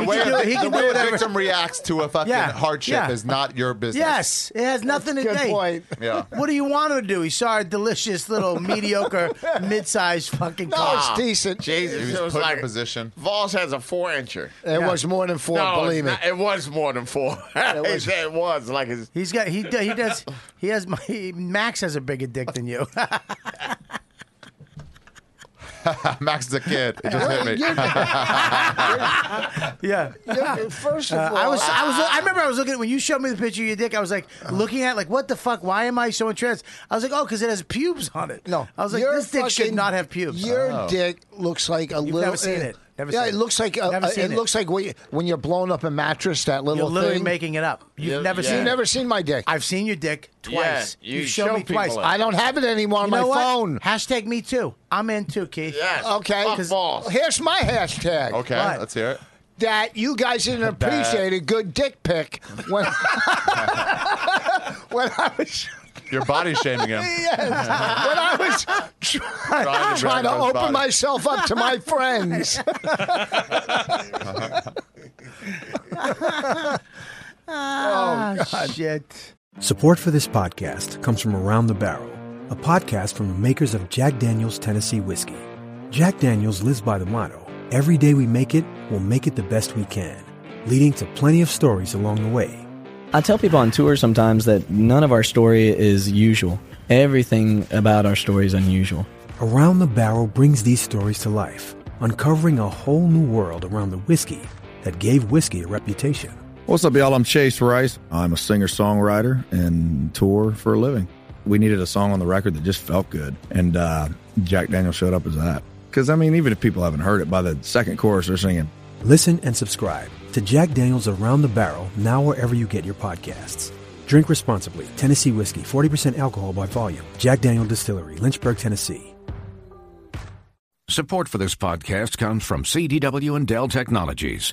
D: He
H: way,
D: can do- he
H: the
D: can
H: way
D: do
H: a
D: whatever.
H: victim reacts to a fucking
D: Yeah,
H: hardship
D: yeah.
H: is not your business.
D: Yes, it has nothing to
J: Good
D: do.
J: point.
H: Yeah.
D: What do you want him to do? He saw a delicious little mediocre mid-sized fucking.
J: No,
D: cock.
J: it's decent.
I: Jesus,
H: He was
I: it was
H: put
I: like
H: in position.
I: Voss has a four incher.
J: It was more than four.
I: no,
J: believe
I: it's
J: me.
I: not- it was more than four. It was, it was like his.
D: He's got he do- he does he has my Max has a bigger dick than you.
H: Max is a kid. It just hit me.
D: yeah.
J: Look, First of
D: Uh,
J: all,
D: I was I was I remember I was looking at when you showed me the picture of your dick. I was like looking at it, like what the fuck? Why am I so entranced? I was like oh because it has pubes on it.
J: No,
D: I was like
J: your
D: this dick should
J: fucking-
D: not have pubes. Oh.
J: Your dick looks like a little.
D: never seen it. Never
J: yeah,
D: seen
J: it
D: it.
J: looks like a,
D: Never
J: a-
D: seen
J: it
D: it.
J: looks like when you- when you're blowing up a mattress. That little
D: You're literally
J: thing.
D: making it up. You've
I: Yeah,
D: never
I: yeah.
D: seen
J: You've never seen my dick.
D: I've seen your dick twice.
I: Yeah, you
D: You've shown
I: show
D: me twice.
I: people it.
J: I don't have it anymore on
D: You know
J: my
D: what?
J: phone.
D: Hashtag me too. I'm in too, Keith.
I: Yes.
J: Okay.
I: Fuck Voss.
J: Here's my hashtag.
H: Okay,
D: What?
H: let's hear it.
J: That you guys didn't
H: That-
J: appreciate a good dick pic when when I was
H: You're body shaming him.
J: yes, when I was try-
H: Trying
J: trying,
H: to
J: to
H: grab his
J: open
H: body.
J: myself up to my friends.
D: Oh shit.
L: Support for this podcast comes from Around the Barrel, a podcast from the makers of Jack Daniels Tennessee Whiskey. Jack Daniels lives by the motto every day we make it, we'll make it the best we can, leading to plenty of stories along the way.
M: I tell people on tour sometimes that none of our story is usual. Everything about our story is unusual.
L: Around the Barrel brings these stories to life, uncovering a whole new world around the whiskey that gave whiskey a reputation.
N: What's up, y'all? I'm Chase Rice. I'm a singer songwriter and tour for a living. We needed a song on the record that just felt good, and uh, Jack Daniel showed up as that. Because, I mean, even if people haven't heard it, by the second chorus, they're singing.
L: Listen and subscribe to Jack Daniels Around the Barrel now wherever you get your podcasts. Drink responsibly. Tennessee whiskey, 40% alcohol by volume. Jack Daniel Distillery, Lynchburg, Tennessee.
O: Support for this podcast comes from CDW and Dell Technologies.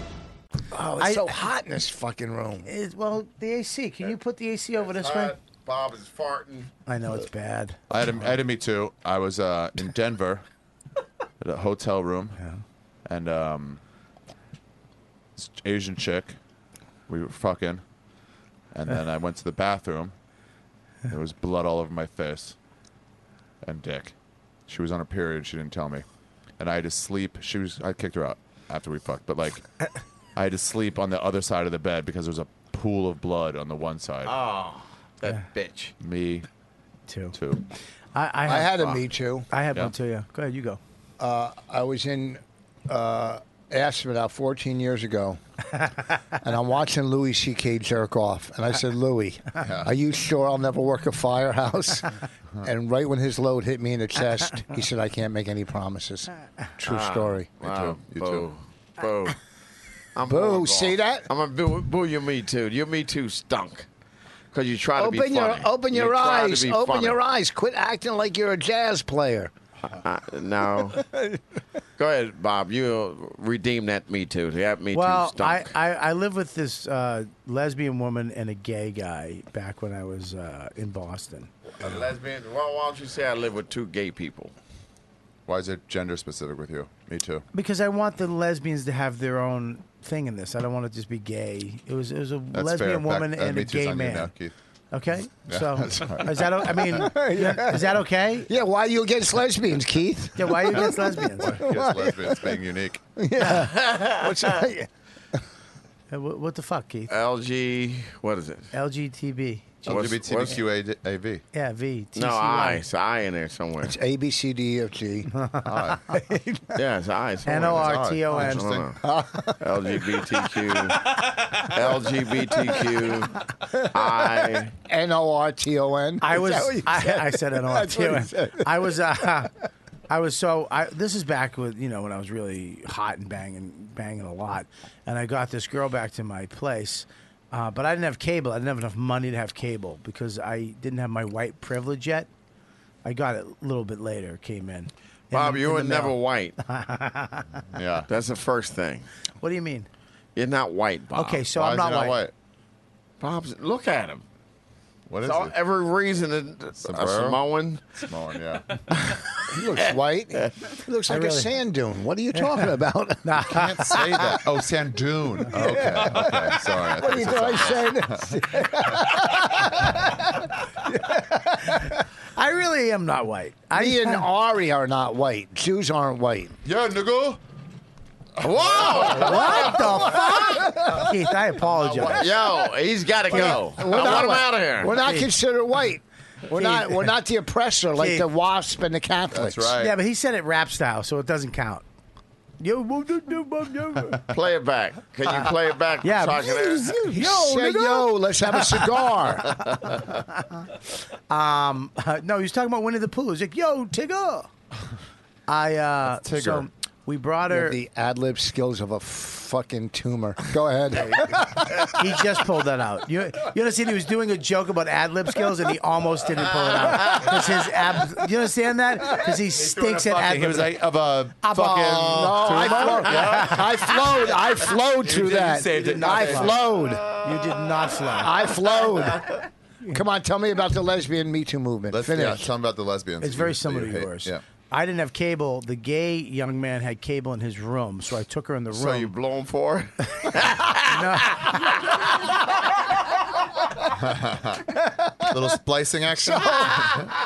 J: Oh, it's so hot in this fucking room.
D: Is- well, the AC. Can you put the AC over this way?
I: Uh, Bob is farting.
D: I know it's bad.
H: I had, a, I had a me too. I was uh, in Denver at a hotel room, and um, this Asian chick, we were fucking, and then I went to the bathroom. There was blood all over my face and dick. She was on her period. She didn't tell me, and I had to sleep. She was. I kicked her out after we fucked, but like, I had to sleep on the other side of the bed because there was a pool of blood on the one side.
I: Oh, that bitch.
H: Me,
D: too.
H: Two.
D: I, I,
J: I
D: have-
J: had a Me Too.
D: I have
J: Yeah.
D: one too. Yeah. Go ahead. You go.
J: Uh, I was in uh, asked him about 14 years ago, and I'm watching Louis C.K. jerk off, and I said, "Louis, are you sure I'll never work a firehouse?" and right when his load hit me in the chest, he said, "I can't make any promises." True
I: Ah,
J: story.
I: Wow. You too. Boo. Boo. I'm
J: Boo,
I: horrible.
J: see that?
I: I'm a boo, boo you me too. You me too stunk. Because you try to
J: Open
I: be
J: your
I: funny.
J: open
I: You
J: your
I: try to
J: eyes.
I: be
J: Open
I: funny.
J: your eyes. Quit acting like you're a jazz player.
I: Uh, no. Go ahead, Bob. You redeem that me too. That me
D: well,
I: too stunk.
D: I, I I lived with this uh, lesbian woman and a gay guy back when I was uh, in Boston.
I: A lesbian. Well, why don't you say I live with two gay people?
H: Why is it gender specific with you? Me too.
D: Because I want the lesbians to have their own thing in this. I don't want it to just be gay. It was it was a
H: That's fair.
D: lesbian
H: Back-
D: woman
H: uh,
D: and
H: Me
D: a
H: Too's
D: gay
H: on you
D: man.
H: now, Keith.
D: Okay,
H: Yeah, that's all
D: so
H: right.
D: is that? o- I mean,
J: Yeah.
D: is that okay?
J: Yeah. Why are you against lesbians, Keith?
D: Yeah, why are you against lesbians?
H: Yes, lesbians being unique.
J: Yeah. What's that?
D: Uh, wh- What the fuck, Keith?
I: LG. What is it?
D: LGTB.
H: Oh, LGBTQAV.
D: Yeah, V.
I: No,
D: TCY.
I: I. It's I in there somewhere.
J: It's A B C D E F G.
I: I. yeah, it's I. somewhere. Uh-huh.
D: N-O-R-T-O-N.
I: I don't know.
J: uh,
I: LGBTQ. LGBTQ. I.
J: N O R T O N.
D: I
J: Is
D: was.
J: that what you
D: I, I said it all
J: That's what he
D: too.
J: said.
D: I was. Uh, I was so. I, this is back with you know when I was really hot and banging, banging a lot, and I got this girl back to my place, uh, but I didn't have cable. I didn't have enough money to have cable because I didn't have my white privilege yet. I got it a little bit later. Came in. in
I: Bob,
D: the-
I: you
D: in
I: were
D: the mail.
I: never white. yeah. That's the first thing.
D: What do you mean?
I: You're not white, Bob.
D: Okay, so Why I'm is he not not white. white?
I: Bob's, look at him.
H: What
I: It's
H: is
I: all-
H: it?
I: Every reason that a
H: Sombrero?
I: Samoan.
H: Samoan, yeah.
J: He looks white. He looks
H: I
J: like a
H: really-
J: sand dune. What are you talking about?
D: nah.
H: Can't say that. Oh, Sandoon. Okay. Okay. Sorry.
J: What do you
H: thought
J: I
H: you said
J: say?
D: I really am not white.
J: I Me and Ari are not white. Jews aren't white.
H: Yeah, nigga.
I: Whoa!
D: What the fuck? Keith, I apologize.
I: Yo, he's got to go. I
J: We're not-
I: want him out of here.
J: We're not
D: Keith.
J: considered white. We're not. We're not the oppressor like
D: Keith.
J: the WASP and the Catholics.
D: Yeah, but he said it rap style, so it doesn't count. Yo, wo- do- do- wo- yo.
I: Play it back. Can you play it back?
D: Yeah.
I: Talking there?
J: He
D: Yo,
J: said,
D: nigga.
J: "Yo, let's have a cigar."
D: Um, no, he was talking about Winnie the Pooh. He's like, "Yo, Tigger." I uh,
J: Tigger.
D: so we brought
J: You have
D: her.
J: the ad lib skills of a fucking tumor. Go ahead.
D: he just pulled that out. You, you understand? He was doing a joke about ad lib skills, and he almost didn't pull it out because his abs. You understand that? Because he stinks at ad
H: He was like, of a
D: Of a-
H: fucking.
J: Oh, I, flowed. I flowed. I flowed
H: You
J: through
H: didn't
J: that.
H: save it,
J: I
H: nothing.
J: flowed.
D: you did not fly.
J: I flowed. Come on, tell me about the lesbian Me Too movement.
H: Let's yeah,
J: Finish.
H: tell him about the lesbians.
D: It's very
H: You-
D: similar
H: you
D: to
H: hate-
D: yours.
H: Yeah.
D: I didn't have cable. The gay young man had cable in his room, so I took her in the room.
I: So you blow him for? it?
H: Little splicing action.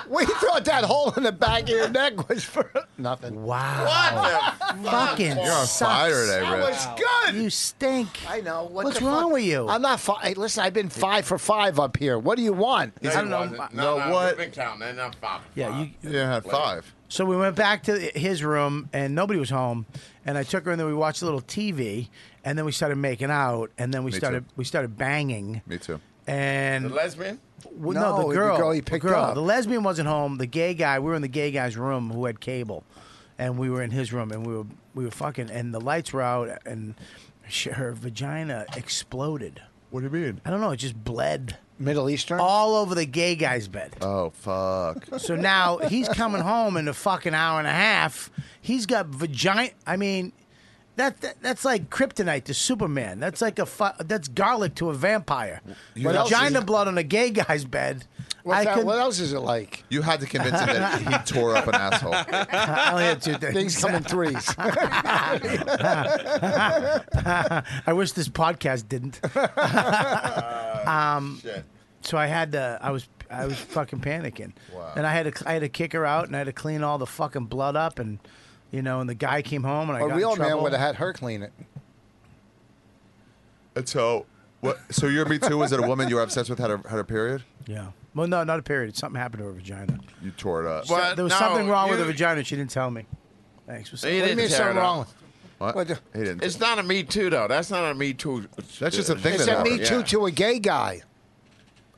J: we thought that hole in the back of your neck was for nothing.
D: Wow.
I: What the
D: Fucking
H: You're on fire
D: sucks.
H: today,
J: That
H: Rich.
J: was good.
D: You stink.
J: I know. What
D: What's
J: the
D: wrong
J: fuck?
D: with you?
J: I'm not. Fi- hey, listen, I've been five for five up here. What do you want?
I: No,
D: I
I: he
D: don't know.
H: No,
I: wasn't. No, no,
H: what?
I: what? Big town. They're not popping.
D: Yeah, you,
H: Yeah, I had five.
D: So we went back to his room, and nobody was home. And I took her, and then we watched a little TV, and then we started making out, and then we
H: Me
D: started
H: too.
D: we started banging.
H: Me too.
D: And
I: The lesbian?
D: w- no,
J: No,
D: the
J: the
D: girl,
J: girl he
D: the
J: picked
D: girl.
J: up.
D: The lesbian wasn't home. The gay guy, we were in the gay guy's room who had cable, and we were in his room, and we were we were fucking, and the lights were out, and she, her vagina exploded.
H: What do you mean?
D: I don't know, it just bled
J: Middle Eastern.
D: all over the gay guy's bed.
H: Oh fuck.
D: So now he's coming home in a fucking hour and a half. He's got vagina. I mean, that, that that's like kryptonite to Superman. That's like a fu- that's garlic to a vampire.
J: What else
D: vagina
J: is-
D: blood on a gay guy's bed.
J: What's
D: I
J: that-
D: could.
J: What else is it like?
H: You had to convince him that he tore up an asshole.
D: I only had two
J: Things
D: things.
J: come in threes.
D: I wish this podcast didn't.
I: Shit.
D: So I had to. I was. I was fucking panicking.
H: Wow.
D: And I had to. I had to kick her out, and I had to clean all the fucking blood up, and you know, and the guy came home, and I
J: a
D: got in
J: real man
D: trouble.
J: would have had her clean it.
H: And so, what? So your Me Too was that a woman you were obsessed with had her had her period?
D: Yeah. Well, no, not a period. Something happened to her vagina.
H: You tore it up.
I: What?
J: Uh,
D: there was
I: no,
D: something wrong with
I: you-
D: her vagina. She didn't tell me. Thanks. What's
I: He
J: What do you
I: didn't
J: mean
I: tear it
J: something
I: up.
J: wrong?
I: What? he didn't it's not a Me Too, though. That's not a Me Too.
H: That's
D: just a thing
J: It's
D: that
J: a me
D: happened.
J: too
D: Yeah.
J: to a gay guy.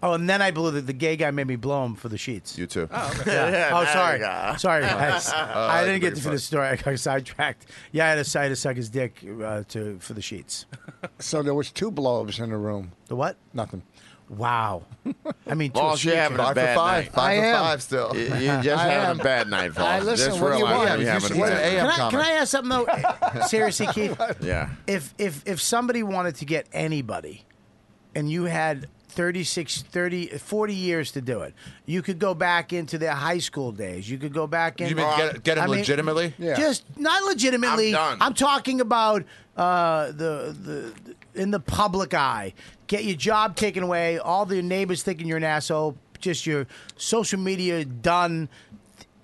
D: Oh, and then I blew the, the gay guy made me blow him for the sheets. You
H: too.
D: Oh,
J: okay.
D: yeah.
J: Yeah,
D: oh
J: there
D: sorry.
J: you go.
D: Sorry, guys.
J: Uh,
D: I didn't get
J: big
D: to finish the story. I got sidetracked. Yeah, I had to, I had to suck his dick uh, to for the sheets.
J: So there was two blowups in the room.
D: The what?
J: Nothing.
D: Wow. I mean, two
J: Boss,
D: sheets
J: you're having a
D: are-
J: bad night. I am.
I: You, you're just
J: I
I: having
J: am.
I: a bad night, Paul.
J: I- listen,
I: just
J: what do you
I: realize
J: want?
I: You're
J: You
I: having
J: should-
I: a bad
D: Can
I: night.
D: I, can I ask something though? Seriously, Keith.
I: Yeah.
D: If if if somebody wanted to get anybody, and you had 36, 30, 40 years to do it, you could go back into their high school days. You could go back in.
H: You mean get- get 'em
D: I mean,
H: legitimately? Yeah.
D: Just not legitimately.
H: I'm done.
D: talking about uh, the, the the in the public eye. Get your job taken away. All the neighbors thinking you're an asshole. Just your social media done.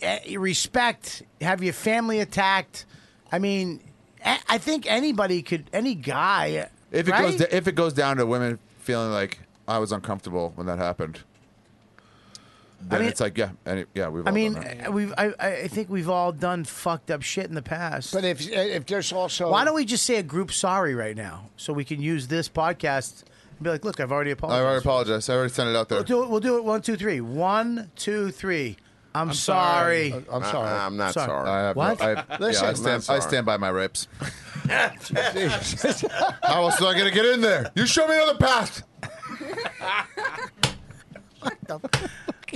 D: Eh, Respect. Have your family attacked. I mean, eh, I think anybody could. Any guy.
H: If it
D: right?
H: goes, if it goes down to women feeling like I was uncomfortable when that happened, then
D: mean-
H: it's like yeah, any, yeah, we've.
D: I
H: all
D: mean,
H: done that.
D: eh, we've. I, I I think we've all done fucked up shit in the past.
J: But if if there's also
D: why don't we just say a group sorry right now, so we can use this podcast and be like, look, I've already apologized.
H: I already apologized. I already sent it out there.
D: We'll do it. We'll do it. One, two, three. One, two, three. I'm, sorry.
J: I'm sorry.
D: Uh-uh,
I: I'm not sorry. Uh,
H: I have no-
D: What?
H: I, yeah,
J: Listen,
H: I
J: I'm
H: stand,
J: not
H: I
J: sorry.
H: stand by my rapes.
J: Jesus.
H: How else am I gonna get in there? You show me another path.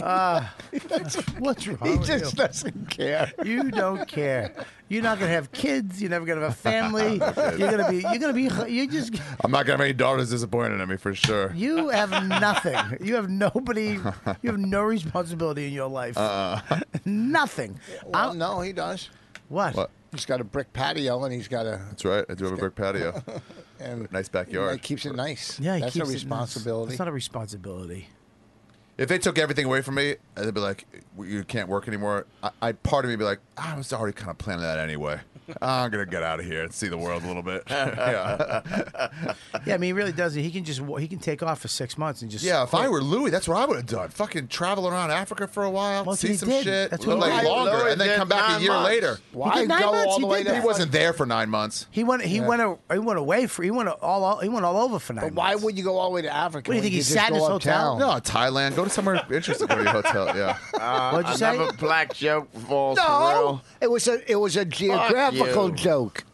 D: Uh, what's wrong?
J: He
D: with you?
J: just doesn't care.
D: You don't care. You're not gonna have kids. You're never gonna have a family. You're gonna be. You're gonna be. You just.
H: I'm not gonna have any daughters disappointed in me for sure.
D: You have nothing. You have nobody. You have no responsibility in your life.
H: Uh,
D: nothing.
J: Uh-uh. Well, no, he does.
D: What?
H: What?
J: He's got a brick patio and he's got a
H: that's right. I do have a brick patio.
J: and
H: Nice backyard.
J: He keeps it nice.
D: Yeah, he
J: that's
D: keeps
J: a
D: it nice.
J: responsibility.
D: It's not a responsibility.
H: If they took everything away from me, uh, they'd be like, "You can't work anymore." I, I part of me be like, "I was already kind of planning that anyway. I'm gonna get out of here and see the world a little bit." yeah.
D: Yeah, I mean, he really doesn't. He can just wa- he can take off for six months and just
H: Yeah, if I
D: quit.
H: were Louis, that's what I would have done. Fucking travel around Africa for a while,
D: Well, that's
H: see
D: what he
H: some
D: did.
H: shit,
D: That's what
H: look
D: he
H: like
D: did.
H: longer,
D: Louis
H: and then
D: did
H: come back
D: nine
H: a year
D: months.
H: later.
D: Why He did nine go months, all he the way did to- that.
H: He wasn't there for nine months.
D: He went. He
H: Yeah.
D: went. a- He went away for. He went all. all he went all over for nine. But
J: why would you go all the way to Africa?
D: What do you
J: when
D: think he
J: could
D: sat
J: just
D: in his
J: go
D: hotel?
J: uptown?
H: No, Thailand. Go to somewhere interesting. Go to your hotel. Yeah.
I: Uh,
J: What'd you say?
I: another black joke falls
J: No, it was a it was a geographical
I: you.
J: joke.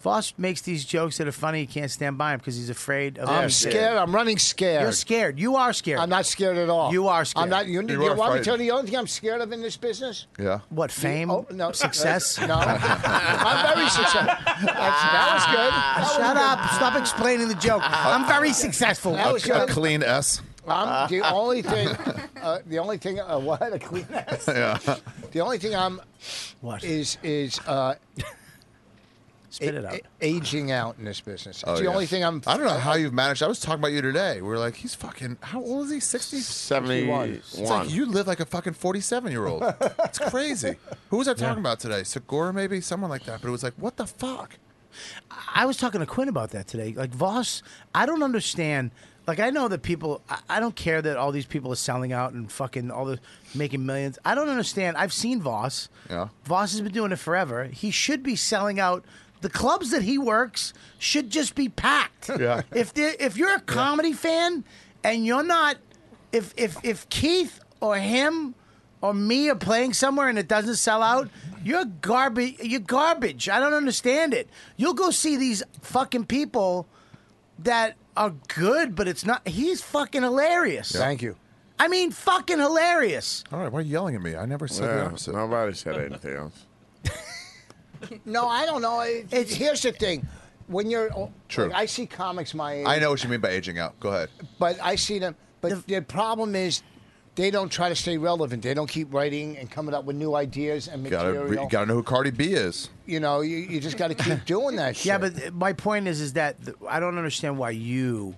D: Voss makes these jokes that are funny. He can't stand by him because he's afraid of.
J: I'm scared. I'm running scared.
D: You're scared. You are scared.
J: I'm not scared at all.
D: You are scared.
J: I'm not. You,
D: You
J: you,
D: are
J: want me
D: frightened.
J: to tell you the only thing I'm scared of in this business?
H: Yeah.
D: What fame?
J: Oh, no.
D: Success?
J: No. I'm very successful. That's, that was good. That was
D: Ah, Shut
J: good.
D: up! Stop explaining the joke. I'm very successful.
J: That was
H: A
J: good.
H: clean S. Uh-huh.
J: I'm the only thing. Uh, the only thing. Uh, what a clean ass.
H: yeah.
J: The only thing I'm
D: What?
J: is is uh,
D: Spit it out.
J: aging out in this business. It's the
H: yeah.
J: only thing I'm.
H: Oh, I don't know how you've managed. I was talking about you today. We were like, he's fucking. How old is he? 60?
I: 71.
H: It's like you live like a fucking 47 year old. It's crazy. Who was I talking about today? Segura, maybe someone like that. But it was like, what the fuck?
D: I was talking to Quinn about that today. Like Voss, I don't understand. Like I know that people, I, I don't care that all these people are selling out and fucking all the making millions. I don't understand. I've seen Voss.
H: Yeah.
D: Voss has been doing it forever. He should be selling out. The clubs that he works should just be packed.
H: Yeah.
D: If there, if you're a comedy fan and you're not, if if if Keith or him or me are playing somewhere and it doesn't sell out, you're garbage. You're garbage. I don't understand it. You'll go see these fucking people that are good, but it's not. He's fucking hilarious.
J: Thank you.
D: I mean, fucking hilarious.
H: All right, why are you yelling at me? I never said the
I: Yeah,
H: opposite.
I: nobody said anything else.
J: No, I don't know. It, it's here's the thing. When you're oh,
H: True.
J: like, I see comics my age.
H: I know what you mean by aging out. Go ahead.
J: but I see them. But the problem is, they don't try to stay relevant. They don't keep writing and coming up with new ideas and
H: You gotta,
J: material.
H: re- you gotta know who Cardi B is.
J: You know, you, you just got to keep doing that shit.
D: Yeah, but my point is, is that th- I don't understand why you,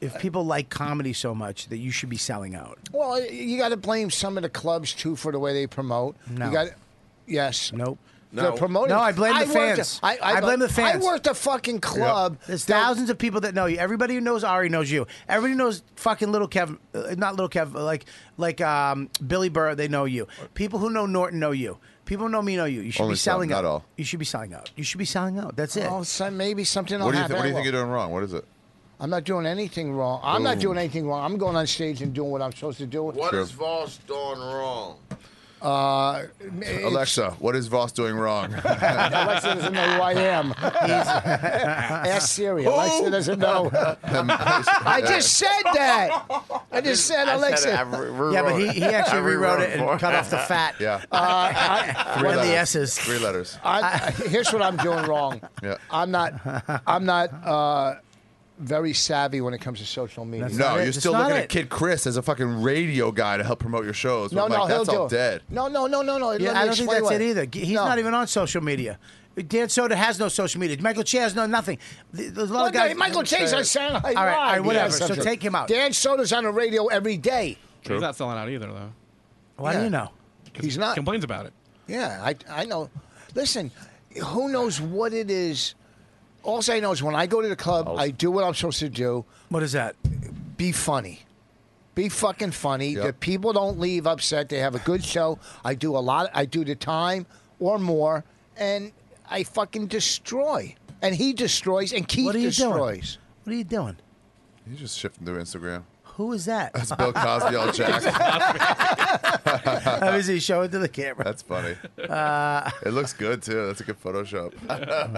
D: if people like comedy so much, that you should be selling out.
J: well, you got to blame some of the clubs too for the way they promote.
D: No.
J: You got yes.
D: Nope. They're promoting- No, I blame the
J: worked
D: fans.
J: a-
D: I blame the fans.
J: I worked a fucking club.
D: There's thousands of people that know you. Everybody who knows Ari knows you. Everybody who knows fucking little Kev, uh, not little Kev, like like um, Billy Burr. They know you. People who know Norton know you. People who know me know you. You should
H: Only
D: be
H: some,
D: selling
H: not
D: out.
H: all.
D: You should be selling out. You should be selling out. That's it.
J: Oh, so maybe something.
H: What
J: will
H: do you
J: happen.
H: think? What do you think
J: I
H: you're
J: will.
H: doing wrong? What is it?
J: I'm not doing anything wrong. I'm not
H: Boom.
J: doing anything wrong. I'm going on stage and doing what I'm supposed to do.
I: What is Voss doing wrong?
J: Uh, it's-
H: Alexa, what is Voss doing wrong?
J: Alexa doesn't know who I am. Ask Siri. Alexa doesn't know. I just said that. I just said
I: I said
J: Alexa. Uh,
I: it. I re-
D: yeah, but he,
I: rewrote
D: he
I: it.
D: actually
I: I
D: rewrote,
I: rewrote
D: it
I: for-
D: and cut off the fat.
H: Yeah.
J: Uh, I,
H: Three
D: One of the
H: letters.
D: S's.
H: Three letters.
J: Oh, I, here's what I'm doing wrong.
H: Yeah.
J: I'm not. I'm not uh, very savvy when it comes to social media.
H: no, you're still looking at Kid Chris as a fucking radio guy to help promote your shows.
J: No,
H: I'm
J: no,
H: like,
J: he'll
H: that's all
J: do it.
H: dead.
J: No, no, no, no, no.
D: Yeah,
J: Let me
D: I don't think
J: explain
D: that's
J: why.
D: it either. G- He's
J: No.
D: not even on social media. Dan Soda has no social media. Michael Che has no nothing. Th- There's a lot
J: Well,
D: of guys.
J: no, Michael Che's on Saturday Night
D: All right, all right,
J: Live.
D: whatever.
J: Yes,
D: so
J: that's
D: take him out.
J: Dan Soder's on the radio every day.
F: He's not selling out either, though.
D: Why do you know?
J: He's
F: He
J: not.
F: complains about it.
J: Yeah, I, I know. Listen, who knows what it is? All I know is when I go to the club, I do what I'm supposed to do.
D: What is that?
J: Be funny. Be fucking funny. The people don't leave upset. They have a good show. I do a lot. I do the time or more, and I fucking destroy. And he destroys, and Keith
D: What are you
J: destroys.
D: doing? What are you doing?
H: You just shifting through Instagram.
D: Who is that?
H: That's Bill Cosby all jacked.
D: How is he showing to the camera?
H: That's funny.
D: Uh,
H: It looks good too. That's a good Photoshop.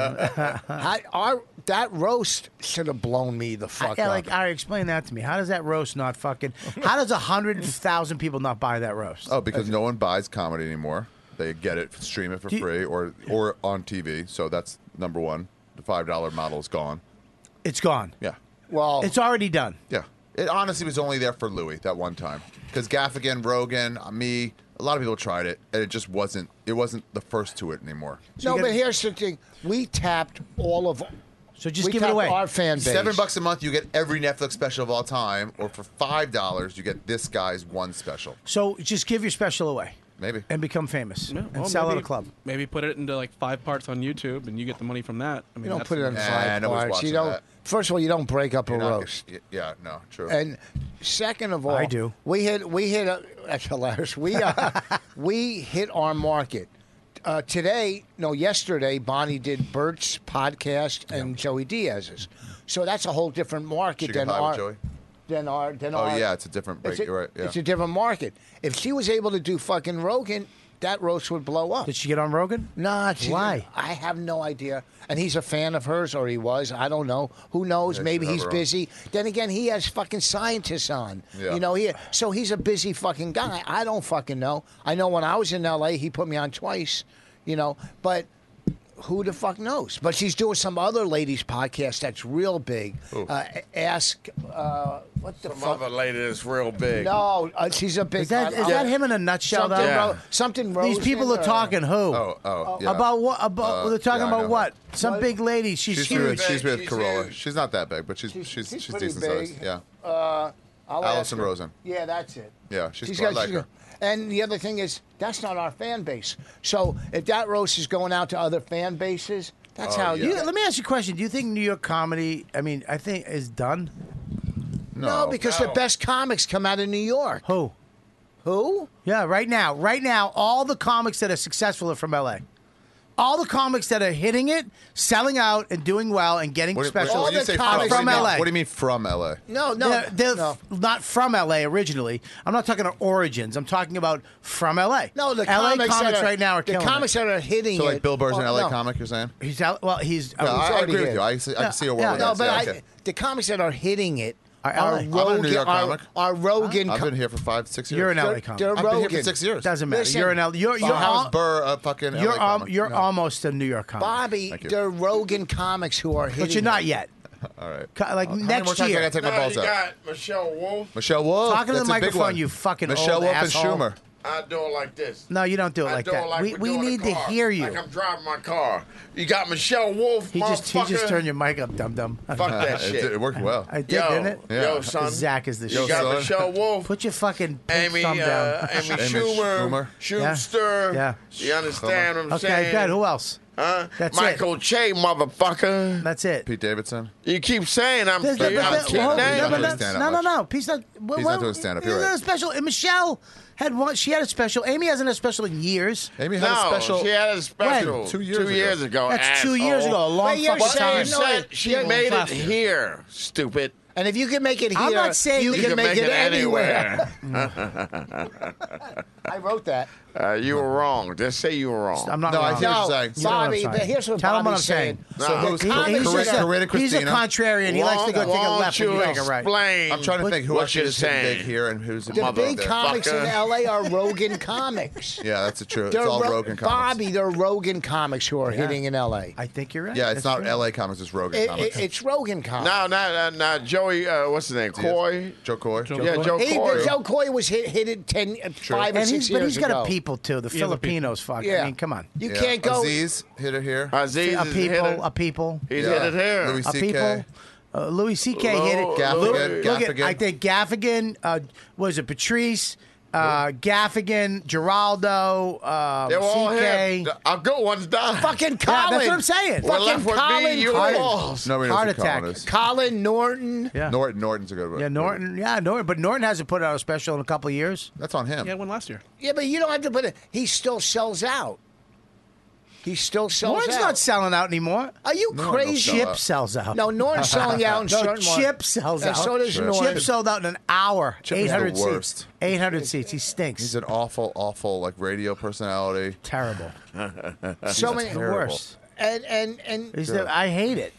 J: I, our, that roast should have blown me the fuck
D: yeah,
J: up.
D: like, all right, explain that to me. How does that roast not fucking? How does a hundred thousand people not buy that roast?
H: Oh, because no one buys comedy anymore. They get it, stream it for
D: Do you-
H: free, or or on TV. So that's number one. The five dollar model is gone.
D: it's gone.
H: Yeah,
J: well,
D: It's already done.
H: yeah. It honestly was only there for Louis that one time because Gaffigan, Rogan, uh, me, a lot of people tried it, and it just wasn't. It wasn't the first to it anymore.
J: no, but here's the thing: we tapped all of.
D: So just
J: we
D: give it
J: tapped
D: away.
J: Our fan base.
H: Seven bucks a month, you get every Netflix special of all time, or for five dollars, you get this guy's one special.
D: So just give your special away
H: Maybe.
D: and become famous and
F: Well,
D: sell out a
F: maybe-
D: club.
F: Maybe put it into like five parts on YouTube, and you get the money from that. I mean,
J: You don't
F: that's-
J: put it on
H: Nah, nobody's
J: five parts. You
H: watching
J: don't.
H: that.
J: First of all, you don't break up a
H: You're not
J: roast.
H: gonna- yeah, no, true.
J: And second of all,
D: I do.
J: We hit. We hit. A, that's hilarious. We uh, we hit our market. Uh, today, no, yesterday, Bonnie did Bert's podcast and Joey Diaz's. So that's a whole different market
H: Chicken
J: than
H: pie with
J: our
H: Joey?
J: than our than
H: oh
J: our.
H: yeah, it's a different break.
J: It's a,
H: You're right. Yeah.
J: it's a different market. If she was able to do fucking Rogan, that roast would blow up.
D: Did she get on Rogan?
J: Nah, she
D: Why?
J: I have no idea. And he's a fan of hers, or he was. I don't know. Who knows?
H: Yeah,
J: Maybe
H: she's
J: he's
H: overall.
J: busy. Then again, he has fucking scientists on.
H: Yeah.
J: You know, he so he's a busy fucking guy. I don't fucking know. I know when I was in L.A., he put me on twice. You know, but who the fuck knows? But she's doing some other ladies' podcast that's real big.
I: Who?
J: Uh, ask uh, what the
I: Some
J: fuck?
I: other lady that's real big.
J: No, uh, she's a big.
D: Is that,
J: I-
D: is
J: I-
D: that him in a nutshell?
J: Something,
D: Though?
I: Yeah.
J: ro- something.
D: These
J: Rosen
D: people are
J: or-
D: talking who?
H: Oh, oh, yeah.
D: About what? About
H: Uh,
D: they're talking
H: yeah, I know
D: about
H: her.
D: what? Some
J: What?
D: big lady. She's,
H: She's
D: huge.
H: with, she's with
I: She's
H: Corolla.
I: huge.
H: She's not that big, but she's she's she's,
J: she's pretty
H: decent sized.
J: big.
H: Yeah,
J: Uh, I'll ask
H: Allison
J: her.
H: Rosen.
J: Yeah, that's it.
H: yeah. She's,
J: She's
H: cool. I
J: got-
H: like
J: she's
H: her.
J: got- And the other thing is, that's not our fan base. So if that roast is going out to other fan bases, that's
H: Oh,
J: how
H: yeah.
J: you.
D: You- let me ask you a question. Do you think New York comedy? I mean, I think is done.
J: No, because the
H: No.
J: best comics come out of New York.
D: Who?
J: Who?
D: Yeah, right now, right now, all the comics that are successful are from LA. All the comics that are hitting it, selling out, and doing well, and getting
H: What, do- what,
D: special
J: all
H: when you
J: the
H: say
J: comics
H: from,
D: are from
H: what do you mean-
D: LA.
H: What do you mean from LA?
J: No, no,
D: they're, they're
J: no.
D: f- not from LA originally. I'm not talking about origins. I'm talking about from LA.
J: No, the
D: LA
J: comics, that are,
D: right now are
J: the
D: killing
J: comics
D: it.
J: that are hitting
H: So
J: it.
H: like Bill Burr's an
J: oh,
H: LA
J: no.
H: comic. You're saying?
D: He's out. Well, he's.
H: No, I,
D: he's
H: I
D: already
H: agree with
D: hit.
H: you. I see, I
D: Yeah,
H: can see a world
D: yeah,
H: where
J: No,
H: that's
J: but
H: yeah,
J: I,
H: okay.
J: the comics that are hitting it
D: Are
J: are
D: LA. I'm
H: a New
J: Rogan.
H: York
J: are,
H: comic.
J: are Rogan.
H: I've
J: co-
H: been here for five, six years.
D: You're an LA
J: They're-
D: comic.
J: they're
H: I've been here for
J: Rogan.
H: six years.
D: Doesn't matter.
J: Listen,
D: you're an L. You're
H: So
D: you're,
H: how is
D: al-
H: Burr a fucking LA
D: you're, al-
H: comic?
D: you're almost a New York comic,
J: Bobby,
H: Thank you.
J: they're Rogan comics who are hitting.
D: but you're not
J: it.
D: yet.
H: All right.
D: Co- like
H: How many
D: next
H: more times
D: year.
H: I gotta take my balls out.
I: Michelle Wolf.
H: Michelle Wolf.
D: Talking to the
H: that's a big
D: microphone,
H: one.
D: you fucking
H: Michelle
D: old
H: Wolf
D: asshole.
H: and Schumer.
I: I do it like this.
D: No, you don't do it
I: I
D: like
I: do
D: that.
I: it like
D: we
I: we're
D: we
I: doing the
D: need to
I: car.
D: hear you.
I: Like I'm driving my car. You got Michelle Wolf.
D: he just he just
I: motherfucker.
D: turned your mic up, dum dum.
I: Fuck that shit.
D: I did,
I: yo,
D: didn't it?
I: Yo, son.
D: Zach is the
I: You
D: shit.
I: got Michelle Wolf.
D: Put your fucking pink
I: Amy,
D: thumb
I: uh,
D: down.
I: Amy, Schumer, Schumer.
D: Yeah.
I: You understand what I'm
D: okay,
I: saying?
D: good. Who else?
I: Huh?
D: That's it.
I: Michael Che, motherfucker.
D: That's it.
I: Pete Davidson. You keep saying I'm,
D: There's-
I: I'm
D: but- but-
I: kidding.
D: well,
I: eh?
D: no, but that's- No, no, no. He's not. wha-
I: He's not
D: wha-
I: doing stand-up, you're
D: he's not
I: right.
D: a special. and Michelle had one. She had a special. Amy hasn't had a special in years.
I: Amy had a No, special- she had a special
D: When?
I: two Two years years ago. ago,
D: That's two
I: asshole.
D: years ago. A long
I: But you're
D: fucking
I: saying
D: time.
I: you said she
D: You're
I: made it
D: faster.
I: here, stupid.
J: And if you can make it here,
D: I'm not saying
J: you,
D: that-
J: can, make, it, anywhere.
I: anywhere.
J: I wrote that.
I: uh, you were wrong. Just say you were wrong.
D: I'm not wrong.
J: Bobby, but here's what
D: Tell him what I'm
J: Bobby's
D: saying.
J: saying.
D: So
J: No.
D: he- he's,
J: Correct-
D: just a,
J: correct
D: he's a
J: Christina.
D: contrarian. He likes to go
J: Why-
D: take a
J: why
D: left
J: don't
D: when you
J: you
D: take a right.
I: explain
H: I'm trying to think who
I: what
H: actually
I: you're
H: is hitting
I: saying.
H: big here and who's
J: The big comics in
H: Fucker.
J: LA are Rogan comics.
H: Yeah, that's the truth.
J: They're
H: It's all
J: Ro-
H: Rogan comics.
J: Bobby, they're Rogan comics who are hitting in LA.
D: I think you're
H: Yeah, it's not LA comics, it's Rogan
J: It,
H: comics.
J: it, it's Rogan comics.
I: No, no, no, no. Joey, uh, what's his name? Coy?
H: Joe Coy.
I: yeah, Joe
J: He-
I: Coy.
J: Joe Coy was hit, hit it 10, uh, five or
D: and
J: six
D: he's,
J: years
D: but he's got
J: ago.
D: a people too. The
J: Yeah, the
D: Filipinos, fuck.
J: Yeah.
D: I mean, come on.
J: You can't go.
H: Aziz hit it here.
I: Uh, Aziz
D: a
I: is hit
D: uh, people,
I: it.
D: a people.
I: He's hit it here.
H: Louis
D: a
H: CK.
D: people. Uh, Louis C.K.
H: Lou-
D: hit it.
H: Gaffigan,
D: Lou- Look at,
H: Gaffigan.
D: I think Gaffigan uh, was it Patrice, uh, Gaffigan, Geraldo, um,
I: They were all
D: C.K.
I: hit. Our good ones died.
J: Fucking
D: Yeah,
J: Colin.
D: that's what I'm saying.
J: Fucking Colin.
D: Colin.
H: Nobody knows
D: Heart
H: who Colin
D: attack.
H: is.
J: Colin Norton.
D: Yeah.
H: Norton. Norton's a good one.
D: Yeah, Norton. Yeah, Norton. But Norton hasn't put out a special in a couple of years.
H: That's on him.
F: Yeah, one last year.
J: Yeah, but you don't have to put it. He still sells out. He still sells
D: Norton's
J: out.
D: not selling out anymore.
J: Are you
D: Norton will
J: crazy?
D: sell Chip out. sells out.
J: No, Norton's selling out in
D: Oh. no,
J: certain mar-
D: Chip sells
J: And
D: out.
J: so does Norton.
D: Chip sold out in an hour.
H: Chip is the
D: 800 seats.
H: worst.
D: 800 seats. He stinks.
H: He's an awful, awful like radio personality.
D: Terrible.
H: He's
J: So many-
H: terrible.
D: Worse.
J: And and and
D: He's the, I hate it.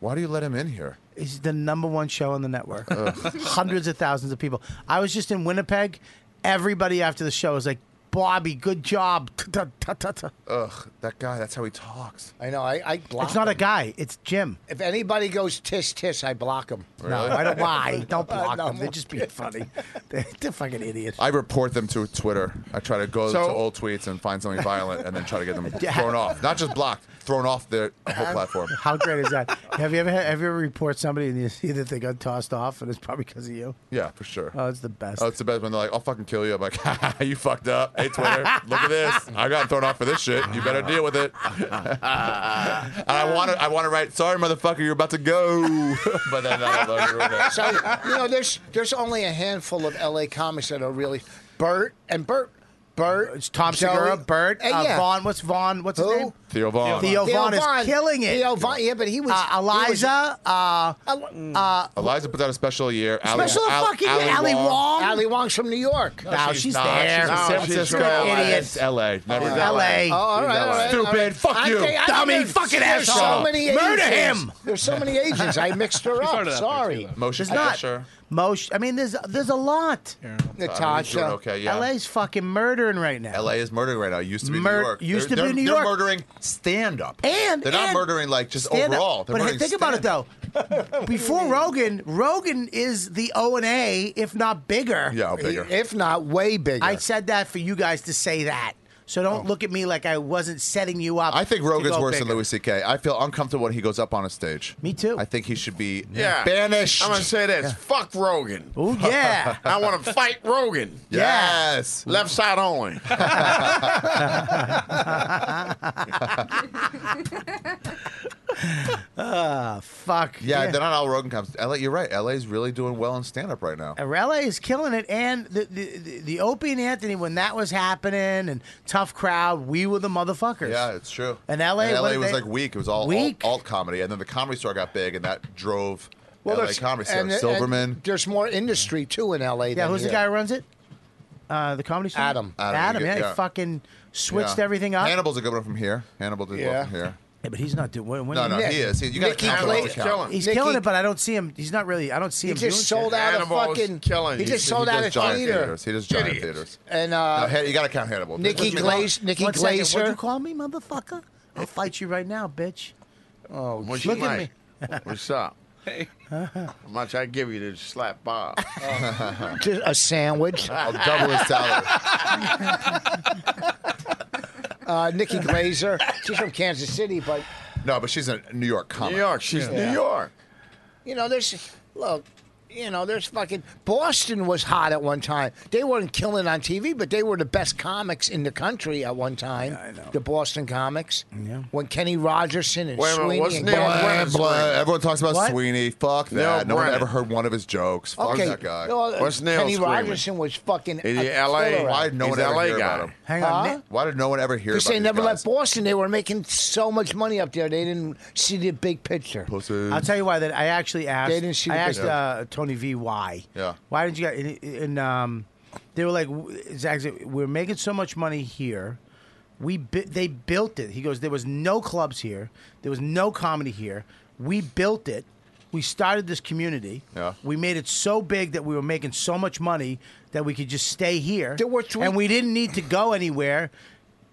H: Why do you let him in here?
D: It's the number one show on the network. Hundreds of thousands of people. I was just in Winnipeg. Everybody after the show was like, Bobby, good job. Ta-ta-ta-ta-ta.
H: Ugh, that guy. That's how he talks.
J: I know. I, I block.
D: It's not a
J: him.
D: guy. It's Jim.
J: If anybody goes tiss tiss, I block him.
D: No,
H: Really?
D: I don't. Why? Don't
J: Uh,
D: block
J: no,
D: them. They're just being funny. They're, they're fucking idiots.
H: I report them to Twitter. I try to go
I: So-
H: to old tweets and find something violent, and then try to get them thrown off. Not just blocked, thrown off their whole platform.
D: How great is that? have you ever had, have you ever report somebody and you see that they got tossed off and it's probably because of you?
H: Yeah, for sure.
D: Oh, it's the best.
H: Oh, it's the best when they're like, "I'll fucking kill you." I'm like, "You fucked up." Hey, Twitter, look at this. I got thrown off for this shit. You better deal with it. and I want to, I want to write, "Sorry, motherfucker, you're about to go," but then that'll that'll ruin it.
J: So you know, there's there's only a handful of LA comics that are really Bert and Bert. Bert,
D: It's Tom
J: Joey-
D: Segura, Bert,
J: Hey,
D: uh,
J: yeah.
D: Vaughn. What's Vaughn? What's
J: Who?
D: his name?
H: Theo Vaughn.
D: Theo Vaughn is killing it.
J: Theo Vaughn, yeah, but he was
D: Uh, Eliza. Uh, uh,
H: Eliza puts out a special year. Ali,
D: Special fucking year, Ali Wong.
J: he was, Ali Wong's from New York.
D: No, she's, there.
H: She's in San Francisco.
D: Idiot.
H: It's L.A. Never
D: Oh,
H: done.
D: LA.
J: Oh, all right, all right, all
H: Stupid.
J: right.
H: Fuck
J: I
H: you.
J: think- I think
D: Dummy,
J: there's-
D: fucking
J: there's
D: asshole.
J: So many
D: Murder
J: agents.
D: him.
J: There's so many agents. I mixed her
F: part of
J: up.
F: that
J: Sorry.
H: Motion
D: There's not.
H: picture.
D: Most. I mean, there's there's a lot.
H: Natasha.
J: Natasha.
H: okay, yeah.
D: LA's fucking murdering right now.
H: LA is murdering right now. Used to be
D: Mur-
H: New York.
D: used
H: They're-
D: to be
H: they're-
D: New York.
H: They're murdering stand up.
D: And
H: they're not
D: and
H: murdering like just
D: stand up.
H: overall. They're
D: But hey,
H: murdering
D: think about it
H: stand-up.
D: though. Before Rogan, Rogan is the O and A, if not bigger.
H: Yeah, bigger.
J: If not, way bigger.
D: I said that for you guys to say that. So don't look at me like I wasn't setting you up.
H: Oh. I think
D: to
H: Rogan's
D: go
H: worse
D: bigger.
H: than Louis C.K. I feel uncomfortable when he goes up on a stage.
D: Me too.
H: I think he should be
I: Yeah.
H: banished.
I: I'm going to say this. Fuck Rogan.
D: Oh yeah.
I: I want to fight Rogan.
H: yes.
I: Left side only.
D: Ah, fuck.
H: Yeah, then on Al Rogan comes. LA, you're right. LA's really doing well in stand up right now.
D: Arella is killing it, and the the, the the Opie and Anthony when that was happening, and tough crowd, we were the motherfuckers.
H: Yeah, it's true.
D: And LA
H: and LA
D: what
H: was
D: they-
H: like weak. It was all
D: Weak.
H: Alt, alt comedy, and then the Comedy Store got big, and that drove LA
J: there's-
H: comedy. Store.
J: and- and
H: Silverman.
J: there's more industry too in LA.
D: Yeah,
J: than
D: who's the
J: here.
D: guy who runs it? Uh, the comedy store.
J: Adam.
H: Adam,
D: Adam.
H: you
D: Yeah,
H: get-
D: he
H: yeah.
D: fucking switched
H: Yeah.
D: everhannibal's everything up.
H: Hannibal's a good one from here. Hannibal did
J: Yeah.
H: well from here.
D: Yeah, but he's not doing. When, when
H: No, no,
D: Nick-
H: he is. He, you got to
J: Nicky
H: count. him.
J: Clay-
H: Always count him.
D: He's
J: Nicky-
D: killing it, but I don't see him. He's not really. I don't see
J: He
D: him.
J: just
D: doing shit.
J: sold out a
I: Animals
J: fucking.
I: killing.
J: He
I: He's-
J: just
I: he
J: sold out a
H: does giant
J: theater.
H: theaters. He does giant
I: Idiot.
H: theaters.
J: And uh,
H: No, Han- you got to count Hannibal.
J: Nikki
H: There's-
J: Glaze, Nikki
D: One second, What'd you
J: Glazer.
D: call me, motherfucker? I'll fight you right now, bitch.
I: What's
D: look
I: your
D: at
I: mic? What's up?
F: Hey.
I: How much I give you to slap Bob?
J: Just a sandwich.
I: I'll
H: Oh,
I: double his salary.
J: Uh, Nikki Glazer. She's from Kansas City, but
H: No, but she's a New York comic.
I: New York. She's
J: Yeah.
I: New York.
J: you know, there's look, you know, there's fucking Boston was hot at one time. They weren't killing on TV, but they were the best comics in the country at one time. I know. The Boston comics. Yeah. When Kenny Rogerson and
I: Wait a minute,
J: Sweeney
I: wasn't
J: and
I: Neil
J: Gordon
I: Brennan
H: Blah,
J: Willis-
H: blah. Everyone talks about
J: What?
H: Sweeney. Fuck
I: No,
H: that. No, one
I: Brennan.
H: ever heard one of his jokes. Fuck
J: Okay.
H: that guy.
J: No, uh,
I: What's Neil
J: Kenny
I: screaming?
J: Rogerson was fucking.
I: Is he
J: a
I: LA?
J: killer.
H: Why did no
I: He's
H: one ever
I: LA
H: hear
I: guy.
H: about him?
J: Hang on, Huh? Nick.
H: Why did no one ever hear
J: Because
H: about
J: they
H: these
J: never
H: guys?
J: left Boston. They were making so much money up there. They didn't see the big picture.
H: Pussy.
D: I'll tell you why. That I actually asked.
J: They didn't shoot
D: I
J: the
D: asked
J: picture.
D: uh, Tony V why.
H: Yeah.
D: Why did you guys? And, and um, they were like, "W- it's actually- we're making so much money here. We bu- they built it. He goes, there was no clubs here. There was no comedy here. We built it. We started this community.
H: Yeah.
D: We made it so big that we were making so much money that we could just stay here.
J: There were three-
D: and we didn't need to go anywhere.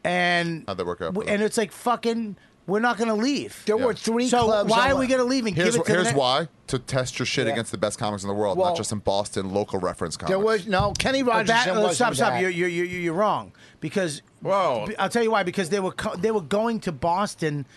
D: And
H: How'd that work out? for
D: w-
H: them?
D: and it's like fucking. We're not going to leave.
J: There were three
D: So
J: clubs.
D: why
J: on
D: are
J: La-
D: we going to leave and
H: Here's,
D: give it to
H: here's
D: the next-
H: why to test your shit
J: Yeah.
H: against the best comics in the world,
J: Well-
H: not just in Boston local reference comics.
J: There was no Kenny
D: But
J: Rogers.
D: that- uh,
J: was
D: stop, stop. You're, you're, you're, you're wrong because
I: Whoa.
D: I'll tell you why. Because they were co- they were going to Boston.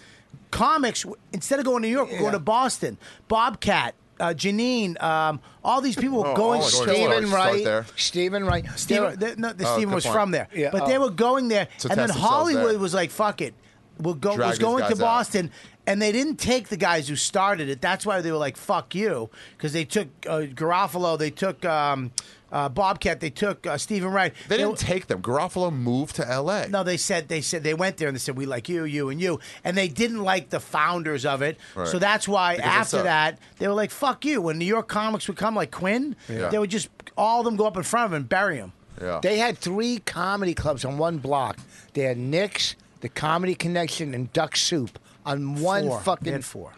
D: Comics w- instead of going to New York, were going to Boston. Bobcat, uh, Janine, um, all these people were
H: Oh,
D: going.
H: oh, George
D: straight-
H: Stewart.
J: Stephen
H: Start there.
J: Wright. Stephen Wright.
D: Stephen,
J: There-
D: the, no, the
H: Oh,
D: Stephen
H: good
D: was
H: point.
D: from there,
J: Yeah,
D: but
J: oh.
D: they were going there,
H: To
D: and then
H: test themselves there.
D: Hollywood was like, "Fuck it, we'll go."
H: Drag
D: was
H: these
D: going to
H: guys out.
D: Boston, and they didn't take the guys who started it. That's why they were like, "Fuck you," because they took uh, Garofalo, they took um, uh, Bobcat, they took uh, Stephen Wright.
H: They
D: They
H: didn't
D: were-
H: take them. Garofalo moved to L.A.
D: no, they said they said they went there and they said we like you, you and you, and they didn't like the founders of it.
H: Right.
D: So that's why
H: Because they
D: after
H: suck.
D: that they were like, "Fuck you." When New York comics would come, like Quinn,
H: Yeah.
D: they would just all of them go up in front of him and bury him.
H: Yeah.
J: They had three comedy clubs on one block. They had Nick's, the Comedy Connection, and Duck Soup on one
D: four.
J: fucking.
D: They had four.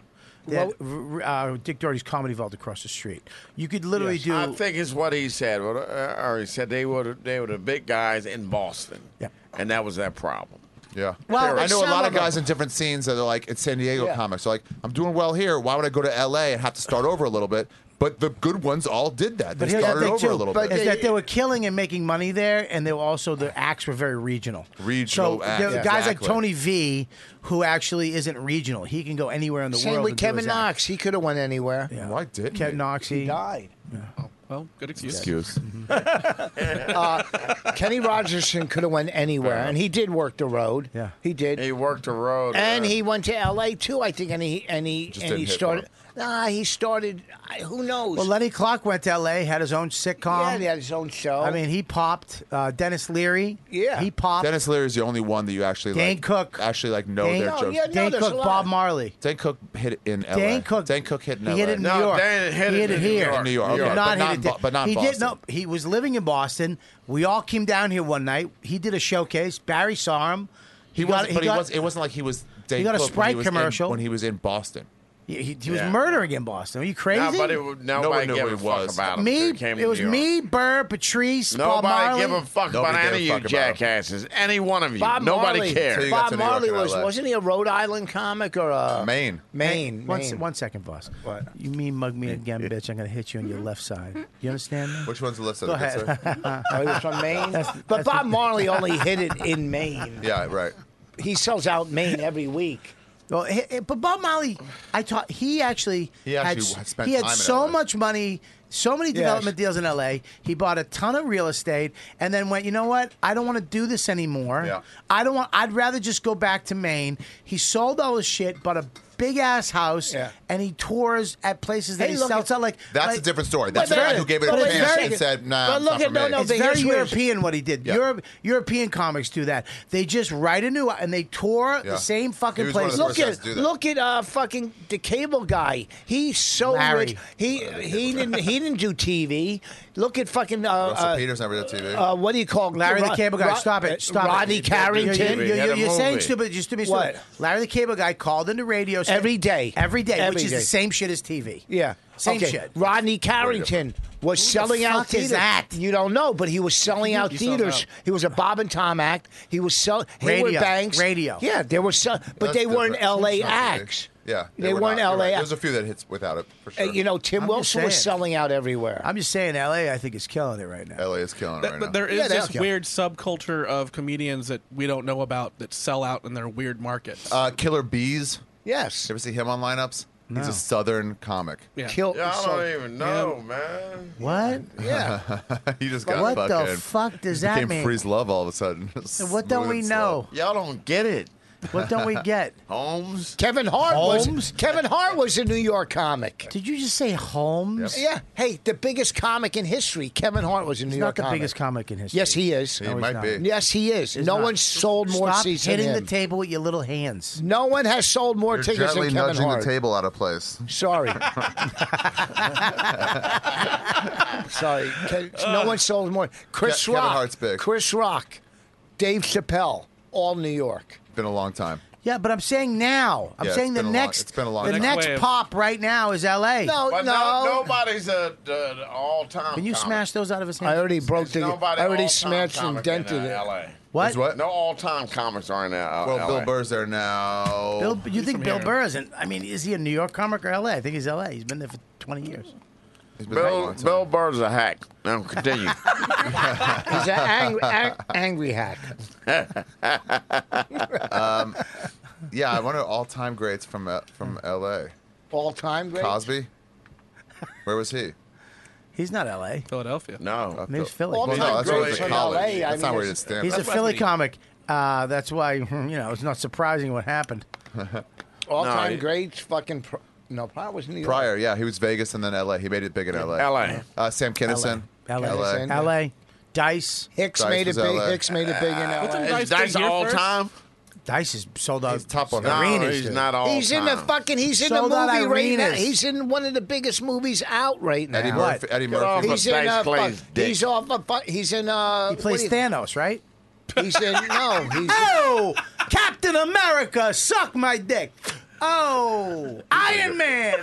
D: They had, r- r- uh, Dick Doherty's Comedy Vault across the street. You could literally do.
I: I think it's what he said. What, uh, or he said they were they were the big guys in Boston.
D: Yeah.
I: And that was their problem.
H: Yeah.
D: Well,
H: I know a
D: some
H: lot of
D: of them-
H: guys in different scenes that are like, it's San Diego
J: Yeah.
H: comics. They're like, I'm doing well here. Why would I go to L.A. and have to start over a little bit? But the good ones all did that. They
D: but here's the
H: started
D: thing
H: over a
D: too:
H: little
D: is
H: bit.
J: they-
D: that they were killing and making money there, and they were also the acts were very regional.
H: Regional
D: so
H: acts,
D: there were guys like
H: exactly.
D: Tony V, who actually isn't regional. He can go anywhere in the
J: Same
D: world.
J: with
D: and do his
J: Kevin
D: act.
J: Knox. He could have went anywhere.
H: Why didn't
D: Kevin
H: they?
D: Knox,
J: He died.
F: Well, good excuse.
H: Excuse.
J: Uh, Kenny Rogerson could have went anywhere, and he did work the road.
D: Yeah.
J: he did.
I: He worked the road.
J: and
I: uh,
J: he went to L.A. too, I think, and he and he
H: Just
J: and
H: didn't
J: he
H: hit
J: started. Nah, he started. I- Who knows?
D: Well, Lenny Clark went to L.A., had his own sitcom.
J: yeah, he had his own show.
D: I mean, he popped. Uh, Dennis Leary.
J: Yeah.
D: He popped.
H: Dennis oh, Leary is the only one that you actually
D: Dane
H: like,
D: Cook.
H: actually like know
D: Dane-
H: their
D: No,
H: jokes.
J: yeah, no,
D: Dane
J: there's a
D: Cook,
J: lot.
D: Bob Marley.
H: Dan Cook hit it in L.A.
D: Dan Cook.
H: Dan Cook hit in
D: he
H: L.A.
D: hit it in
I: No,
D: New York.
I: Dan hit
D: he
I: it
D: hit it
I: in New
D: here.
I: York. New York,
D: He did
I: okay.
D: not
H: But not
D: hit
H: in
D: it.
H: Bo- but not in
D: he did no.
H: Boston.
D: He was living in Boston. We all came down here one night. He did a showcase. Barry saw him.
H: He,
D: got.
H: wasn't, but he was, it wasn't like he was Dan
D: got a
H: Cook when he
D: Sprite
H: was in-
D: commercial.
H: when he was in Boston.
D: He, he- he was
I: Yeah.
D: murdering in Boston. Are you crazy?
I: nobody would- nobody
H: knew
I: gave
H: who he
I: a fuck
H: was.
I: about him.
D: me.
I: till he came
D: It
I: to
D: was
I: New York.
D: me, Burr, Patrice, Bob
I: Nobody
D: Marley.
I: gave a fuck
H: Nobody
I: about
H: gave a
I: any of
H: fuck
I: you
H: about him.
I: jackasses. Any one of you.
J: Bob
I: nobody
J: Marley.
H: Till you got
I: cared.
J: Bob
H: to New York
J: Marley
H: and
J: was
H: LA.
J: wasn't he a Rhode Island comic or a
H: Maine.
J: Maine,
D: One,
J: Maine.
D: one second, boss. What? You mean mug me again, bitch? I'm gonna hit you on your left side. You understand me?
H: Which one's the list of
D: Go
H: the good
D: ahead.
H: sir?
J: Oh, he was from Maine. but Bob Marley only hit it in Maine.
H: Yeah, right.
J: He sells out Maine every week.
D: Well, he, he- but Bob Marley, I taught. He actually
H: He actually
D: had,
H: had spent
D: he had
H: time in
D: so
H: LA.
D: much money, so many development deals in L.A. He bought a ton of real estate, and then went. You know what? I don't want to do this anymore.
H: Yeah.
D: I don't want. I'd rather just go back to Maine. He sold all his shit, bought a big ass house,
J: Yeah.
D: and he tours at places that
J: Hey,
D: he
J: look
D: sells
J: at-
D: out. Like
H: That's
D: like,
H: a different story. That's the
J: but
H: guy
J: that-
H: who gave it
J: but
H: a
J: wait a
H: chance
J: second.
H: and said, "Nah,
J: But
H: it's
J: look
H: not
J: at-
H: for
J: no,
H: me."
J: no,
D: It's
J: But
D: very
J: here's where-
D: European what he did.
H: Yeah.
D: Europe, European comics do that. They just write a new and they tour
H: Yeah.
D: the same
H: He
D: fucking
H: was one of the
D: place.
J: Look
H: first guys
J: at
H: to do that.
J: look at uh fucking the cable guy. He's so
D: Larry.
J: rich. He he didn't he didn't do TV. Look at fucking uh,
H: Russell
J: uh,
H: Oh, Peters never did TV.
J: uh what do you call
D: Larry the
J: Rod-
D: Cable Guy.
J: Rod-
D: stop it. Stop
J: Rodney
D: it.
J: Carrington.
D: You're- You're,
I: Get
D: you're-
I: a
D: you're saying
I: movie.
D: stupid. Just to be
J: What?
D: stupid. Larry the Cable Guy called into radio sta-
J: Every day.
D: Every day,
J: Every
D: which is
J: day.
D: the same shit as TV.
J: Yeah.
D: Same
J: okay.
D: shit.
J: Rodney Carrington was
D: Who the
J: selling
D: fuck
J: out
D: is
J: theaters.
D: that?
J: You don't know, but he was selling out
D: You saw
J: theaters.
D: that.
J: He was a Bob and Tom act. He was selling Hayward
D: Radio.
J: Banks.
D: Radio.
J: Yeah, there were some, but
H: That's
J: they weren't
H: different.
J: L.A.
H: It's not really-
J: acts.
H: Yeah,
J: They
H: not.
J: weren't
H: You're
J: LA
H: right. There's a few that hits without it for
J: Uh,
H: sure.
J: You know, Tim
D: I'm just
J: Wilson was
D: saying.
J: selling out everywhere.
D: I'm just saying, LA, I think is killing it right now.
H: LA is killing it right
D: but
H: now.
F: There is
D: Yeah, they
F: this
D: are.
F: weird subculture of comedians that we don't know about that sell out in their weird markets.
H: Uh, Killer Bees.
J: Yes.
H: You ever see him on lineups? He's
F: No.
H: a Southern comic.
F: Yeah.
J: Kill-
I: Yeah, I
J: so-
I: don't even know, man.
D: What?
J: Yeah.
H: he just got
D: What the
H: fucking.
D: fuck does
H: he
D: that
H: became
D: mean?
H: Freeze Love all of a sudden.
D: What don't
H: Smooth
D: we
H: and slow.
D: know?
I: Y'all don't get it.
D: What don't we get?
I: Holmes.
J: Kevin Hart
D: Holmes?
J: was Kevin Hart was a New York comic.
D: Did you just say Holmes?
J: Yeah. Hey, the biggest comic in history. Kevin Hart was a New
D: He's
J: York
D: not the
J: comic.
D: biggest comic in history.
J: Yes, he is.
H: He might
D: not.
H: be.
J: Yes, he is. no
D: not.
J: one sold more
D: Stop
J: seats
D: hitting
J: than
D: the
J: him.
D: table with your little hands.
J: no one has sold more
H: You're
J: tickets
H: gently
J: than Kevin
H: nudging
J: Hart.
H: the table out of place.
J: Sorry. Sorry. Ke- No one sold more. Chris
H: Ke- Kevin
J: Rock.
H: Hart's big.
J: Chris Rock. Dave Chappelle. All New York.
H: Been a long time.
D: Yeah, but I'm saying now. I'm
H: Yeah,
D: saying
H: it's
D: the
H: been a long-
D: next.
H: it's been a long
D: The
H: time.
D: next
H: Wave.
D: pop right now is L.A.
J: No,
I: But
J: no.
I: no, nobody's uh, a, a all time.
D: Can you smash those out of his hands?
J: I already broke the. I
I: Nobody
J: already
I: all-time
J: smashed and
I: comic in,
J: dented
I: uh,
J: it.
I: LA.
D: What?
H: Is what?
I: No all time comics are in uh,
H: Well,
I: LA.
H: Bill Burr's there now.
D: Bill, you think
F: from
D: Bill
F: here.
D: Burr isn't? I mean, is he a New York comic or L.A.? I think he's L.A. He's been there for 20 years.
H: He's been there a
I: Bill,
H: long time.
I: Bill Burr's a hack. Now continue.
J: He's an angry, ang- angry hack.
H: Yeah, I wonder all time greats from uh, from
D: Hmm.
H: L.A.
J: All time great.
H: Cosby. Where was he?
D: He's not L.A.
F: Philadelphia.
I: No.
D: Maybe it's Philly.
J: All
H: Well,
J: time
H: no, that's where he
J: greats
H: was at
J: from
H: college.
J: LA. I
H: That's
J: mean,
H: not where he
J: it's-
H: did stand.
D: he's a
H: up.
F: what I
D: Philly
F: mean.
D: comic. Uh, that's why you know it's not surprising what happened.
J: All time
I: No, he-
J: greats. Fucking. Pro- no, Pryor was New York.
H: Prior, yeah, he was Vegas and then L.A. He made it big in L.A.
I: LA.
H: Uh, Sam Kinison.
D: L.A.
H: LA.
J: Kinison.
D: L.A. Dice.
J: Hicks
H: Dice
J: made it
H: was
J: big.
H: LA.
J: Hicks made it big in LA.
F: Guys,
I: Is
F: been
I: that
F: here
I: all
F: first?
I: time?
D: Dice is sold out.
H: He's top on
I: No,
D: arenas,
I: he's
D: dude.
I: not all
J: He's in
I: time.
J: the fucking. He's in
D: Sold
J: the
D: out
J: movie right now.
D: arenas.
J: He's in one of the biggest movies out right now.
H: Eddie
D: What?
H: Murphy. Eddie
I: Get off
H: Murphy.
I: of
J: He's
I: Dice
J: in. Uh,
I: Clay's
J: fuck-
I: dick.
J: he's off. A, fu- he's in. Uh,
D: He plays
J: what do you-
D: Thanos, right?
J: He's in. No, he's.
D: Oh, Captain America, suck my dick. Oh, Iron Man,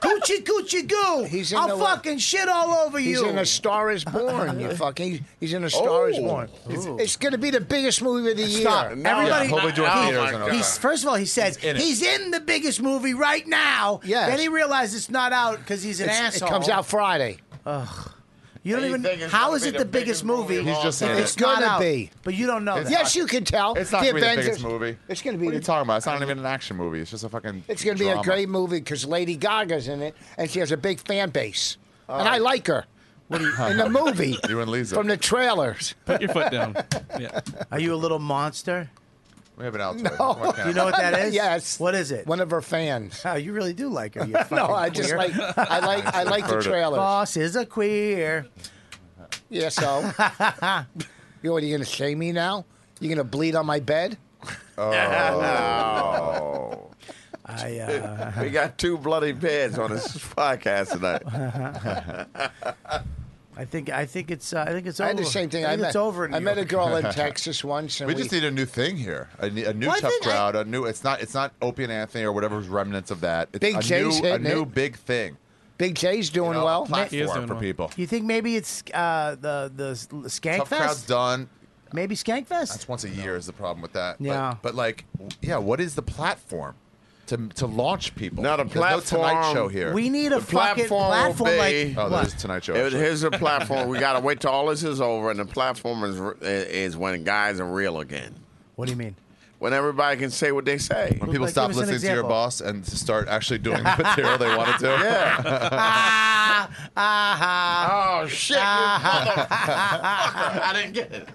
D: coochie coochie goo.
J: He's in
D: I'll
J: the-
D: fucking shit all over
J: He's
D: you.
J: in A Star Is Born. You fucking. He's in A Star Is
H: Oh.
J: Born.
H: He's-
J: It's going to be the biggest movie of the year.
D: Stop. Everybody,
H: Yeah, Hopefully Jordan
I: Oh,
H: Peterson
I: my
H: over
D: he's, first of all, he says he's,
I: in
D: in,
I: it.
D: the biggest movie right now.
J: Yes.
D: Then he realized it's not out because he's an
J: It's-
D: asshole.
J: It comes out Friday.
D: You don't
I: You
D: even.
I: think it's
D: How
I: gonna
D: is
I: be
D: it the,
I: the
D: biggest
I: biggest
D: movie?
I: movie of He's all
H: just saying time? it.
D: It's not
J: Gonna
D: out,
J: be.
D: but you don't know that.
J: Yes, you can tell.
H: Oh, It's not
J: the
H: gonna be the
J: Avengers-
H: biggest movie.
J: It's going to be.
H: What are you
J: the-
H: talking about? It's not even an action movie. It's just a fucking.
J: It's going to be
H: drama.
J: a great movie because Lady Gaga's in it, and she has a big fan base, and I like her. in the movie,
H: You and Lisa.
J: from the trailers.
F: Put your foot down. Yeah.
D: Are you a little monster?
H: We have an out. No.
D: You know what that is?
J: yes.
D: What is it?
J: One of her fans.
D: Wow, you really do like her. You
J: No,
D: fucking
J: I just
D: queer.
J: like I like I like the
H: Heard it.
J: trailers.
D: Boss is a queer.
J: Yeah, so you know, what, are you gonna shame me now? You gonna bleed on my bed?
D: I, uh,
I: we got two bloody beds on this podcast tonight.
D: I think I think it's uh, I think it's
J: I
D: over.
J: had the same thing.
D: I
J: I
D: think
J: met,
D: it's over. In
J: I
D: New
J: met a
D: York.
J: girl in Texas once, and
H: We just need a new thing here. A, ne- a new
D: Well, I
H: tough
D: think I-
H: crowd. A new. It's not. It's not Opie and Anthony or whatever's remnants of that. It's
J: Big
H: a
J: J's
H: new, a
J: hitting
H: new
J: it.
H: big thing.
J: Big J's
H: You
J: doing
H: know,
J: well.
F: He is
H: Platform
F: doing
H: for
F: well.
H: people.
D: You think maybe it's uh, the the s-
H: Tough crowd's
D: Skankfest?
H: done.
D: Maybe Skankfest.
H: That's once a year is the problem with that. But-
D: Yeah.
H: But, like, yeah, what is the platform to to launch people?
I: Not a
H: There's No Tonight
I: platform.
H: Show here.
D: we need a
I: The
D: fucking
I: platform will
D: platform
I: be-
D: like
H: Oh,
D: what?
H: there's Tonight Show.
I: It,
H: actually.
I: here's the platform. We got to wait till all this is over, and the platform is is when guys are real again.
D: What do you mean?
I: When everybody can say what they say.
H: When people
D: Like,
H: stop
D: give us an
H: listening to your
D: example.
H: boss and start actually doing the material they wanted to.
I: Yeah.
D: ah, ah,
I: Oh shit! you motherfucker. I didn't get it.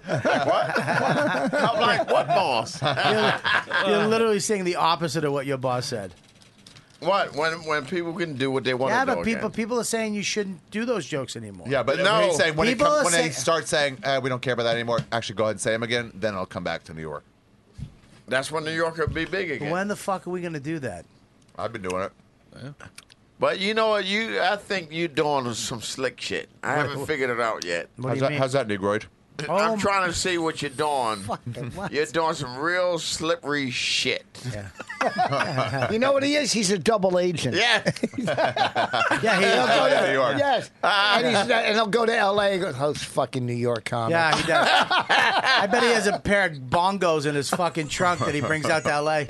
I: What? I'm like, what boss?
D: ah. You're literally saying the opposite of what your boss said.
I: what? When when people can do what they want
D: Yeah,
I: to do?
D: but people
I: again.
D: people are saying you shouldn't do those jokes anymore.
H: Yeah, but
I: No.
H: no. he's saying when, it
D: People
H: come, when
D: say-
H: they start saying uh, we don't care about that anymore, actually go ahead and say them again, then I'll come back to New York.
I: That's when New York will be big again.
D: When the fuck are we gonna do that?
H: I've been doing it.
I: But you know what? You, I think you're doing some slick shit. I haven't figured it out yet.
D: What
H: how's,
D: do you
H: that,
D: mean?
H: how's that, Negroid?
D: Oh
I: I'm trying to see what you're doing.
J: Fucking what?
I: You're doing some real slippery shit.
J: you know what he is? He's a double agent.
I: Yeah.
J: yeah, he'll
I: Oh,
J: go
I: yeah,
J: to
I: New York.
J: Yes.
I: Ah.
J: and, he's, and he'll go to L.A. and go, oh, it's fucking New York comic.
D: Yeah, he does. I bet he has a pair of bongos in his fucking trunk that he brings out to LA. He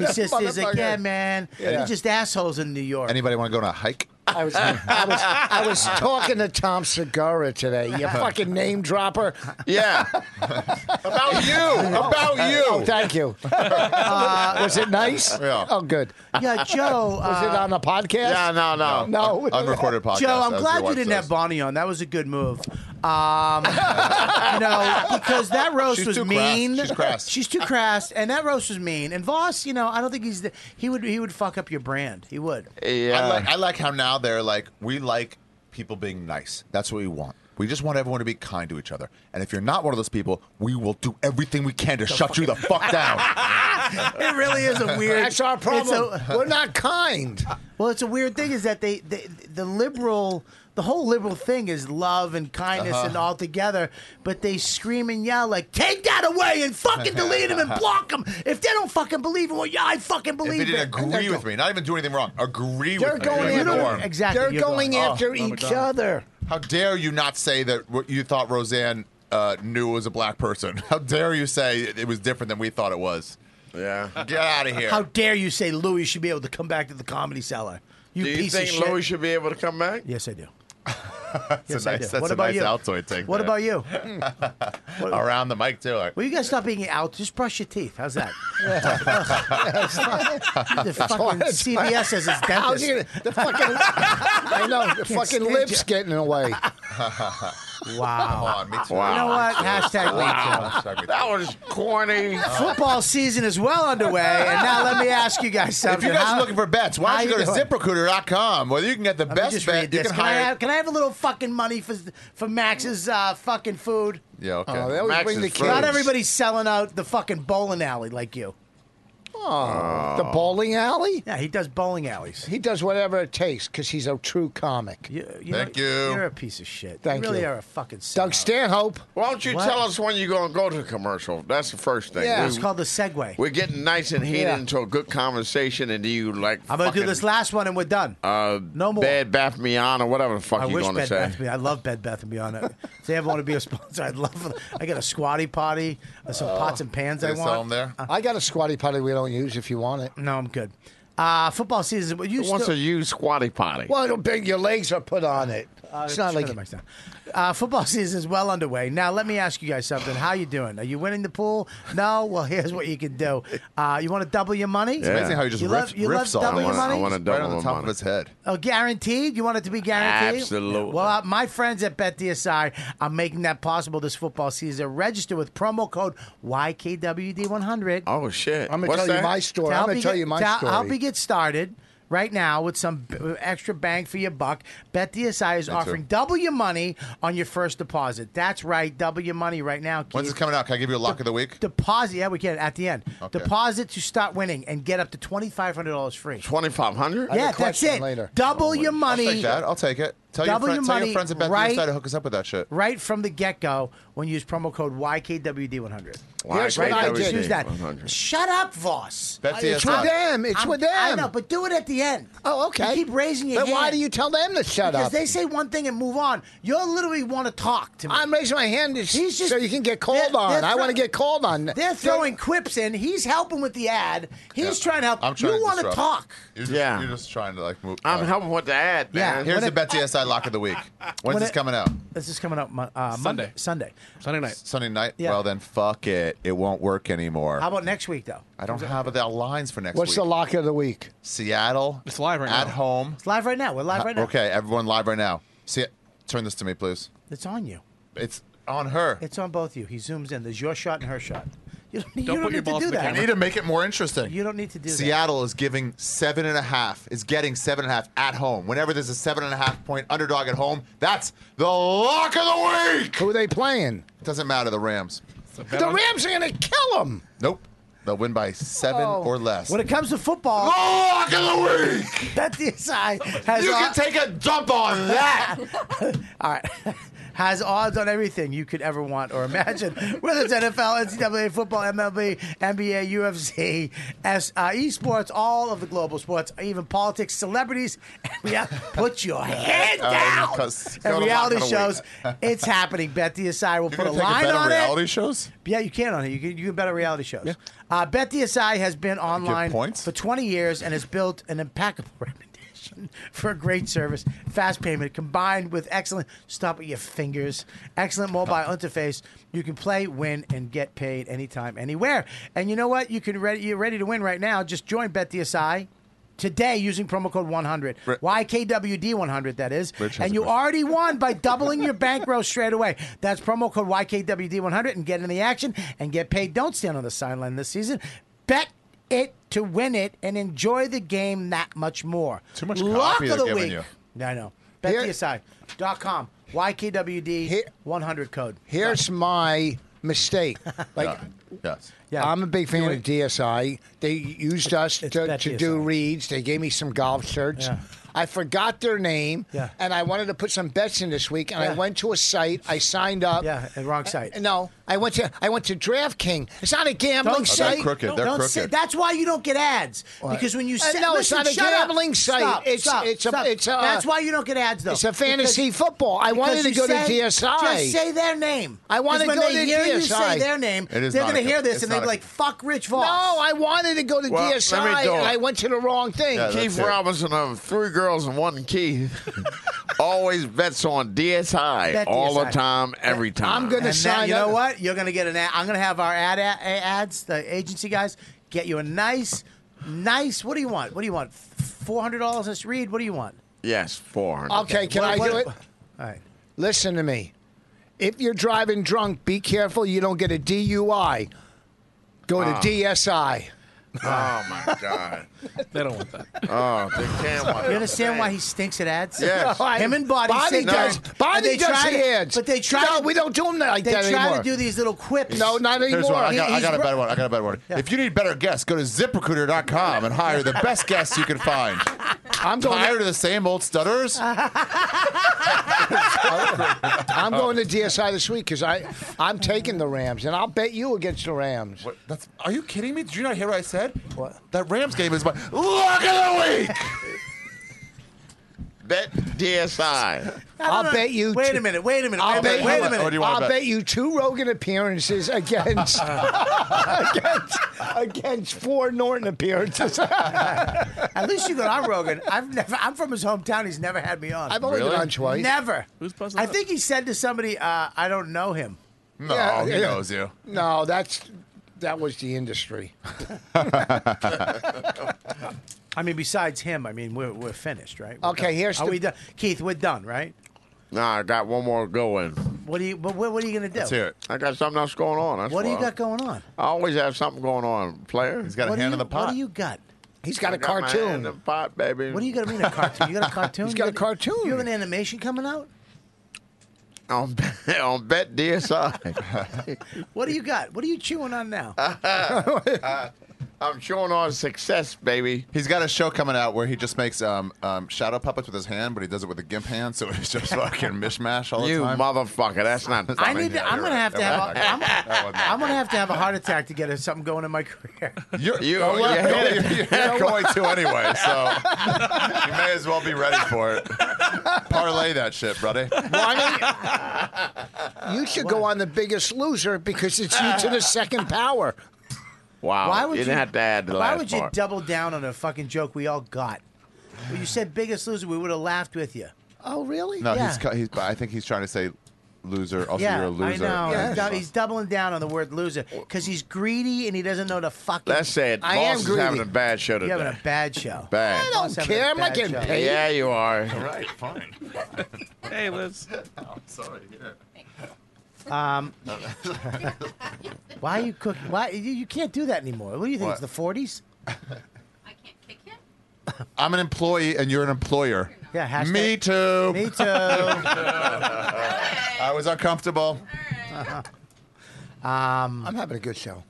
D: just is like,
J: Motherfucker.
D: yeah, man.
J: Yeah.
D: They're just assholes in New York.
H: Anybody want to go on a hike?
J: I was, I was, I was talking to Tom Segura today. You fucking name dropper.
I: Yeah. about you. About you.
J: Oh, thank you. Uh, was it nice?
H: Yeah.
J: Oh, good.
D: Yeah, Joe,
J: was it
D: uh,
J: on the podcast?
I: Yeah, no, no.
J: No.
H: Un- unrecorded podcast.
D: Joe, I'm
H: as
D: glad
H: your
D: you
H: wife
D: didn't
H: says.
D: have Bonnie on. That was a good move. Um, you know, because that roast
H: She's
D: was
H: too crass.
D: mean.
H: She's crass.
D: She's too crass, and that roast was mean. And Voss, you know, I don't think he's the, he would he would fuck up your brand. He would.
H: I like, I like how now they're like, we like people being nice. That's what we want. We just want everyone to be kind to each other. And if you're not one of those people, we will do everything we can to shut you the fuck down.
D: it really is a weird.
J: That's our problem.
D: It's
J: We're not kind.
D: Well, it's a weird thing is that they, they the liberal, the whole liberal thing is love and kindness
H: Uh-huh.
D: and all together, but they scream and yell like, "Take that away and fucking delete them and block them if they don't fucking believe in what you, I fucking
H: If
D: believe
H: you
D: it."
H: didn't agree with me, not even do anything wrong, agree
J: They're
H: with
J: going
H: me.
J: after-
H: norm.
D: Exactly,
J: They're
D: you're
J: going
D: going,
J: after
H: "Oh,
J: each
H: Ramadan."
J: other.
H: How dare you not say that what you thought Roseanne uh, knew was a black person? How dare you say it was different than we thought it was?
I: Yeah.
H: Get out of here.
D: How dare you say Louis should be able to come back to the comedy cellar? You
I: Do you
D: piece of
I: think
D: shit.
I: Louis should be able to come back?
D: yes, I do.
H: that's
D: yes,
H: a
D: I
H: nice,
D: do.
H: that's
D: What
H: a
D: about
H: nice
D: you?
H: Altoid take.
D: What
H: there.
D: about you?
H: Around the mic, too. Like,
D: Well, you guys stop being out. Just brush your teeth. How's that? the fucking
J: That's why-
D: CBS as its
J: How's
D: dentist.
J: he gonna- the fucking, I know, the
D: Can't
J: fucking
D: stand
J: lips
D: you.
J: getting in the way.
D: Wow.
H: oh, me too.
D: You know what? Hashtag me too.
H: Hashtag me too.
I: That was corny.
D: Football season is well underway, and now let me ask you guys something.
H: If you guys
D: How-
H: are looking for bets, why don't
D: How
H: you
D: you
H: go to
D: doing?
H: ziprecruiter.com where you can get the
D: Let me
H: best
D: just
H: bet.
D: read
H: You
D: this.
H: can
D: I,
H: hire.
D: have, can I have a little fucking money for for Max's uh, fucking food?
H: yeah, okay.
J: Oh, they always
I: Max
J: bring
I: is
J: the
I: froze.
J: kids.
D: Not everybody's selling out the fucking bowling alley like you.
J: Oh, the bowling alley?
D: Yeah, he does bowling alleys.
J: He does whatever it takes because he's a true comic.
D: You, you
H: Thank
D: know,
H: you.
D: You're a piece of shit.
J: Thank
D: you. Really
J: you.
D: are a fucking.
J: Doug
D: sellout.
J: Stanhope.
I: Why don't you
D: What?
I: tell us when you're going to go to commercial? That's the first thing.
J: Yeah.
I: We-
D: It's called the segue.
I: We're getting nice and heated
J: Yeah.
I: into a good conversation, and do you like?
D: I'm gonna do
I: fucking
D: this last one and we're done. no more.
I: Bed Bath Beyond or whatever the fuck
D: I
I: you
D: wish
I: going to
D: Bed
I: say.
D: Bath and I love Bed Bath and Beyond. if they ever want to be a sponsor, I'd love. it. I got a squatty potty, uh, some pots and pans
H: They
D: I
H: sell
D: want.
H: them there.
J: I got a squatty potty we don't use if you want it.
D: No, I'm good. Uh, football season. but You
I: Who wants
D: still,
I: a used squatty potty?
J: Well, it'll big. Your legs are put on it. it's not like.
D: Mike's down. Uh, football season is well underway. Now, let me ask you guys something. How you doing? Are you winning the pool? No. Well, here's what you can do. Uh, you want to double your money?
I: Yeah.
H: Amazing how he just
D: You love-
H: riffs,
D: you love
H: riffs on
D: double
I: I
H: it.
D: your
I: wanna-
D: money?
I: I want to
H: Right
I: double
H: on the
I: my
H: top of
I: money.
H: his head.
D: Oh, guaranteed? You want it to be guaranteed?
I: Absolutely.
D: Well, uh, my friends at BetDSI are making that possible this football season. Register with promo code YKWD100.
I: Oh shit!
J: I'm gonna
I: What's
J: tell you
I: that?
J: my story. I'm gonna
D: you
J: tell
D: get-
J: you my
D: to
J: story.
D: help you get started right now with some b- extra bang for your buck. BetDSI is offering double your money on your first deposit. That's right, double your money right now. Keith.
H: When's this coming out? Can I give you a lock of the week?
D: Deposit, yeah, we can at the end.
H: Okay.
D: Deposit to start winning and get up to twenty five hundred dollars free.
I: Twenty five hundred.
J: got a
D: yeah, that's
J: question
D: it.
J: later. Oh,
D: Double your
H: I'll take
D: money
H: that. I'll take it. Tell your,
D: Double
H: friend,
D: your
H: tell
D: money
H: your friends at Beth
D: right-
H: to hook us up with that shit.
D: right from the get go when you use promo code YKWD100.
J: Here's what I did.
D: Use that. Shut up, Voss.
H: Beth
J: It's
H: DSI.
J: with them. It's
D: I'm-
J: with them.
D: I know, but do it at the end.
J: Oh, okay.
D: You keep raising your
J: Then why
D: hand.
J: do you tell them to shut
D: Because
J: up?
D: they say one thing and move on. You'll literally want to talk to me.
J: I'm raising my hand to s-
D: He's just-
J: so you can get called
D: they're-
J: on.
D: they're
J: I
D: throw-
J: want to get called on.
D: They're throwing quips in. He's helping with the ad. He's
H: Yeah.
D: trying to help.
H: I'm trying
D: you
H: to
D: want to
H: disrupt.
D: talk.
H: You're just,
I: Yeah.
H: You're just trying to like move.
I: I'm
H: uh,
I: helping with the ad,
D: Yeah.
I: man.
H: Here's
D: When
H: the
D: it-
H: Bet DSI lock of the week. When's
D: When
H: this
D: it-
H: coming out?
D: This is coming up Mon- uh, Monday.
F: Sunday.
D: Sunday.
F: Sunday night.
H: Sunday night.
D: Yeah.
H: Well, then fuck it. It won't work anymore.
D: How about next week though?
H: I don't have the lines for next
J: What's the
H: week.
J: lock of the week?
H: Seattle.
F: It's live right
H: at
F: now.
H: home.
D: It's live right now. We're live right now.
H: Okay, everyone live right now. See, turn this to me, please.
D: It's on you.
H: It's on her.
D: It's on both you. He zooms in. There's your shot and her shot. You don't, you
F: Don't
D: don't
F: put your
D: need to
F: balls
D: do
F: in the
D: that.
H: I need to make it more interesting.
D: You don't need to do that.
H: Seattle is giving seven and a half, is getting seven and a half at home. Whenever there's a seven and a half point underdog at home, that's the lock of the week.
J: Who are they playing?
H: Doesn't matter the Rams.
J: The Rams are going to kill them.
H: Nope. They'll win by seven
D: Oh.
H: or less.
D: When it comes to
H: the
D: football,
H: lock of the week.
D: that DSI has
H: You
D: all,
H: can take a dump on that.
D: all right has odds on everything you could ever want or imagine, whether it's NFL, NCAA football, MLB, NBA, UFC, S, uh, esports, all of the global sports, even politics, celebrities. Yeah, put your hand
K: Uh,
D: down.
K: because-
D: and
K: go to
D: reality
K: Lachlan
D: shows,
K: Wade.
D: it's happening. Bet DSI will put
K: gonna
D: a
K: take a
D: line
K: bet on
D: on
K: reality
D: it.
K: shows?
D: Yeah, you can on it. You can, you can bet on reality shows. Uh, bet DSI has been online
P: points?
D: for 20 years and has built an impeccable reputation for great service, fast payment, combined with excellent stop with your fingers, excellent mobile interface. You can play, win, and get paid anytime, anywhere. And you know what? You can ready. You're ready to win right now. Just join Bet DSI. Today, using promo code 100, YKWD100, that is.
K: Rich has
D: and
K: a
D: you already won by doubling your bankroll straight away. That's promo code YKWD100 and get in the action and get paid. Don't stand on the sideline this season. Bet it to win it and enjoy the game that much more. Too
P: much
D: Lock
P: copy
D: of
P: they're
D: the
P: giving
D: week.
P: you.
D: Yeah, I know. BetDSI.com, YKWD100 code.
J: Here's my mistake. Like,
K: Yes.
J: I'm a big fan of DSI. They used us to, to do reads. They gave me some golf shirts.
D: Yeah.
J: I forgot their name,
D: Yeah.
J: and I wanted to put some bets in this week. And I
D: Yeah.
J: went to a site. I signed up. Uh,
D: Yeah, the wrong site.
J: No, I went to I went to DraftKings. It's not a gambling
D: Don't
J: site.
D: say- don't say- that's why you don't get ads. Because when you
J: Uh,
D: say
J: no, it's
D: listen,
J: not a
D: shut up.
J: gambling site.
D: Stop,
J: It's-
D: stop,
J: it's a-
D: stop.
J: it's a- uh,
D: That's why you don't get ads though.
J: it's a fantasy
D: Because-
J: football. I
D: because
J: wanted to
D: you
J: go
D: say-
J: to DSI.
D: Just say their name.
J: I wanna
D: 'Cause when
J: go
D: they
J: to
D: hear you
J: DSI.
D: say their name.
J: It is
D: they're
J: not
D: going
J: a
D: to hear
J: com-
D: this
J: it's
D: and they'll
J: not
D: be
J: a-
D: like, "Fuck Rich Voss."
J: No, I wanted to go to
I: Well, let me
J: DSI,
I: do it.
J: and I went to the wrong thing.
I: Yeah, Keith Robinson of Three Girls and One Keith always bets on DSI
D: Bet
I: all the
D: DSI.
I: time, every time.
D: And that- You know what? You're going to get an ad. I'm going to have our ad, ad ads, the agency guys, get you a nice, nice. What do you want? What do you want? Four hundred dollars this read. What do you want?
I: Yes, 400.
J: Okay, can
D: What-
J: I
D: what-
J: do it?
D: All right.
J: Listen to me. If you're driving drunk, be careful you don't get a DUI. Go to
I: Ah.
J: DSI.
I: Oh, my God.
F: They don't want that.
I: Oh, they can't. want
D: You
I: it.
D: understand why he stinks at ads?
I: Yes. No, I-
D: Him and Body,
J: Body
D: sit
J: does-
D: down,
J: Body
D: and they
J: does
D: try
J: the
D: to-
J: ads.
D: But they try.
J: No,
D: to-
J: we don't do 'em like
D: they
J: that
D: try
J: anymore.
D: to do these little quips.
J: No, not
D: Here's
P: Here's
J: anymore.
P: one. I got, I
D: He's
P: got a
D: right.
P: better one. I got a better one. If you need better guests, go to ZipRecruiter.com and hire the best guests you can find.
J: I'm going
P: Tired of the same old stutterers?
J: I'm going to DSI this week because I I'm taking the Rams and I'll bet you against the Rams.
P: What, that's, are you kidding me? Did you not hear what I said? What? That Rams game is my look of the week.
I: Bet DSI.
D: I don't
J: I'll
D: know.
J: bet you.
D: Wait
J: two-
D: a minute. Wait a minute.
J: I'll
D: wait,
J: bet,
D: a minute, wait
J: you,
D: a minute.
P: What do you wanna
J: I'll
P: bet?
J: bet you two Rogan appearances against against against four Norton appearances.
D: At least you got on Rogan. I've never. I'm from his hometown. He's never had me on.
J: I've only been Really? on twice.
D: Never.
F: Who's busting
D: I
F: up?
D: think he said to somebody, uh, "I don't know him."
P: No,
J: Yeah,
P: he
J: yeah.
P: knows you.
J: No, that's that was the industry.
D: I mean, besides him, I mean, we're, we're finished, right? We're
J: Okay,
D: done.
J: here's
D: Are
J: the-
D: we done? Keith, we're done, right?
I: Nah, I got one more going.
D: What do you? What, what are you gonna do?
P: it.
I: I got something else going on. That's
D: What do you
I: why.
D: got going on?
I: I always have something going on, player. He's
P: got a
D: What do
P: hand
D: you-
P: in the pot.
D: What do you got?
J: He's got
I: I
J: a
I: got my hand in the
J: cartoon.
I: pot, baby.
D: What do you got? I mean, a cartoon. You got a cartoon?
J: He's got
D: You
J: a cartoon.
D: You have an animation coming out?
I: on, bet- on Bet DSI.
D: What do you got? What are you chewing on now?
I: I'm showing on success, baby.
P: He's got a show coming out where he just makes um, um, shadow puppets with his hand, but he does it with a gimp hand, so it's just fucking mishmash all the
I: You
P: time.
I: motherfucker. That's not.
D: I need. To, I'm
I: you're right.
D: gonna have to have. A, I'm,
P: That wasn't-
D: I'm gonna have to have a heart attack to get something going in my career.
P: You're,
I: You-
P: you,
I: you
P: are
I: had
P: going,
I: it.
P: you're not going to anyway, so you may as well be ready for it. Parlay that shit, buddy.
J: You should go on the Biggest Loser because it's you to the second power.
I: Wow.
D: Why would
I: you
D: you,
I: didn't have to add the
D: Why
I: last
D: would you
I: part.
D: double down on a fucking joke we all got? When you said biggest loser, we would have laughed with you.
J: Oh, really?
P: No,
D: Yeah.
P: he's, cu- he's. but I think he's trying to say loser. Also,
D: yeah,
P: you're a loser.
D: I know.
P: Yeah.
D: He's, dou- he's doubling down on the word loser because he's greedy and he doesn't know to fucking.
I: That's it.
J: I
I: Boss
J: am
I: is
J: greedy.
I: having a bad show
D: You're
I: today.
D: having a bad show.
I: bad.
J: I don't
D: Having a
J: care. I'm not
D: bad
J: getting
D: show.
J: paid.
I: Yeah, you are.
P: All right, fine.
F: Hey, Liz.
P: I'm sorry. Yeah.
D: Um, why are you cooking? Why you, you can't do that anymore? What do you think?
P: What?
D: It's the forties.
P: I'm an employee, and you're an employer.
D: Yeah. Hashtag,
P: Me too.
D: Me too.
P: I was uncomfortable.
J: I'm having a good show.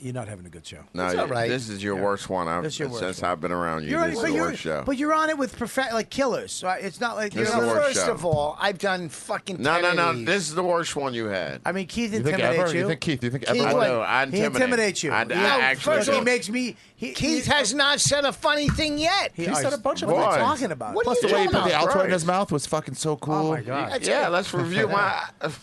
D: you're not having a good show.
I: No,
D: it's all
I: you-
D: right.
I: this is your worst one. I've,
D: This is your worst
I: since I've been around you.
D: You're
I: this
D: but
I: is the
D: you're-
I: worst show.
D: But you're on it with profe- like killers. So I- it's not like
I: This
D: you're
I: is the worst
J: First
I: show.
J: of all, I've done fucking.
I: No,
J: 10
I: no,
J: of
I: no.
J: these.
I: This is the worst one you had.
D: I mean, Keith
I: You think
D: intimidates
I: ever? You think Keith- you think Keith ever? I know, I
D: he
I: intimidate.
D: intimidates you.
I: I- I
D: He-
I: actually
D: first
I: do.
D: he makes me. He,
J: Keith has not said a funny thing yet.
D: He- He said I- a bunch of what them. are you Why? talking about?
J: What
D: Plus
J: are
D: the way he
J: talking
D: put the
J: about?
D: Altoid
Q: Altoid in his mouth was fucking so cool. Oh my
I: God. Yeah, let's review my. let's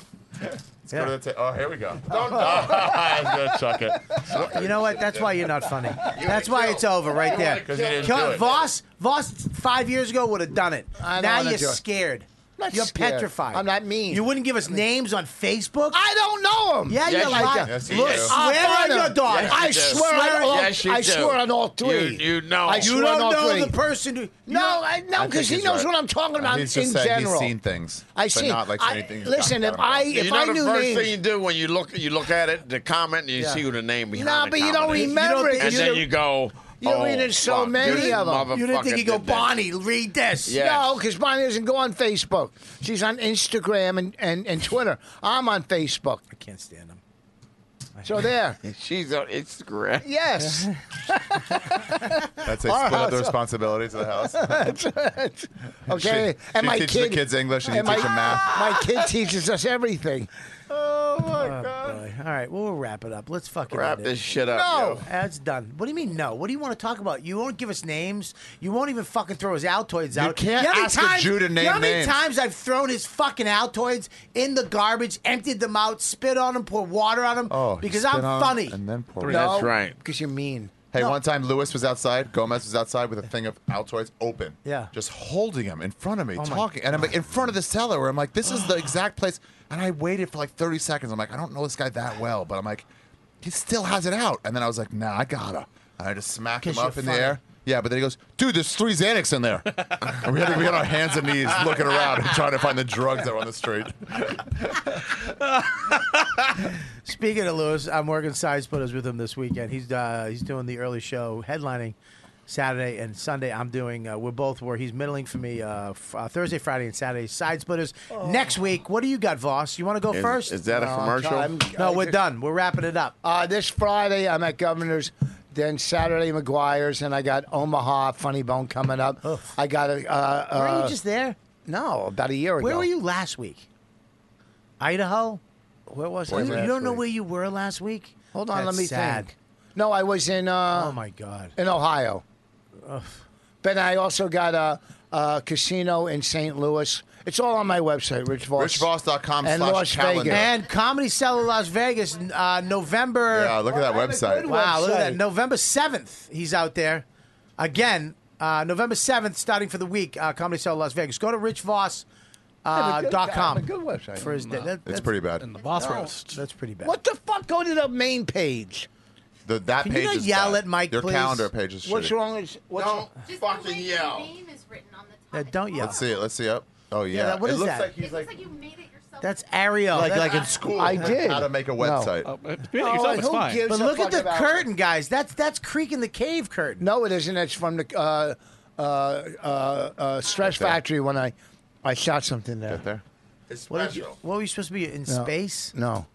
Q: go to the ta- oh, here we go.
I: Don't die.
Q: I'm gonna chuck it.
D: You know what? That's why you're not funny. That's why it's over right
Q: You wanna
D: there.
Q: kill. 'Cause he didn't
D: Kill-
Q: do it.
D: Voss, Voss, five years ago would have done it.
J: I don't
D: now
J: wanna
D: you're
J: do it.
D: scared.
J: I'm not
D: you're
J: scared.
D: petrified.
J: I'm not mean.
D: You wouldn't give us names on Facebook.
J: I don't know him.
D: Yeah,
J: Yes,
D: you're
J: you
D: like,
J: do. Yes, you
D: look,
J: do.
D: swear
J: Yes,
D: on
J: you
D: your
J: do.
D: daughter.
J: Yes, you
D: I
J: do.
D: swear on all.
J: Yes, you
D: I
J: do.
D: swear on all three.
J: You- you know.
D: I
J: You
D: swear
J: don't
D: on all
J: know
D: three.
J: the
D: person who.
J: No, I, no,
H: think
J: because he
H: he's
J: knows
H: right.
J: what I'm talking
H: And
J: about
H: he's
J: in
H: just saying
J: general.
H: He's seen things.
J: I
H: but
J: see.
H: not like
J: I-
H: anything.
J: listen, if I if
I: you know
J: I
I: the
J: knew
I: first
J: names,
I: thing you do when you look you look at it, the comment, and you
J: Yeah.
I: see who the name behind.
J: Nah,
I: the
J: but you don't
I: comment is.
J: remember it.
I: And
J: You
I: then
J: don't-
I: you go.
J: you don't
I: oh,
J: read it so
I: fuck,
J: many
I: this
J: of them.
I: motherfucker did that.
D: read this?
I: Yes.
J: No, because Bonnie doesn't go on Facebook. She's on Instagram and, and, and Twitter. I'm on Facebook. I
D: can't stand him.
J: So there.
I: She's on Instagram.
J: Yes.
H: That's it. Split
J: Our
H: up the
J: house-
H: responsibilities of the house.
J: That's it. Okay.
H: She-
J: and
H: she
J: my
H: teaches the
J: kid,
H: kids English and you
J: my,
H: teach them math.
J: My kid teaches us everything.
D: Oh my god! All right, well, we'll wrap it up. Let's fucking
I: Wrap
D: end it.
I: this shit up,
D: No,
I: yo.
D: that's done. What do you mean no? What do you want to talk about? You won't give us names. You won't even fucking throw his Altoids out.
H: can't
D: you know how many
H: ask a
D: times-
H: Jew to
D: You know how
H: name
D: many
H: names.
D: times I've thrown his fucking Altoids in the garbage, emptied them out, spit on them, poured water on them
H: Oh, he
D: because
H: spit
D: I'm
H: on 'em
D: funny.
H: And then pour
J: No,
H: it.
J: Because you're mean.
H: Hey, one time Lewis was outside, Gomez was outside with a thing of Altoids open.
J: Yeah.
H: Just holding him in front of me,
J: Oh my
H: talking. And I'm like, in front of the cellar, where I'm like, this is the exact place. And I waited for like 30 seconds. I'm like, I don't know this guy that well, but I'm like, he still has it out. And then I was like, nah, I gotta. And I just smacked him
D: 'Cause
H: up
D: you're
H: in
D: funny.
H: the air. Yeah, but then he goes, dude, there's three Xanax in there. and we had to be on our hands and knees looking around and trying to find the drugs that were on the street.
D: Speaking of Lewis, I'm working side splitters with him this weekend. He's uh, he's doing the early show headlining Saturday and Sunday. I'm doing. Uh, we're both where he's middling for me uh, f- uh, Thursday, Friday, and Saturday. Side splitters
J: Oh.
D: next week. What do you got, Voss? You want to go
I: Is-
D: first?
I: is that a No, I'm commercial? try- I'm-
D: no,
J: I
D: we're
J: just-
D: done. We're wrapping it up.
J: Uh, this Friday, I'm at Governor's. Then Saturday, McGuire's, and I got Omaha Funny Bone coming up. I got a. Uh, uh,
D: Were you just there?
J: No, about a year ago.
D: Where were you last week? Idaho. Where was
J: Where
D: I? You
J: was
D: don't
J: last
D: know
J: week?
D: where you were last week.
J: Hold on,
D: That's
J: let me
D: sad.
J: think. No, I was in. Uh,
D: Oh my God.
J: In Ohio. But I also got a, a casino in St. Louis. It's all on my website, Rich Voss.
H: RichVoss.com
J: and
H: slash
J: Las
H: calendar.
J: Vegas.
D: And Comedy Cellar Las Vegas, uh, November.
H: Yeah, look at that website.
D: Wow, look at that. November 7th, he's out there. Again, uh, November 7th, starting for the week, uh, Comedy Cellar Las Vegas. Go to richvoss.com uh,
J: Have a good-
D: dot com
J: have a good website.
D: For his
J: No.
D: that- that-
H: It's
D: that's-
H: pretty bad. And the
J: boss No.
D: roast. That's pretty bad.
J: What the fuck? Go to the main page.
H: The, that
D: Can you
H: page
D: not
H: is
D: yell
H: bad.
D: at Mike,
H: Your
D: please?
H: calendar page is
J: What's
H: shitty.
J: wrong? Is, what's wrong?
I: Just fucking yell.
D: Yeah, don't yell.
H: Let's see it. Let's see it. Oh yeah.
D: that- what
H: it
D: is
H: looks
D: that?
H: like he's like,
D: That's Ariel.
H: Like-
D: That-
H: like in school. I did. How to make a website. Oh, but if you
J: make it yourself, it's who fine. gives
D: But
J: a
D: look at
J: fuck
D: the
J: about-
D: curtain, guys. That's that's Creek in the Cave curtain.
J: No, it isn't. It's from the uh, uh, uh, uh, Stress
D: Right there.
J: Factory when I, I shot something there.
H: there.
D: What, did you, what were you supposed to be in
J: No.
D: space?
J: No.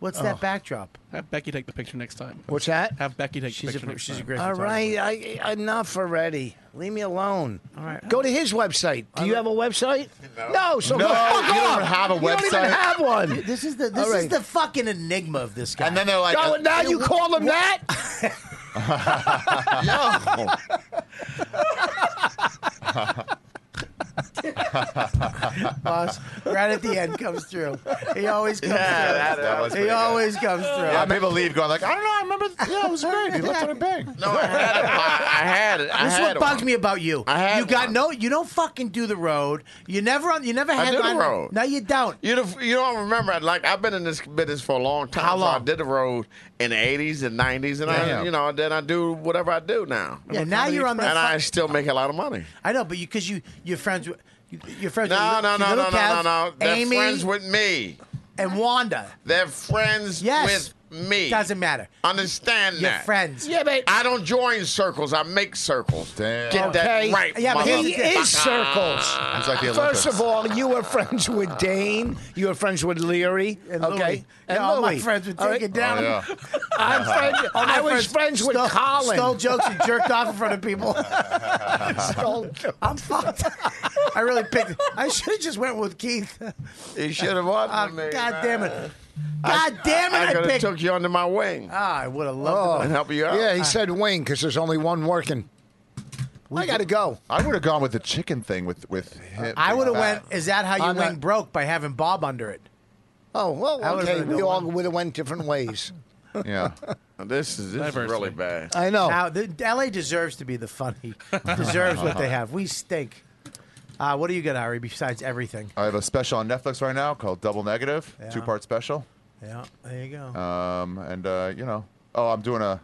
D: What's
J: Oh.
D: that backdrop?
F: Have Becky take the picture next time.
J: What's that?
F: Have Becky take
D: She's
F: the
D: a
F: picture next
D: she's a
F: time.
D: great
J: All right, I, enough already. Leave me alone. All right. Go to his website. Do you have a website? No. so
H: No,
J: go fuck
H: you
J: off.
H: don't have a
J: You don't
H: website.
J: even have one.
D: This is the this
J: All
D: is
J: right.
D: the fucking enigma of this guy.
H: And then they're like,
J: Yo,
H: uh,
J: now you call him that?
D: Boss, right at the end comes through. He always comes
H: Yeah,
D: through.
H: that- that was
D: he
H: pretty good.
D: always comes through.
H: yeah, people leave going like, I don't know. I remember. Yeah, it was great. He left on a bang. No, I had it.
I: I had it. I
D: This is
I: had
D: what bugs
I: one.
D: me about you.
I: I had
D: you got
I: one.
D: no. You don't fucking do the road. You never on. You never
I: I
D: had
I: do the road.
D: No, you don't.
I: You don't, you don't remember it. Like I've been in this business for a long time.
D: How
I: so
D: long?
I: I did the road in the eighties and nineties, and I,
D: Damn.
I: you know, then I do whatever I do now.
D: Yeah, now you're on the
I: and I
D: fuck-
I: still make a lot of money.
D: I know, but you because you you're friends with you- you're friends
I: No,
D: with
I: no,
D: Li-
I: no, no, no,
D: Little
I: no,
D: Kev,
I: no. They're
D: Amy
I: friends with me.
D: and Wanda.
I: They're friends
D: Yes.
I: with me.
D: Doesn't matter.
I: Understand
D: You're
I: that.
D: friends.
I: Yeah, but I don't join circles. I make circles. Damn. Get
J: Okay.
I: that right.
J: Yeah, but he
I: motherfucker.
J: is circles.
H: Uh,
I: It's like the
J: First
I: Olympics.
J: of all, you were friends with Dane. You were friends with Leary.
D: And
J: okay.
D: Louis.
J: And
D: Yeah, all my
J: Louis.
D: friends would
J: All
D: take it down. Oh, yeah.
J: I'm friend,
D: All my
J: I was friends with
D: stole,
J: Colin.
D: Stole jokes and jerked off in front of people. I'm fucked. I really picked. I should have just went with Keith.
I: You should have won
D: Oh,
I: with me,
D: God
I: man.
D: damn it. God damn it!
I: I,
D: I,
I: could have
D: picked.
I: took you under my wing.
D: Ah, I would have loved
I: And
D: it.
I: help you out.
J: Oh. Yeah, he said wing because there's only one working. I got to go.
P: I would have gone with the chicken thing with with him.
D: I would have
P: Fat.
D: went. Is that how your
J: I'm
D: wing
J: not-
D: broke by having Bob under it?
J: Oh
D: That
J: well,
D: would've
J: okay.
D: been a
J: We
D: good
J: all would have went different ways.
P: Yeah.
I: This is this is
F: Diversity.
I: really bad.
D: Ah,
J: I know.
D: Now, the, LA deserves to be the funny. deserves what they have. We stink. Uh, what do you got, Ari? Besides everything?
P: I have a special on Netflix right now called Double Negative,
D: Yeah.
P: two part special.
D: Yeah, there you go.
P: Um, and uh, you know, oh, I'm doing a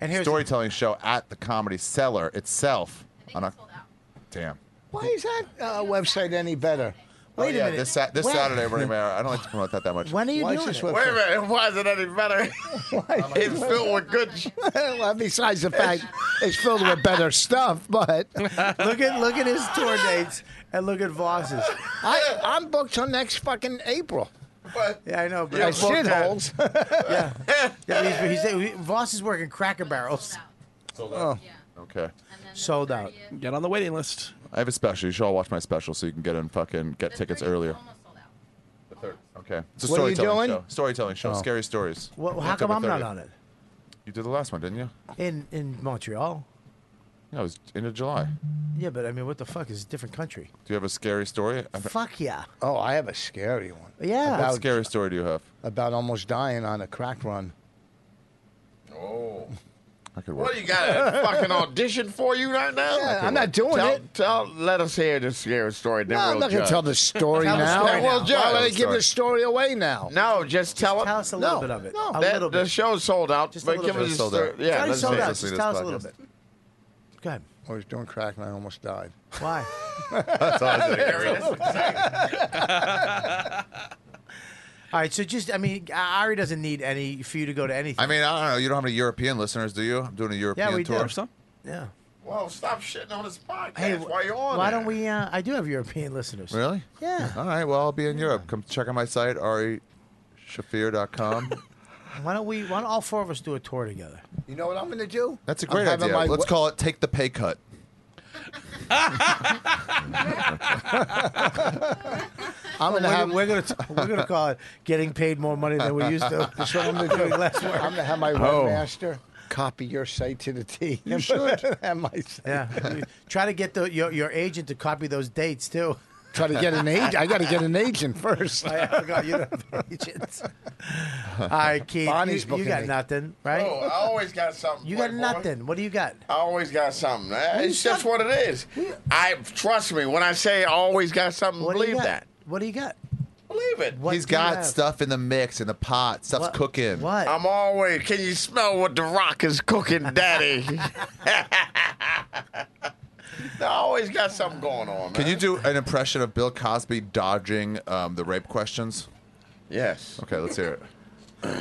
D: And here's-
P: storytelling show at the Comedy Cellar itself. on a, Damn.
J: Why is that uh, website any better?
P: oh,
D: Wait a
P: yeah,
D: minute.
P: This, Sat this
D: When-
P: Saturday, running man. I don't like to promote that that much.
D: When are you
J: Why is
D: doing
J: this
D: it?
J: web-
I: Wait a minute. Why is it any better? it's filled with good. sh-
J: well, besides the fact it's filled with better stuff, but
D: look at look at his tour dates and look at Voss's.
J: I, I'm booked till next fucking April.
I: But
D: Yeah, I know. But
J: As shitholes.
D: Yeah, yeah. He's, he's, Voss is working Cracker Barrels.
P: Okay.
D: Sold out.
F: Get on the waiting list.
H: I have a special. You should all watch my special so you can get in fucking get tickets earlier.
P: The third. Okay.
H: It's a
J: What are you
H: storytelling
J: doing?
H: show. Storytelling show.
J: Oh.
H: Scary stories.
D: Well, how come I'm not on it?
H: You did the last one, didn't you?
D: In in Montreal.
H: Yeah, it was end of July. Do
D: Yeah, but I mean, what the fuck? It's a different country.
H: you have a scary story? I've-
D: Fuck yeah.
J: Oh, I have a scary one.
D: Yeah.
H: What
J: About,
H: scary story do you have?
J: about almost dying on a crack run.
I: Oh.
H: I could
I: What
H: work.
I: do you got? A fucking audition for you right now?
J: Yeah, I'm not doing
I: tell,
J: it.
I: Tell, let us hear the scary story. Then
J: No,
I: we'll
J: I'm not going
I: judge.
J: to tell the story
D: Tell the
J: now.
D: story
J: Well,
D: now.
J: Joe,
I: Tell
J: why
I: the
J: would I give
I: story.
J: the story away now?
I: Uh, No, just tell,
D: Tell us a little bit of it.
J: no,
D: a
I: That-
D: little
I: the
D: bit.
I: show's sold out.
D: Just a
I: but
D: little
I: give
D: bit.
I: us a
D: Sold
I: story.
H: out.
I: Yeah,
D: Johnny
I: let's
D: sold
I: hear it.
D: out. Just tell us a little bit. Go ahead.
J: I was doing crack and I almost died.
D: Why? All right. So just, I mean, Ari doesn't need any for you to go to anything.
P: I mean, I don't know. You don't have any European listeners, do you? I'm doing a European
D: we do.
P: tour.
F: Or some.
D: yeah.
I: Well, stop shitting on this podcast
D: Hey,
I: while you're on.
D: Why
I: it.
D: don't we? Uh, I do have European listeners.
P: Really?
D: Yeah.
P: All right. Well, I'll be in Europe. Come check out my site, arishafir.com.
D: Why don't we? Why don't all four of us do a tour together?
J: You know what I'm going to do?
P: That's a
J: I'm
P: great
J: having
P: idea.
J: my
P: Let's
J: we-
P: call it Take the Pay Cut.
J: I'm going to have.
D: we're gonna we're gonna call it getting paid more money than we used to. That's what I'm doing less
J: I'm
D: work.
J: going to have my webmaster copy your site to the T. Oh. You should have my site.
D: Yeah. You Try to get the, your your agent to copy those dates too.
J: Try to get an agent. I got to get an agent first.
D: I forgot you don't have agents. All right, Keith,
J: Bonnie's
D: you, you
J: booking
D: got
J: me.
D: nothing, right?
I: Oh,
H: uh,
I: I always got something.
D: you got
I: Playboy.
D: nothing. What do you got?
I: I always got something. Eh, It's just what it is. I trust me when I say I always got something.
D: What do you
I: believe
D: got?
I: that.
D: What do you got?
I: Believe it.
D: What
P: He's
D: do you
P: got
D: have?
P: stuff in the mix, in the pot. Stuff's
D: What-
P: cooking.
D: What?
H: Um,
I: I'm always. Can you smell what the rock is cooking, Daddy? I always got something going on, man.
H: Can you do an impression of Bill Cosby dodging um, the rape questions?
I: Yes.
H: Okay, let's hear it.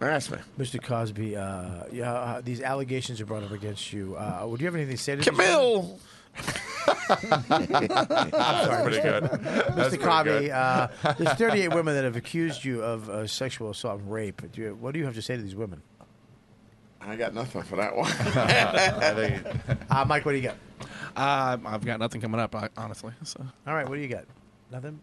I: Ask me.
D: Mr. Cosby, uh, yeah, uh, these allegations are brought up against you. Uh, would you have anything to say to these-
I: Camille.
H: That's pretty good. That's
D: Mr.
H: pretty
D: Cosby,
H: good.
D: uh, there's 38 women that have accused you of uh, sexual assault and rape. Do you, what do you have to say to these women?
I: I got nothing for that one.
D: Uh, Mike, what do you got?
F: Uh, I've got nothing coming up, I- honestly. So
D: All right, what do you got? Nothing?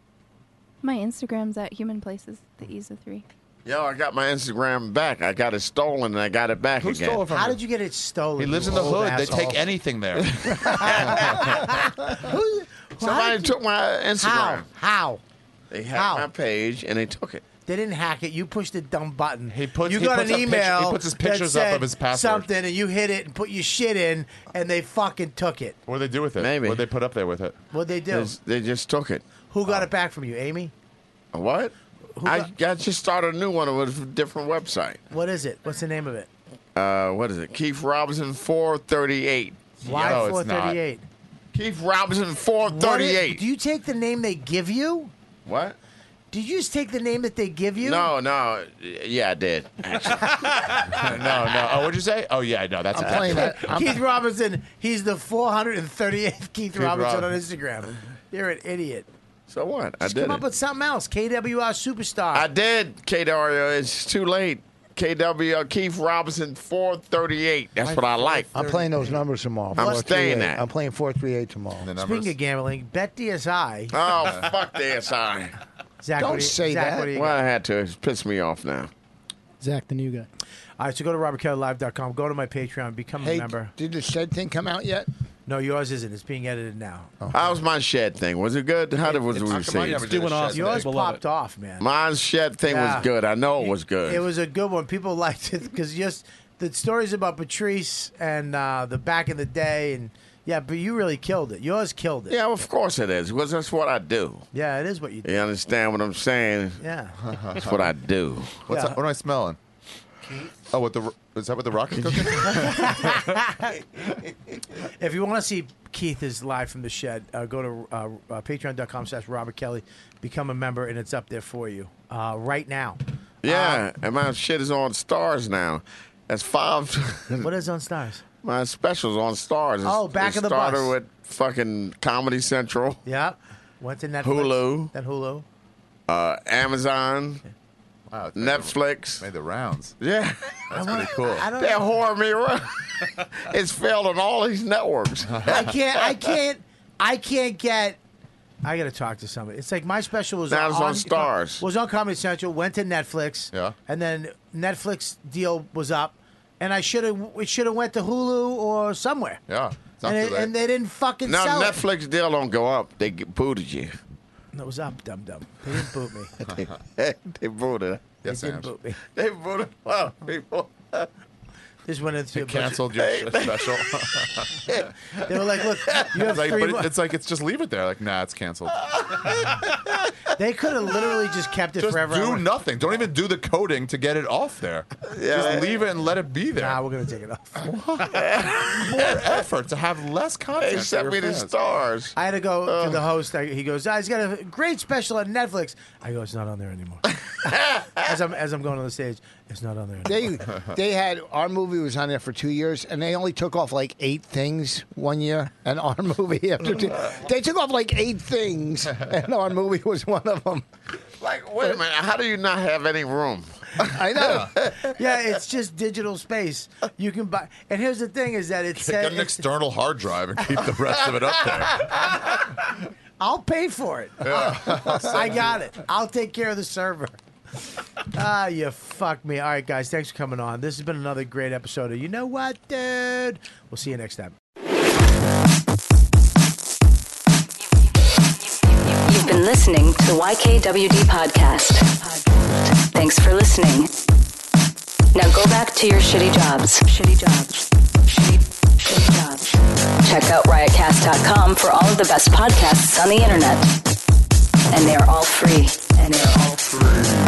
G: My Instagram's at Human Places, the Ease of Three.
I: Yo, I got my Instagram back. I got it stolen and I got it back
H: Who
I: again.
H: stole it from
D: How
H: you?
D: did you get it stolen?
H: He lives
D: you
H: in the
D: old
H: hood.
D: asshole?
H: They take anything there.
D: Who-
I: Somebody
D: how did you-
I: took my Instagram.
D: How? How?
I: They hacked
D: How?
I: my page and they took it.
D: They didn't hack it. You pushed the dumb button.
H: He puts-
D: you
H: he
D: got
H: puts
D: an
H: a picture- he
D: email.
H: puts his
D: that
H: pictures up
D: said
H: of his password.
D: Something, and you hit it and put your shit in, and they fucking took it.
H: What'd they do with it?
I: Maybe.
H: What'd they put up there with it?
D: What'd they do?
I: They just- They just took it.
D: Who
H: uh,
D: got it back from you, Amy?
I: What?
D: Who
I: I,
D: got-
I: I just started a new one with a different website.
D: What is it? What's the name of it?
I: Uh, what is it? Keith Robinson 438.
D: Why
H: No, it's not.
D: 438?
I: Keith Robinson
D: What i-
I: 438.
D: Do you take the name they give you?
I: what?
D: Did you just take the name that they give you?
I: No, no. Yeah, I did.
H: no, no. Oh, what'd you say? Oh, yeah, no. That's
D: I'm
H: a
D: playing that. Keith Robinson. He's the 438th Keith, Robinson
H: Rob-
D: on Instagram. You're an idiot.
I: So what? I
D: Just
I: did
D: come
I: it.
D: up with something else. KWR superstar.
I: I did, KW. It's too late. KW uh, Keith Robinson, 438. That's what I like.
J: I'm playing those numbers tomorrow.
I: I'm staying
J: 438.
I: that.
J: I'm playing 438 tomorrow.
D: Speaking of gambling, bet DSI.
I: Oh, fuck this. I.
D: Zach, what do you- Zach, What do you
I: Well,
D: got?
I: I had to. It's pissed me off now.
D: Zach, the new guy. All right, so go to robertkellylive.com. Go to my Patreon. Become a
J: Hey,
D: member.
J: did the shed thing come out yet?
D: No, yours isn't. It's being edited now.
I: How's my shed thing? Was it good? How did was
D: It's-
I: we
D: it's
I: see?
D: Yours popped off, man.
I: My shed thing
D: Yeah.
I: was good. I know it was good.
D: It was a good one. People liked it because just the stories about Patrice and uh, the back in the day, and yeah, but you really killed it. Yours killed it.
I: yeah, of course it is. Because that's what I do.
D: Yeah, it is what you.
I: You understand what I'm saying?
D: Yeah.
I: That's what I do.
P: What's that, what am I smelling? Oh, what the is that? What the rocket's cooking?
D: If you want to see Keith is live from the shed, uh, go to uh, uh, patreon.com slash Robert Kelly. Become a member, and it's up there for you uh, right now.
I: Yeah, and my shit is on stars now. That's five.
D: What is on Stars?
I: my specials on stars. It's-
D: Oh, back
I: it
D: of the
I: started
D: bus.
I: with fucking Comedy Central,
D: Yeah. What's in that?
I: Hulu.
D: That Hulu.
I: uh, Amazon, Netflix.
P: Made the rounds.
I: Yeah,
P: That's pretty cool.
D: I don't
I: they're
D: know.
I: whoring me around. it's failed on all these networks.
D: I can't. I can't. I can't get. I gotta talk to somebody. It's like my special was
I: Now it's on Stars.
D: Was on Comedy Central. Went to Netflix.
I: Yeah.
D: And then Netflix deal was up, and I should have. It should have went to Hulu or somewhere.
I: Yeah,
D: And, it, and they didn't fucking
I: now
D: sell
I: Netflix deal don't go up. They get booted you.
D: it. It was up, dum dum. They didn't boot me.
I: they, they booted.
D: Yes, didn't Ange. boot me.
I: They booted a lot of people.
D: Just went into a bunch of-
P: Canceled your special.
D: They were like, "Look, you have
P: it's like,
D: three
P: but it-
D: mo-
P: it's like it's just leave it there. Like, nah, it's canceled.
D: They could have literally just kept it
P: Just
D: forever. I
P: do
D: went,
P: nothing. Don't even do the coding to get it off there. just leave it and let it be there.
D: Nah, we're gonna take it off.
P: More effort to have less content.
I: They
P: for
I: sent
P: your
I: me the
P: fans.
I: stars.
D: I had to go to the host. I, he goes, ah, he's got a great special on Netflix. I go, it's not on there anymore. as I'm as I'm going on the stage, it's not on there. Anymore.
J: They they had our movie was on there for two years, and they only took off like eight things one year, and our movie after two. They took off like eight things, and our movie was one of them.
I: Like, wait a minute. How do you not have any room?
J: I know.
D: yeah, it's just digital space. You can buy. And here's the thing: is that it
P: Get
D: said
P: an external hard drive and keep the rest of it up there.
D: I'll pay for it. I got it. I'll take care of the server. Ah, you fuck me. All right, guys, thanks for coming on. This has been another great episode of You Know What, Dude? We'll see you next time.
R: You've been listening to the YKWD podcast. Thanks for listening. Now go back to your shitty jobs. Shitty jobs. Shitty, shitty jobs. Check out riotcast.com for all of the best podcasts on the internet. And they are all free. And they are all free.